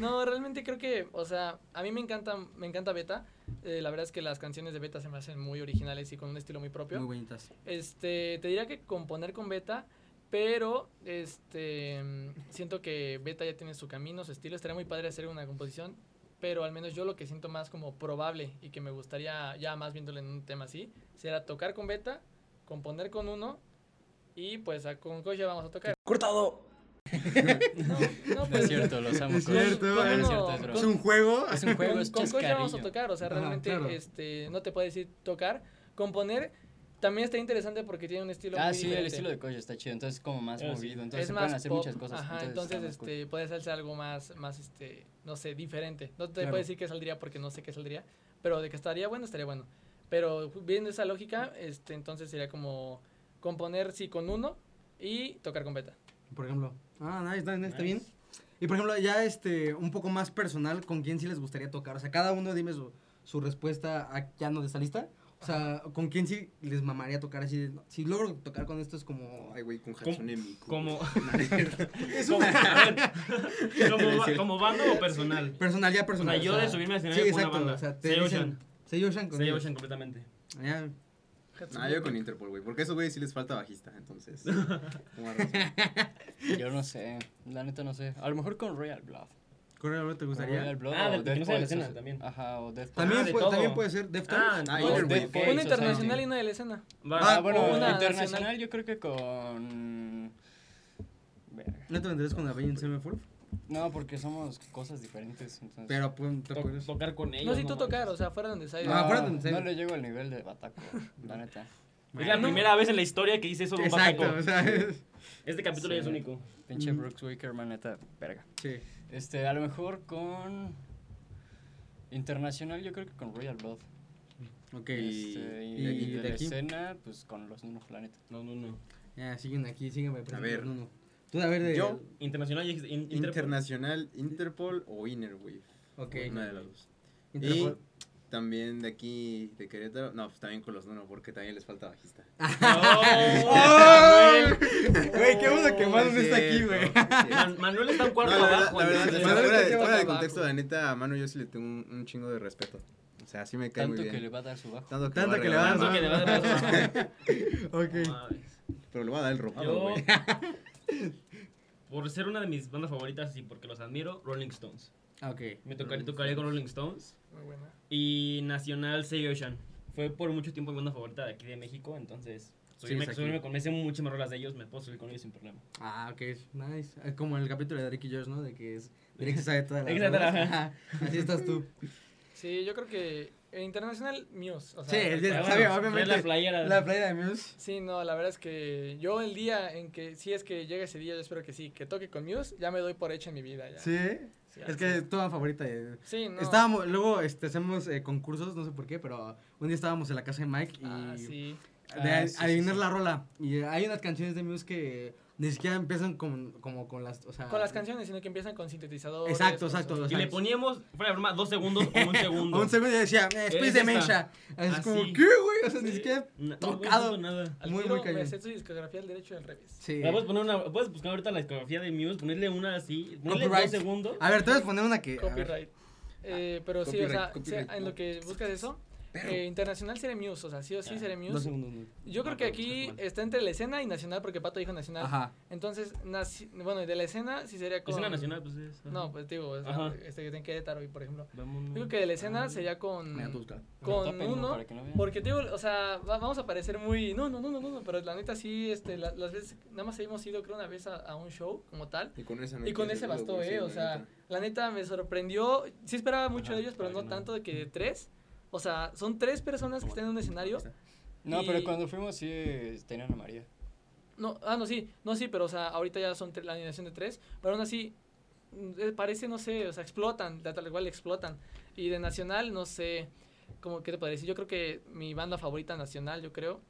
Speaker 2: No, realmente creo que, o sea, a mí me encanta, me encanta Beta. Eh, la verdad es que las canciones de Beta se me hacen muy originales y con un estilo muy propio.
Speaker 1: Muy bonitas.
Speaker 2: Este, te diría que componer con Beta, pero este mm, siento que Beta ya tiene su camino, su estilo, estaría muy padre hacer una composición, pero al menos yo lo que siento más como probable y que me gustaría ya más viéndolo en un tema así, será tocar con Beta, componer con uno y pues a- con Coach ya vamos a tocar. ¡Cortado! No, no,
Speaker 4: No es
Speaker 2: pues
Speaker 4: cierto, los amo.
Speaker 1: Es
Speaker 4: Coach.
Speaker 1: cierto,
Speaker 4: No es
Speaker 1: es-
Speaker 4: cierto, es broma.
Speaker 1: Es un juego.
Speaker 4: Es un juego,
Speaker 2: con,
Speaker 4: es
Speaker 2: con Coach ya vamos a
Speaker 4: chascarrillo.
Speaker 2: tocar, o sea,
Speaker 1: Ajá,
Speaker 2: realmente
Speaker 1: claro.
Speaker 2: este, no te puede decir tocar, componer también está interesante porque tiene un estilo
Speaker 4: Ah,
Speaker 2: muy
Speaker 4: sí, el
Speaker 2: diferente.
Speaker 4: estilo de Koyo está chido, entonces es como más
Speaker 5: Ah, sí.
Speaker 4: movido, entonces
Speaker 2: es
Speaker 4: se
Speaker 2: más
Speaker 4: pueden hacer
Speaker 2: pop,
Speaker 4: muchas cosas.
Speaker 2: Ajá,
Speaker 4: está
Speaker 2: entonces,
Speaker 4: más cool.
Speaker 2: este, puede hacerse algo más, más, este, no sé, diferente. No te
Speaker 4: Claro.
Speaker 2: puedo decir que saldría porque no sé qué saldría, pero de que estaría bueno, estaría bueno. Pero viendo esa lógica, este, entonces sería como componer sí con uno y tocar con beta.
Speaker 1: Por ejemplo. Ah, nice, nice, nice, está bien.
Speaker 5: Nice.
Speaker 1: Y por ejemplo, ya este, un poco más personal, ¿con quién sí les gustaría tocar? O sea, cada uno dime su, su respuesta a ya no de esta lista. O sea, ¿con quién sí les mamaría tocar así? de, Si logro tocar con estos como...
Speaker 6: Ay, güey, con
Speaker 5: ¿Cómo-
Speaker 6: Hatsune Miku.
Speaker 5: Como,
Speaker 1: Es
Speaker 5: como,
Speaker 1: una...
Speaker 5: a ver, como, ba- como banda o personal.
Speaker 1: Personal, ya personal.
Speaker 5: O sea, yo de subirme al escenario
Speaker 1: sí,
Speaker 5: con una
Speaker 1: exacto,
Speaker 5: banda.
Speaker 1: O sea, te
Speaker 5: Say
Speaker 1: dicen-
Speaker 5: Ocean.
Speaker 1: Say Ocean con
Speaker 5: Se
Speaker 1: ellos.
Speaker 5: ocean completamente.
Speaker 1: Ya.
Speaker 6: Ah, yo con Interpol, güey. Porque a esos güeyes sí les falta bajista, entonces. Como a razón.
Speaker 5: Ah,
Speaker 2: este,
Speaker 4: Yo no sé, la neta no sé. A lo mejor con Royal Bluff.
Speaker 1: Correo, ¿no te
Speaker 4: Royal
Speaker 1: gustaría?
Speaker 4: Blood
Speaker 5: Ah,
Speaker 4: o
Speaker 5: del que
Speaker 4: Death
Speaker 5: no sale la
Speaker 4: Poets,
Speaker 5: escena
Speaker 4: o sea,
Speaker 5: también.
Speaker 4: Ajá, o Death
Speaker 1: También,
Speaker 5: Ah, de
Speaker 1: puede-
Speaker 5: todo.
Speaker 1: también puede ser Deftones.
Speaker 5: Ah,
Speaker 6: Ah,
Speaker 4: Poets.
Speaker 5: no,
Speaker 6: Either
Speaker 4: O
Speaker 6: way,
Speaker 4: Death
Speaker 6: ok,
Speaker 4: Poets,
Speaker 2: Una
Speaker 4: o sea,
Speaker 2: internacional y una de la escena.
Speaker 5: va.
Speaker 4: Ah, bueno,
Speaker 2: una
Speaker 4: internacional
Speaker 2: nacional.
Speaker 4: yo creo que con... Verga.
Speaker 1: ¿No te vendrías con la Avenged Sevenfold?
Speaker 4: No, porque somos cosas diferentes, entonces...
Speaker 1: Pero, pues, te
Speaker 5: To-
Speaker 1: acuerdas.
Speaker 5: tocar con ellos.
Speaker 2: No, si tú
Speaker 5: mames.
Speaker 2: tocar, o sea, fuera donde
Speaker 4: No,
Speaker 2: salga.
Speaker 1: Ah, fuera de en serio.
Speaker 4: no le llego al nivel de Bataco, la neta.
Speaker 5: Es la primera vez en la historia que hice eso de un
Speaker 1: Exacto,
Speaker 5: bataco.
Speaker 1: o sea, es-
Speaker 5: Este capítulo ya es
Speaker 4: Sí.
Speaker 5: único.
Speaker 4: Pinche
Speaker 1: Ujú.
Speaker 4: Brooks Wickerman, neta, verga.
Speaker 1: sí.
Speaker 4: Este, a lo mejor con... Internacional yo creo que con Royal Blood.
Speaker 1: Ok.
Speaker 4: Este, y,
Speaker 1: y
Speaker 4: y
Speaker 1: de
Speaker 4: de, la
Speaker 1: aquí.
Speaker 4: escena, pues con los Nuno Planeta.
Speaker 5: No, no, no.
Speaker 1: Ya, siguen aquí, sígueme. por
Speaker 6: ver.
Speaker 1: ejemplo, Nuno. Tú, a ver, de...
Speaker 6: Yo.
Speaker 5: Internacional y in- Interpol.
Speaker 6: Internacional, Interpol o Innerwave.
Speaker 1: Ok.
Speaker 6: Una de las dos. Y
Speaker 1: Interpol.
Speaker 6: también de aquí, de Querétaro. No, pues también con los Nuno, porque también les falta bajista.
Speaker 5: ¡Oh!
Speaker 1: Güey, qué bueno que Manu no
Speaker 6: Sí,
Speaker 1: está aquí, güey.
Speaker 6: sí.
Speaker 5: Man- Manuel está un
Speaker 6: No,
Speaker 5: cuarto
Speaker 6: la verdad,
Speaker 5: abajo.
Speaker 6: la verdad,
Speaker 5: entonces-
Speaker 6: o sea,
Speaker 1: Manuel
Speaker 6: fuera, de,
Speaker 1: está
Speaker 6: fuera del
Speaker 1: abajo.
Speaker 6: contexto, la neta, a Manu yo sí le tengo un, un chingo de respeto. O sea, sí me cae
Speaker 4: Tanto
Speaker 6: muy
Speaker 4: que
Speaker 6: bien.
Speaker 4: le va a dar su bajo.
Speaker 6: Tanto
Speaker 1: Tanto que le
Speaker 6: va a
Speaker 1: va a
Speaker 5: Tanto
Speaker 6: regalar,
Speaker 5: que le va a dar abajo. No
Speaker 1: Ok.
Speaker 5: mames.
Speaker 6: Pero le va a dar el robado,
Speaker 5: Yo,
Speaker 6: güey.
Speaker 5: por ser una de mis bandas favoritas y porque los admiro, Rolling Stones.
Speaker 1: Ah, Ok.
Speaker 5: Me tocaría, tocaría con Rolling Stones. Y Nacional Say Ocean. Fue por mucho tiempo mi banda favorita de aquí de México, entonces... Subirme,
Speaker 1: es aquí.
Speaker 5: subirme con, me sé muchísimas rolas de ellos, me puedo subir con ellos sin problema.
Speaker 1: Ah, ok. Nice. Ah, Como en el capítulo de Drake y Josh, ¿no? De que es... Drake se sabe todas las
Speaker 5: Drake se sabe
Speaker 1: rolas.
Speaker 5: todas.
Speaker 1: Ajá, Así estás tú.
Speaker 2: Sí, yo creo que eh, internacional Muse. O sea,
Speaker 1: Sí, el de-
Speaker 5: Pero
Speaker 1: sabe,
Speaker 5: bueno,
Speaker 1: obviamente,
Speaker 5: es la playera.
Speaker 1: La playa de Muse.
Speaker 2: Sí, no, la verdad es que yo el día en que, si es que llega ese día, yo espero que sí, que toque con Muse, ya me doy por hecha en mi vida. Ya.
Speaker 1: Sí.
Speaker 2: Sí,
Speaker 1: Es que es tu banda favorita. eh.
Speaker 2: Sí, no.
Speaker 1: Estábamos, luego este, hacemos eh, concursos, no sé por qué, pero un día estábamos en la casa de Mike y
Speaker 2: Ah, sí.
Speaker 1: de
Speaker 4: Ah, sí, sí,
Speaker 1: adivinar
Speaker 4: sí.
Speaker 1: la rola. Y hay unas canciones de Muse que ni siquiera empiezan con, como con las, o sea,
Speaker 2: Con las canciones, sino que empiezan con sintetizadores.
Speaker 1: Exacto,
Speaker 2: con
Speaker 1: exacto.
Speaker 2: sonidos.
Speaker 5: Y le poníamos, fuera de broma, dos segundos o un segundo.
Speaker 1: Un segundo y decía, eh, Space
Speaker 5: Eres
Speaker 1: Dementia.
Speaker 5: esta.
Speaker 1: Es
Speaker 5: Ah,
Speaker 1: como,
Speaker 5: sí.
Speaker 1: ¿qué, güey? O sea, ni
Speaker 5: Sí.
Speaker 1: siquiera
Speaker 5: No, no
Speaker 1: tocado.
Speaker 5: puedo nada.
Speaker 2: Al
Speaker 1: Muy,
Speaker 2: tiro
Speaker 1: muy cañón.
Speaker 2: me sé su discografía al derecho y al revés.
Speaker 1: Sí.
Speaker 5: Ah, Puedes, poner una, puedes buscar ahorita la discografía de Muse, ponerle una así, ponerle
Speaker 1: Copyright. Ah,
Speaker 5: dos segundos.
Speaker 1: A ver, te voy a poner una que. a ver. Ah,
Speaker 2: Copyright. Eh, pero sí, o
Speaker 6: Copyright,
Speaker 2: sea,
Speaker 6: copyright,
Speaker 2: sea- en
Speaker 6: no.
Speaker 2: lo que buscas eso, eh, internacional seré Muse, o sea, sí o sí
Speaker 5: Ah,
Speaker 2: seré
Speaker 1: Dos
Speaker 2: Muse.
Speaker 1: segundos. güey.
Speaker 2: Yo creo
Speaker 5: No,
Speaker 2: que
Speaker 5: pero pues
Speaker 2: aquí
Speaker 5: es mal.
Speaker 2: está entre la escena y nacional, porque Pato dijo nacional.
Speaker 1: Ajá.
Speaker 2: Entonces, naci- bueno, y de la escena sí sería con...
Speaker 5: Es una nacional, pues es. ajá.
Speaker 2: No, pues digo, o sea,
Speaker 5: Ajá.
Speaker 2: este que está en Querétaro, y por ejemplo.
Speaker 5: Vámonos.
Speaker 2: Digo que de la escena
Speaker 5: Ah,
Speaker 2: sería
Speaker 1: Mira, tú
Speaker 2: con,
Speaker 1: busca.
Speaker 2: con
Speaker 4: Tapen, ¿no?
Speaker 2: uno.
Speaker 4: Para que no vean.
Speaker 2: Porque digo, o sea, va- vamos a parecer muy. No, no, no, no, no, no, pero la neta sí, este, la- las veces. Nada más hemos ido, creo, una vez a, a un show como tal.
Speaker 6: Y con esa no
Speaker 2: Y con
Speaker 6: empieza
Speaker 2: ese
Speaker 6: el juego,
Speaker 2: bastó,
Speaker 6: güey, sí,
Speaker 2: eh, o
Speaker 6: la
Speaker 2: sea,
Speaker 6: neta.
Speaker 2: la neta me sorprendió. Sí esperaba mucho
Speaker 5: Ajá,
Speaker 2: de ellos, pero
Speaker 5: para
Speaker 2: no
Speaker 5: que no.
Speaker 2: tanto de que de tres. O sea, son tres personas que están en un escenario.
Speaker 4: No, pero
Speaker 2: Y-
Speaker 4: cuando fuimos sí eh, tenían a María.
Speaker 2: No, ah, no, sí, no, sí, pero o sea, ahorita ya son tre- la animación de tres, pero aún así, mm, eh, parece, no sé, o sea, explotan, de tal cual explotan. Y de nacional, no sé, como que te podría decir, yo creo que mi banda favorita nacional, yo creo,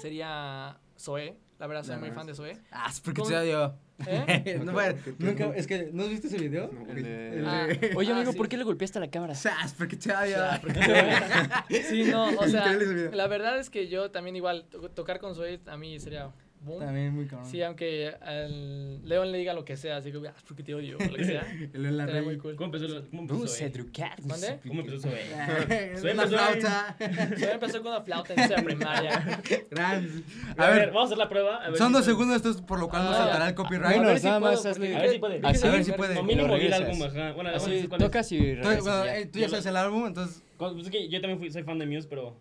Speaker 2: sería Zoé. La verdad, soy
Speaker 3: No,
Speaker 2: muy
Speaker 3: no,
Speaker 2: fan de Zoé.
Speaker 4: Ah, es porque
Speaker 2: Con-
Speaker 4: te odio.
Speaker 2: ¿Eh?
Speaker 1: No, bueno, nunca, es que, ¿no has visto ese video?
Speaker 6: No,
Speaker 4: El
Speaker 6: güey.
Speaker 4: de-
Speaker 2: Ah,
Speaker 4: Oye,
Speaker 2: ah,
Speaker 4: amigo,
Speaker 2: sí.
Speaker 4: ¿por qué le golpeaste a la cámara?
Speaker 3: Sas, porque te odio.
Speaker 2: Sí, no, o sea,
Speaker 1: Increíble ese video.
Speaker 2: la verdad es que yo también igual, to- tocar con Zoé a mí sería boom.
Speaker 3: También muy cabrón.
Speaker 2: Sí, aunque al León le diga lo que sea, así que, ah, porque te odio, o lo que sea.
Speaker 3: El en la
Speaker 2: Sería
Speaker 3: rey.
Speaker 2: muy cool.
Speaker 5: ¿Cómo empezó? la- ¿Cómo empezó?
Speaker 4: No
Speaker 5: eso,
Speaker 4: sé
Speaker 5: eh?
Speaker 4: trucar. no
Speaker 2: ¿Mande?
Speaker 4: sé
Speaker 5: ¿Cómo empezó? eso, eh?
Speaker 3: El en la
Speaker 5: Soy-
Speaker 3: flauta.
Speaker 2: Zoé empezó con una flauta en tercera primaria.
Speaker 3: Gran.
Speaker 5: A ver, vamos a hacer la prueba. a ver
Speaker 1: Son
Speaker 5: si
Speaker 1: dos
Speaker 5: puede-
Speaker 1: segundos estos por lo cual nos
Speaker 2: Ah,
Speaker 1: saltará
Speaker 2: ya.
Speaker 1: el
Speaker 4: A
Speaker 1: copyright.
Speaker 4: ver,
Speaker 1: Entonces,
Speaker 4: si puedo,
Speaker 2: porque
Speaker 4: hazle-
Speaker 2: vi
Speaker 5: a
Speaker 2: que-
Speaker 5: ver si puede.
Speaker 2: vi que
Speaker 5: A ver
Speaker 2: se-
Speaker 1: si puede.
Speaker 5: O
Speaker 4: Así,
Speaker 5: mínimo
Speaker 4: lo
Speaker 5: vi el
Speaker 4: regresas.
Speaker 5: álbum, ajá. Bueno, a ver si
Speaker 4: Así,
Speaker 5: cuál es.
Speaker 4: tocas y regresas
Speaker 1: bueno,
Speaker 4: y ya.
Speaker 1: eh, tú
Speaker 5: Ya
Speaker 1: ya
Speaker 5: lo-
Speaker 1: sabes el álbum, entonces
Speaker 5: Con- pues es que yo también fui- soy fan de Muse, pero.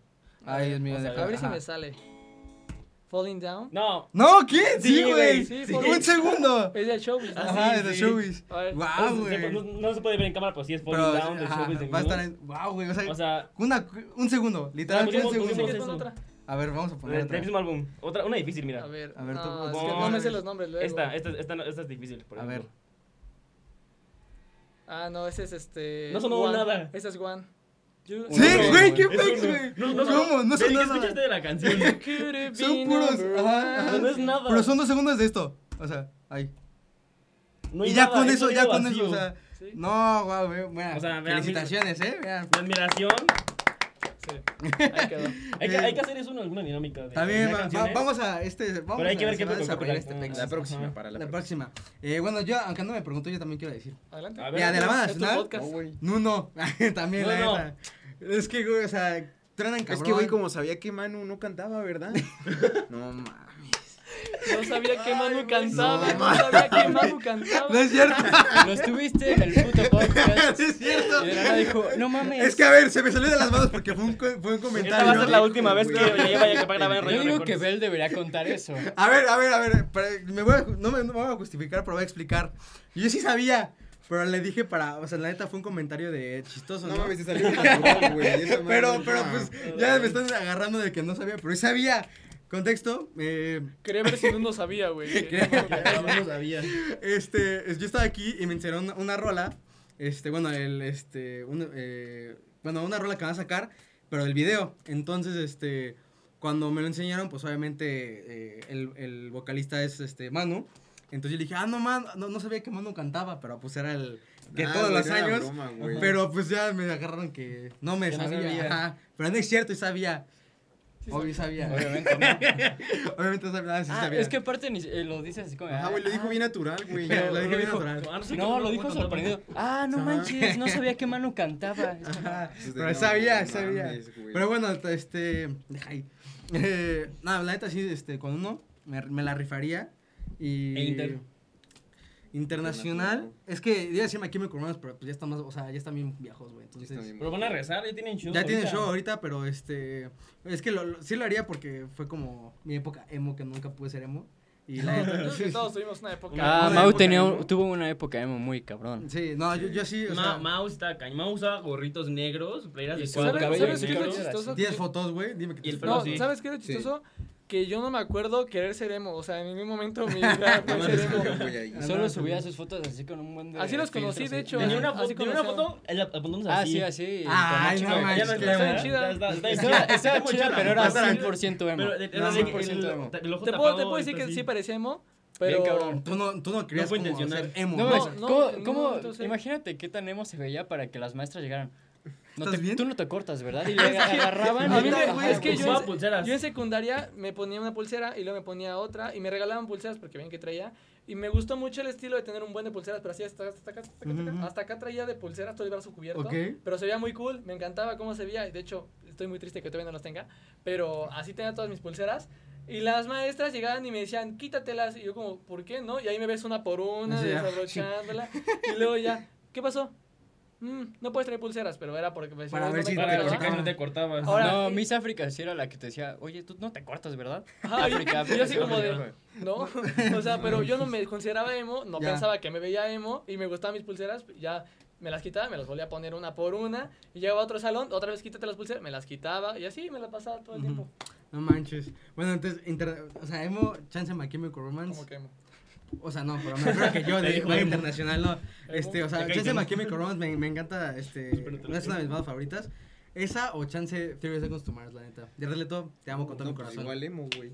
Speaker 4: Ay, Dios mío,
Speaker 5: O sea,
Speaker 4: deja-
Speaker 2: A ver si
Speaker 4: ajá.
Speaker 2: me sale. Falling Down.
Speaker 5: No,
Speaker 1: No, ¿qué?
Speaker 5: Sí,
Speaker 1: Sí, güey.
Speaker 5: güey,
Speaker 2: sí,
Speaker 1: Sí.
Speaker 2: por-
Speaker 1: Un segundo.
Speaker 2: Es de Showbiz. ¿no?
Speaker 1: Ajá,
Speaker 5: Ah, sí,
Speaker 1: es de
Speaker 5: sí.
Speaker 1: Showbiz.
Speaker 2: A ver.
Speaker 5: no
Speaker 1: Wow,
Speaker 5: se-
Speaker 1: Ah, güey.
Speaker 5: se- no, no se puede ver en cámara, pero sí es Falling
Speaker 1: Pero
Speaker 5: Down, de
Speaker 1: ajá,
Speaker 5: Showbiz de
Speaker 1: va a estar
Speaker 5: Muse.
Speaker 1: en Wow, güey, o sea,
Speaker 5: O sea,
Speaker 1: una- un segundo, literal
Speaker 5: pusimos-
Speaker 1: un
Speaker 5: pusimos
Speaker 2: Dice
Speaker 1: segundo.
Speaker 2: que es
Speaker 5: eso.
Speaker 2: otra.
Speaker 1: A ver, vamos a
Speaker 5: del
Speaker 1: poner otra.
Speaker 5: del mismo álbum. Otra, una difícil,
Speaker 2: A
Speaker 5: mira.
Speaker 2: ver.
Speaker 1: A ver, tú
Speaker 2: no,
Speaker 1: puedes
Speaker 2: es que no me sé los nombres luego.
Speaker 5: Esta, esta, esta, no- esta es difícil. Por
Speaker 1: A
Speaker 5: ejemplo.
Speaker 1: ver.
Speaker 2: Ah, no, ese es este.
Speaker 5: No sonó
Speaker 2: One.
Speaker 5: nada.
Speaker 2: Esa es One. You-
Speaker 1: Sí,
Speaker 4: Uno,
Speaker 1: güey,
Speaker 4: güey.
Speaker 1: qué
Speaker 5: Es
Speaker 1: flex,
Speaker 5: uno.
Speaker 1: güey.
Speaker 5: No, no,
Speaker 1: ¿Cómo? No
Speaker 5: Del
Speaker 1: son
Speaker 5: que
Speaker 1: nada.
Speaker 5: escuchaste de la canción.
Speaker 2: Could it be
Speaker 1: Son puros.
Speaker 2: number
Speaker 1: Ajá,
Speaker 2: one?
Speaker 1: ajá.
Speaker 5: No, no es nada.
Speaker 1: Pero son dos segundos de esto. O sea, ahí.
Speaker 5: No hay
Speaker 1: y ya
Speaker 5: nada,
Speaker 1: con
Speaker 5: es
Speaker 1: eso,
Speaker 5: un
Speaker 1: ya
Speaker 5: dedo
Speaker 1: con
Speaker 5: vacío.
Speaker 1: eso, o sea.
Speaker 2: Sí,
Speaker 1: No, wow, güey. mira,
Speaker 5: O sea, vean,
Speaker 1: felicitaciones, eh. vean.
Speaker 5: Mi admiración.
Speaker 2: sí. Ahí quedó.
Speaker 5: Hay que,
Speaker 1: Eh,
Speaker 5: hay que hacer eso en alguna dinámica. De, ¿eh?
Speaker 1: También,
Speaker 5: de
Speaker 1: va- va-
Speaker 5: canciones.
Speaker 1: vamos a este. Vamos
Speaker 5: Pero hay que
Speaker 1: a-
Speaker 5: ver
Speaker 1: se
Speaker 5: qué
Speaker 1: va a
Speaker 5: pedo con
Speaker 1: desarrollar
Speaker 5: copyright.
Speaker 1: este
Speaker 5: Ah,
Speaker 1: pex.
Speaker 5: ajá.
Speaker 6: La próxima, para la,
Speaker 1: La
Speaker 6: próxima.
Speaker 1: próxima. Eh, bueno, yo, aunque no me preguntó, yo también quiero decir.
Speaker 2: Adelante.
Speaker 5: A ver,
Speaker 1: Mira, de la banda
Speaker 2: Es tu
Speaker 1: nacional.
Speaker 2: podcast.
Speaker 6: No, güey.
Speaker 1: Nuno, también
Speaker 5: No,
Speaker 1: la
Speaker 5: no.
Speaker 1: neta. Es que, güey, o sea, truenan cabrón.
Speaker 6: Es que, güey, como sabía que Manu no cantaba, ¿verdad? no mames.
Speaker 2: No sabía que Manu cantaba.
Speaker 6: no.
Speaker 2: No, sabía que Manu cantaba.
Speaker 1: No es cierto,
Speaker 4: Lo estuviste en el puto
Speaker 1: no
Speaker 4: podcast.
Speaker 1: es
Speaker 4: Y
Speaker 1: cierto.
Speaker 4: de la nada dijo, no mames.
Speaker 1: Es que, a ver, se me salió de las manos porque fue un, co- fue un comentario.
Speaker 5: Esta va a ser la última vez
Speaker 6: Güey,
Speaker 5: que
Speaker 6: güey.
Speaker 5: ya vaya a grabar en
Speaker 4: Yo
Speaker 5: rollo
Speaker 4: digo
Speaker 5: Records.
Speaker 4: que Bell debería contar eso.
Speaker 1: A ver, a ver, a ver, para- me voy a ju- no, me, no me voy a justificar, pero voy a explicar. Yo sí sabía, pero le dije para, o sea, la neta fue un comentario de chistoso, ¿no?
Speaker 6: No mames, se salió de control, güey. esa madre
Speaker 1: pero,
Speaker 6: no
Speaker 1: pero,
Speaker 6: mames.
Speaker 1: pues,
Speaker 5: Ah.
Speaker 1: ya me están agarrando de que no sabía, pero sí sabía. Contexto, eh,
Speaker 2: Quería ver si Nuno sabía, güey.
Speaker 1: Quería-
Speaker 2: Manu cantaba.
Speaker 5: No lo sabía.
Speaker 1: este, es- yo estaba aquí y me enseñaron una, una rola, este, bueno, el, este, un- eh, bueno, una rola que van a sacar, pero del video. Entonces, este, cuando me lo enseñaron, pues obviamente eh, el, el vocalista es, este, Manu. Entonces yo le dije, ah, no, man, no, no sabía que Manu cantaba, pero pues era el que
Speaker 3: Ah,
Speaker 6: Nah,
Speaker 1: todos
Speaker 6: güey,
Speaker 1: los
Speaker 6: era
Speaker 1: años.
Speaker 6: broma, güey.
Speaker 1: pero pues ya me agarraron que no me
Speaker 4: Que no
Speaker 1: sabía.
Speaker 4: sabía.
Speaker 1: ajá. Pero no es cierto, y sabía.
Speaker 2: Sí
Speaker 1: Obvio sabía.
Speaker 4: Obviamente no.
Speaker 1: Obviamente sabía. ah, sí
Speaker 4: Ah,
Speaker 1: sabía.
Speaker 4: es que aparte ni- eh, lo dice así como.
Speaker 6: Ajá, güey, lo dijo
Speaker 4: "Ah,
Speaker 6: bien natural, güey.
Speaker 1: Pero lo
Speaker 4: lo
Speaker 1: dije bien
Speaker 4: dijo-
Speaker 1: natural.
Speaker 5: Ah, no sé
Speaker 4: No,
Speaker 5: cómo-
Speaker 4: lo dijo
Speaker 5: cómo cantaba.
Speaker 4: sorprendido. Ah, no
Speaker 6: Ajá.
Speaker 4: manches, no sabía que Manu cantaba. Es como,
Speaker 1: Ajá,
Speaker 6: Entonces,
Speaker 1: Pero
Speaker 6: Pues no,
Speaker 1: sabía,
Speaker 6: no
Speaker 1: sabía.
Speaker 6: mames, güey.
Speaker 1: Pero bueno, t- este. ay, eh, nada, la neta sí, este, con uno me, me la rifaría. Y.
Speaker 5: E Inter.
Speaker 1: Internacional.
Speaker 6: Internacional.
Speaker 1: Es que iba a decirme aquí me coronas, pero pues ya están más, o sea, ya están bien viejos, güey. Entonces.
Speaker 6: Sí, está bien,
Speaker 5: Pero van a rezar, ya tienen show.
Speaker 1: ya tienen
Speaker 5: ahorita.
Speaker 1: show ahorita, pero este. Es que lo, lo- sí lo haría porque fue como mi época emo, que nunca pude ser emo. Y la
Speaker 2: Yo
Speaker 1: neta.
Speaker 2: Eh, creo que
Speaker 1: sí,
Speaker 2: todos tuvimos una época.
Speaker 4: Ah,
Speaker 1: Una
Speaker 4: Mau
Speaker 1: época
Speaker 4: tenía,
Speaker 5: emo.
Speaker 4: tuvo una época emo muy cabrón.
Speaker 1: sí, no, yo, yo sí. O
Speaker 5: Ma,
Speaker 1: sea,
Speaker 5: Mao está cañón. Mao usaba gorritos negros, playeras
Speaker 4: Y
Speaker 5: de
Speaker 4: su
Speaker 5: cuadros,
Speaker 4: cabello
Speaker 5: gorritos
Speaker 2: ¿Sabes,
Speaker 4: sí,
Speaker 2: ¿sabes qué es lo
Speaker 5: negros.
Speaker 4: claro.
Speaker 2: chistoso?
Speaker 1: Tienes fotos, güey. Dime que
Speaker 5: Y el
Speaker 1: te-
Speaker 5: pelo
Speaker 2: No,
Speaker 5: sí.
Speaker 2: ¿sabes qué era
Speaker 6: Sí.
Speaker 2: chistoso? Que yo no me acuerdo querer ser emo. O sea, en ningún momento mi vida fue
Speaker 6: No
Speaker 2: ser
Speaker 6: mames,
Speaker 2: emo.
Speaker 6: yo voy ahí.
Speaker 1: Ah,
Speaker 4: Solo
Speaker 1: no,
Speaker 4: subía
Speaker 1: sí.
Speaker 4: sus fotos así con un buen de.
Speaker 2: Así los conocí,
Speaker 4: filtros
Speaker 2: de
Speaker 4: ahí.
Speaker 2: hecho.
Speaker 5: Tenía una, foto,
Speaker 2: Así
Speaker 5: tenía una
Speaker 2: conocían.
Speaker 5: foto, eh, la apuntamos
Speaker 4: Ah,
Speaker 5: así.
Speaker 4: sí, así.
Speaker 1: Ay,
Speaker 4: con
Speaker 1: no
Speaker 4: macho,
Speaker 1: manches,
Speaker 5: Ya no
Speaker 4: güey.
Speaker 1: qué
Speaker 5: está, está-
Speaker 2: Estaba chida.
Speaker 5: está- está-
Speaker 4: Estaba estaba
Speaker 5: muy
Speaker 4: chida, pero era
Speaker 5: Pero era
Speaker 4: 100% emo.
Speaker 5: de- era
Speaker 1: No,
Speaker 5: de-
Speaker 4: 100%
Speaker 5: el- el ojo
Speaker 4: emo.
Speaker 2: Te puedo, te
Speaker 5: tapado,
Speaker 2: puedo decir
Speaker 5: está
Speaker 2: que
Speaker 5: así.
Speaker 2: sí parecía emo, pero...
Speaker 4: cabrón.
Speaker 1: Tú no, tú no querías
Speaker 5: fue
Speaker 1: como
Speaker 5: intencional.
Speaker 1: ser emo.
Speaker 4: No,
Speaker 1: güey.
Speaker 2: No,
Speaker 4: es-
Speaker 2: no,
Speaker 4: ¿cómo,
Speaker 2: no,
Speaker 4: cómo-
Speaker 2: no sé.
Speaker 4: Imagínate qué tan emo se veía para que las maestras llegaran. No
Speaker 1: ¿Estás
Speaker 4: te,
Speaker 1: bien?
Speaker 4: Tú no te cortas, ¿verdad? Y le agarraban.
Speaker 2: A
Speaker 4: y "Ah, pues
Speaker 2: mí
Speaker 4: le-
Speaker 2: me-
Speaker 4: ajá,
Speaker 2: es que yo
Speaker 5: Usaba
Speaker 2: en-
Speaker 5: pulseras.
Speaker 2: Yo en secundaria me ponía una pulsera y luego me ponía otra y me regalaban pulseras porque ven que traía. Y me gustó mucho el estilo de tener un buen de pulseras, pero así hasta, hasta acá, hasta acá, hasta acá.
Speaker 1: Ujú.
Speaker 2: Hasta acá traía de pulseras todo el brazo cubierto.
Speaker 1: Ok.
Speaker 2: Pero se veía muy cool, me encantaba cómo se veía. y De hecho, estoy muy triste que todavía no las tenga, pero así tenía todas mis pulseras. Y las maestras llegaban y me decían, quítatelas. Y yo como, ¿por qué no? Y ahí me ves una por una,
Speaker 1: Sí, ah, ya.
Speaker 2: desabrochándola. y luego ya, ¿qué pasó? "Mm, no puedes traer pulseras, pero era porque me decían,
Speaker 1: Para
Speaker 2: "No
Speaker 1: ver
Speaker 2: me
Speaker 1: si te
Speaker 5: Para
Speaker 2: acordaba".
Speaker 5: que
Speaker 1: cortaban.
Speaker 5: checar si no te cortabas.
Speaker 2: Ahora-
Speaker 4: no, Miss África sí era la que te decía, oye, tú no te cortas, ¿verdad?
Speaker 2: Ajá, y-
Speaker 4: África,
Speaker 2: y yo así
Speaker 4: África,
Speaker 2: como
Speaker 4: África.
Speaker 2: de, no, o sea, pero yo no me consideraba emo, no
Speaker 1: Ya.
Speaker 2: pensaba que me veía emo y me gustaban mis pulseras, ya me las quitaba, me las volvía a poner una por una y llegaba a otro salón, otra vez quítate las pulseras, me las quitaba y así me las pasaba todo el
Speaker 1: Ujú.
Speaker 2: tiempo.
Speaker 1: No manches. Bueno, entonces, inter- o sea, emo, chance My Chemical Romance.
Speaker 2: Como que emo.
Speaker 1: O sea, no, pero me refiero a que yo,
Speaker 5: Te
Speaker 1: de
Speaker 5: dijo
Speaker 1: igual
Speaker 5: emo.
Speaker 1: internacional, no. Este, o sea,
Speaker 5: Te caí
Speaker 1: chance
Speaker 5: emo.
Speaker 1: My Chemical Romance me, me encanta, este,
Speaker 5: pero te lo
Speaker 1: es una de mis
Speaker 5: creo.
Speaker 1: bandas favoritas. Esa o chance 30 Seconds to Mars, la neta. De Leto, te amo con todo mi
Speaker 6: pues
Speaker 1: corazón.
Speaker 6: Igual emo, güey.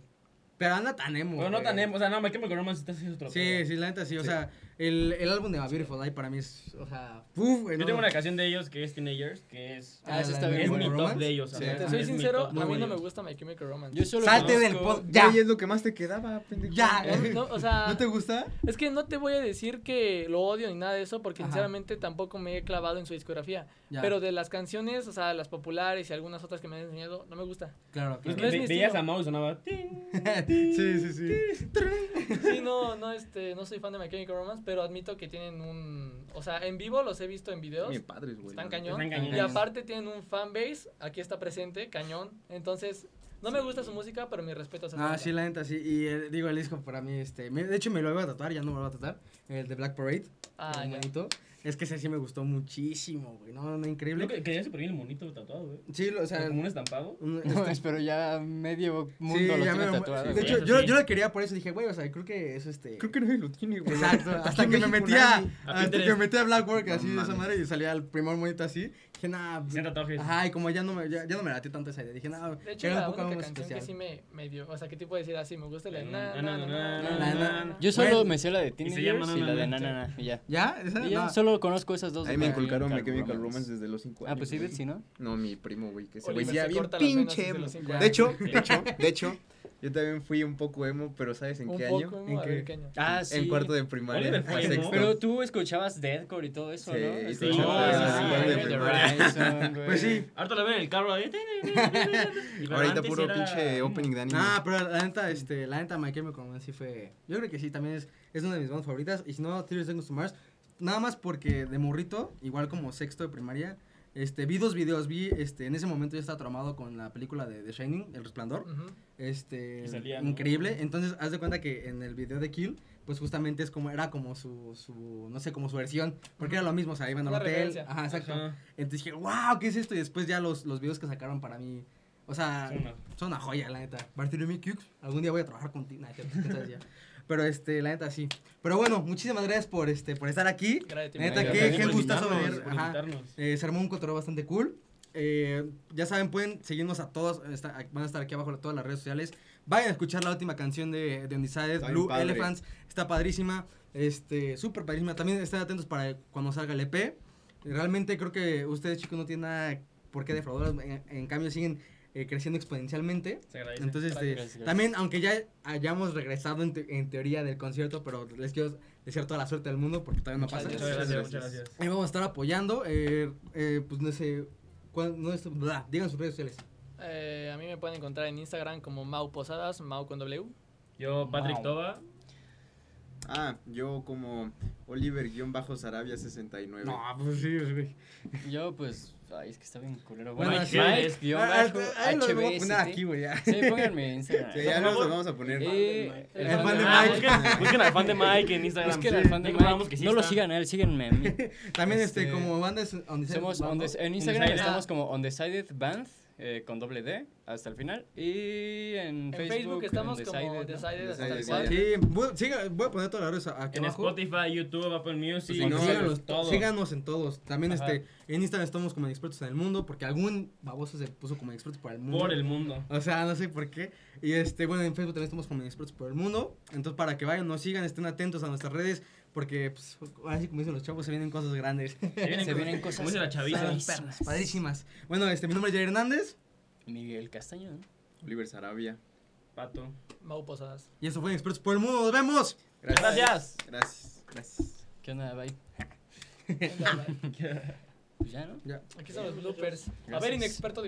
Speaker 1: Pero anda tan emo.
Speaker 5: Pero no
Speaker 1: güey.
Speaker 5: tan emo, o sea, no, me quemo con Romance está haciendo otro.
Speaker 1: Sí,
Speaker 5: pedo.
Speaker 1: sí, la neta sí. O sea, el, el álbum de A Beautiful Eye para mí es, o sea, ¡puf! güey,
Speaker 5: Yo
Speaker 1: no. Ah,
Speaker 5: tengo una canción de ellos que es Teenagers, que es.
Speaker 4: Ah, esa
Speaker 1: la
Speaker 4: está
Speaker 1: de
Speaker 4: bien
Speaker 5: Es
Speaker 1: Boy
Speaker 5: mi
Speaker 4: buena.
Speaker 5: top
Speaker 1: Romance.
Speaker 5: de ellos. o
Speaker 1: Sí.
Speaker 5: sea,
Speaker 2: Te
Speaker 5: Este es
Speaker 2: soy
Speaker 5: mi
Speaker 2: sincero,
Speaker 5: top
Speaker 2: a
Speaker 5: de
Speaker 2: mí no
Speaker 5: ellos.
Speaker 2: me gusta My Chemical Romance.
Speaker 4: Yo solo
Speaker 1: Salte
Speaker 4: conozco-
Speaker 1: del pod. Ya.
Speaker 6: Güey, es lo que más te quedaba, pendejo.
Speaker 1: Ya.
Speaker 2: No, no, o sea,
Speaker 1: ¿No te gusta?
Speaker 2: es que no te voy a decir que lo odio ni nada de eso, porque
Speaker 1: Ajá.
Speaker 2: sinceramente tampoco me he clavado en su discografía.
Speaker 1: Ya,
Speaker 2: Pero de las canciones, o sea, las populares y algunas otras que me han enseñado, no me gusta.
Speaker 1: claro, claro.
Speaker 5: Es que
Speaker 2: Pues No es
Speaker 5: ve-
Speaker 2: mi
Speaker 5: veías
Speaker 2: estilo.
Speaker 5: a Mau y sonaba. "Ting".
Speaker 1: sí, sí, sí.
Speaker 2: Sí, no, no, este, no soy fan de My Chemical Romance, pero admito que tienen un, o sea, en vivo los he visto en videos.
Speaker 6: Mi padre, güey.
Speaker 2: Están
Speaker 6: ¿no?
Speaker 2: cañón.
Speaker 5: Están cañón.
Speaker 2: Y aparte tienen un fanbase, aquí está presente, cañón. Entonces, no me gusta su música, pero mi respeto a esa
Speaker 1: Ah,
Speaker 2: banda.
Speaker 1: sí, la neta, sí. Y eh, digo, el disco para mí, este. me- de hecho, me lo iba a tatuar, ya no me lo voy a tatuar. El de Black Parade.
Speaker 2: Ah,
Speaker 1: el
Speaker 2: ya.
Speaker 1: monito. Es que ese sí me gustó muchísimo, güey. No, no, increíble.
Speaker 5: Creo que quería súper bien el monito tatuado, güey.
Speaker 1: Sí, lo- o sea.
Speaker 5: Como un estampado.
Speaker 1: un- este,
Speaker 4: No, mames, pero ya medio
Speaker 1: sí,
Speaker 4: mundo lo
Speaker 1: ya
Speaker 4: tiene
Speaker 1: me-
Speaker 4: tatuado.
Speaker 1: De
Speaker 4: güey.
Speaker 1: hecho,
Speaker 5: Eso
Speaker 1: yo,
Speaker 5: sí.
Speaker 1: yo lo quería por eso. Dije, güey, o sea, creo que es este.
Speaker 6: Creo que nadie lo tiene, güey.
Speaker 1: Exacto, hasta
Speaker 6: en
Speaker 1: que me
Speaker 6: México
Speaker 1: metí a,
Speaker 6: nadie.
Speaker 5: A
Speaker 1: hasta
Speaker 5: Pinterest.
Speaker 1: que me metí a Blackwork
Speaker 6: No
Speaker 1: así de esa
Speaker 6: mames.
Speaker 1: madre y salía el primer monito así, dije, nah, pues,
Speaker 5: Sin tatuajes.
Speaker 1: ajá, y como ya no me, ya, ya no me latió tanto esa idea, dije, nah,
Speaker 2: De hecho,
Speaker 1: era
Speaker 2: la
Speaker 1: un poco
Speaker 2: única
Speaker 1: más
Speaker 2: canción
Speaker 1: especial.
Speaker 2: que sí me, me dio, o sea, que tipo decir así, me gusta la de
Speaker 5: Na,
Speaker 2: na,
Speaker 5: na,
Speaker 2: na,
Speaker 5: na,
Speaker 2: na,
Speaker 5: na,
Speaker 2: na,
Speaker 1: na,
Speaker 2: na.
Speaker 4: Yo solo
Speaker 1: Bueno.
Speaker 4: me sé la de
Speaker 5: llama
Speaker 4: Teenagers y la de
Speaker 5: Nanana.
Speaker 4: Nanana, y ya.
Speaker 1: ¿Ya? ¿Esa?
Speaker 4: Y yo
Speaker 1: No.
Speaker 4: solo conozco esas dos.
Speaker 6: Ahí
Speaker 4: de
Speaker 6: me
Speaker 4: My
Speaker 6: inculcaron My Chemical Romance
Speaker 4: Romance.
Speaker 6: desde los 5 años.
Speaker 4: Ah, pues sí,
Speaker 6: güey.
Speaker 4: Betsy, ¿no?
Speaker 6: No, mi primo, güey, que se
Speaker 2: Oliver
Speaker 6: güey ya
Speaker 2: se
Speaker 6: bien
Speaker 2: corta las venas
Speaker 6: pinche
Speaker 2: desde
Speaker 6: emo.
Speaker 2: los cinco años.
Speaker 6: De hecho, de hecho, de hecho, yo también fui un poco emo, pero ¿sabes en
Speaker 2: Un
Speaker 6: qué
Speaker 2: poco,
Speaker 6: año?
Speaker 2: ¿no?
Speaker 1: ¿En
Speaker 2: A
Speaker 1: qué?
Speaker 2: ver, ¿qué año?
Speaker 4: Ah, sí.
Speaker 6: En cuarto de primaria.
Speaker 5: Oliver fue
Speaker 6: a
Speaker 5: emo.
Speaker 6: sexto.
Speaker 4: Pero tú escuchabas Deadcore y todo eso,
Speaker 6: Sí,
Speaker 4: ¿no?
Speaker 6: sí,
Speaker 4: Este,
Speaker 5: sí,
Speaker 4: no,
Speaker 5: sí, sí,
Speaker 4: eso sí,
Speaker 5: sí,
Speaker 4: Bring
Speaker 5: sí,
Speaker 4: Me the
Speaker 5: sí.
Speaker 4: Horizon, güey.
Speaker 1: Pues sí,
Speaker 5: Ahorita lo ven en el carro. ahí. Y pero
Speaker 6: Ahorita
Speaker 5: antes
Speaker 6: puro
Speaker 5: era-
Speaker 6: pinche opening de anime.
Speaker 1: ah, pero la neta, este, la neta My Chemical Romance sí fue, yo creo que sí, también es, es una de mis bandas favoritas, y si no, Three Seconds to Mars, nada más porque de morrito, igual como sexto de primaria, este, vi dos videos, vi, este, en ese momento yo estaba traumado con la película de The Shining, El Resplandor,
Speaker 2: Ujú.
Speaker 1: este
Speaker 5: Y salía, ¿no?
Speaker 1: increíble entonces haz de cuenta que en el video de Kill pues justamente es como era como su, su no sé como su versión porque era lo mismo o sea iban al
Speaker 2: Una
Speaker 1: hotel
Speaker 2: referencia.
Speaker 1: ajá exacto
Speaker 5: Ajá.
Speaker 1: entonces dije wow qué es esto y después ya los, los videos que sacaron para mí o sea
Speaker 5: Son una-
Speaker 1: son una joya la neta Bartholomew Cux algún día voy a trabajar contigo Nah, cierto, ¿qué tal decía? pero este la neta sí pero bueno muchísimas gracias por este por estar aquí
Speaker 2: Gracias, Tim.
Speaker 1: Neta,
Speaker 5: Ay,
Speaker 1: qué-
Speaker 5: gracias
Speaker 1: qué
Speaker 5: por
Speaker 1: gustazo
Speaker 5: invitarnos,
Speaker 1: ver,
Speaker 5: por
Speaker 1: ajá.
Speaker 5: invitarnos.
Speaker 1: Eh, se armó un cotorreo bastante cool. Eh, ya saben, pueden seguirnos a todos. está- van a estar aquí abajo en todas las redes sociales. Vayan a escuchar la última canción de, de Undecided,
Speaker 6: Está bien
Speaker 1: Blue
Speaker 6: padre.
Speaker 1: Elephants. Está padrísima. Este, súper padrísima. También estén atentos para cuando salga el EP. Realmente creo que ustedes, chicos, no tienen nada por qué defraudarlos. En, en cambio, siguen eh, creciendo exponencialmente.
Speaker 5: Se agradece.
Speaker 1: Entonces, este,
Speaker 4: Gracias, gracias.
Speaker 1: también, aunque ya hayamos regresado en, te- en teoría del concierto, pero les quiero desear toda la suerte del mundo porque todavía no
Speaker 2: Muchas
Speaker 1: pasa.
Speaker 5: Muchas
Speaker 2: Gracias.
Speaker 5: gracias, muchas gracias.
Speaker 1: Ahí vamos a estar apoyando. Eh, eh, pues no sé. cuál- no es- bla, digan sus redes sociales.
Speaker 2: Eh, a mí me pueden encontrar en Instagram como Mau Posadas, Mau con W.
Speaker 5: Yo, Patrick
Speaker 4: Wow.
Speaker 5: Toba.
Speaker 6: Ah, yo como Oliver-Sarabia69.
Speaker 1: pues sí, güey.
Speaker 4: Yo, pues, ay, es que está bien culero.
Speaker 1: Bueno,
Speaker 4: Bueno,
Speaker 1: sí.
Speaker 4: Mike, guión
Speaker 1: Ah,
Speaker 4: bajo,
Speaker 1: ah, ahí lo voy a poner
Speaker 4: HBST.
Speaker 1: aquí, güey. ya.
Speaker 4: Sí, pónganme en Instagram.
Speaker 6: Sí, ya
Speaker 5: Por
Speaker 6: nos lo
Speaker 5: favor.
Speaker 6: vamos a poner.
Speaker 4: Eh,
Speaker 2: El
Speaker 1: fan de
Speaker 5: Ah,
Speaker 1: Mike.
Speaker 5: busquen- Busquen al fan de Mike en Instagram.
Speaker 4: Busquen
Speaker 5: Sí,
Speaker 4: al fan de
Speaker 5: ahí
Speaker 4: Mike.
Speaker 5: comprobamos que sí
Speaker 4: No lo
Speaker 5: está.
Speaker 4: sigan a él, síganme a mí.
Speaker 1: También, este,
Speaker 4: Este,
Speaker 1: como banda es on the-
Speaker 4: Somos
Speaker 1: banda-
Speaker 4: on the- en Instagram
Speaker 5: Undecided.
Speaker 2: Ah.
Speaker 4: estamos como Undecided Band eh, con doble D hasta el final. Y
Speaker 2: En
Speaker 4: en,
Speaker 2: Facebook estamos como
Speaker 4: Undecided, ¿no?
Speaker 2: Decided hasta
Speaker 6: Undecided,
Speaker 2: el cual.
Speaker 6: sí.
Speaker 1: Sí, voy, siga- voy a poner todas las redes aquí
Speaker 5: En
Speaker 1: abajo.
Speaker 5: Spotify, YouTube, Apple Music.
Speaker 1: Para que
Speaker 6: no,
Speaker 1: síganos,
Speaker 5: todo.
Speaker 1: síganos en todos. También
Speaker 5: Ajá.
Speaker 1: este, en Instagram estamos como en expertos en el mundo, porque algún baboso se puso como en expertos para el mundo.
Speaker 5: Por el mundo.
Speaker 1: O sea, no sé por qué. Y este, bueno, en Facebook también estamos como en Expertos por el Mundo. Entonces, para que vayan, nos sigan, estén atentos a nuestras redes. Porque, pues, así como dicen los chavos, se vienen cosas grandes.
Speaker 4: Se vienen cosas.
Speaker 5: Como dice la chaviza.
Speaker 4: padrísimas.
Speaker 1: Padrísimas. Bueno, este, mi nombre es Jair Hernández.
Speaker 4: Miguel Castañón.
Speaker 6: Oliver Sarabia.
Speaker 5: Pato.
Speaker 2: Mau Posadas.
Speaker 1: Y eso fue en Expertos por el Mundo. ¡Nos vemos!
Speaker 5: Gracias.
Speaker 6: Gracias. Gracias.
Speaker 4: ¿Qué onda? Bye.
Speaker 2: Venga, va.
Speaker 4: Pues ya, ¿no?
Speaker 2: Aquí están los bloopers. A
Speaker 4: Gracias.
Speaker 2: ver, inexperto de mí.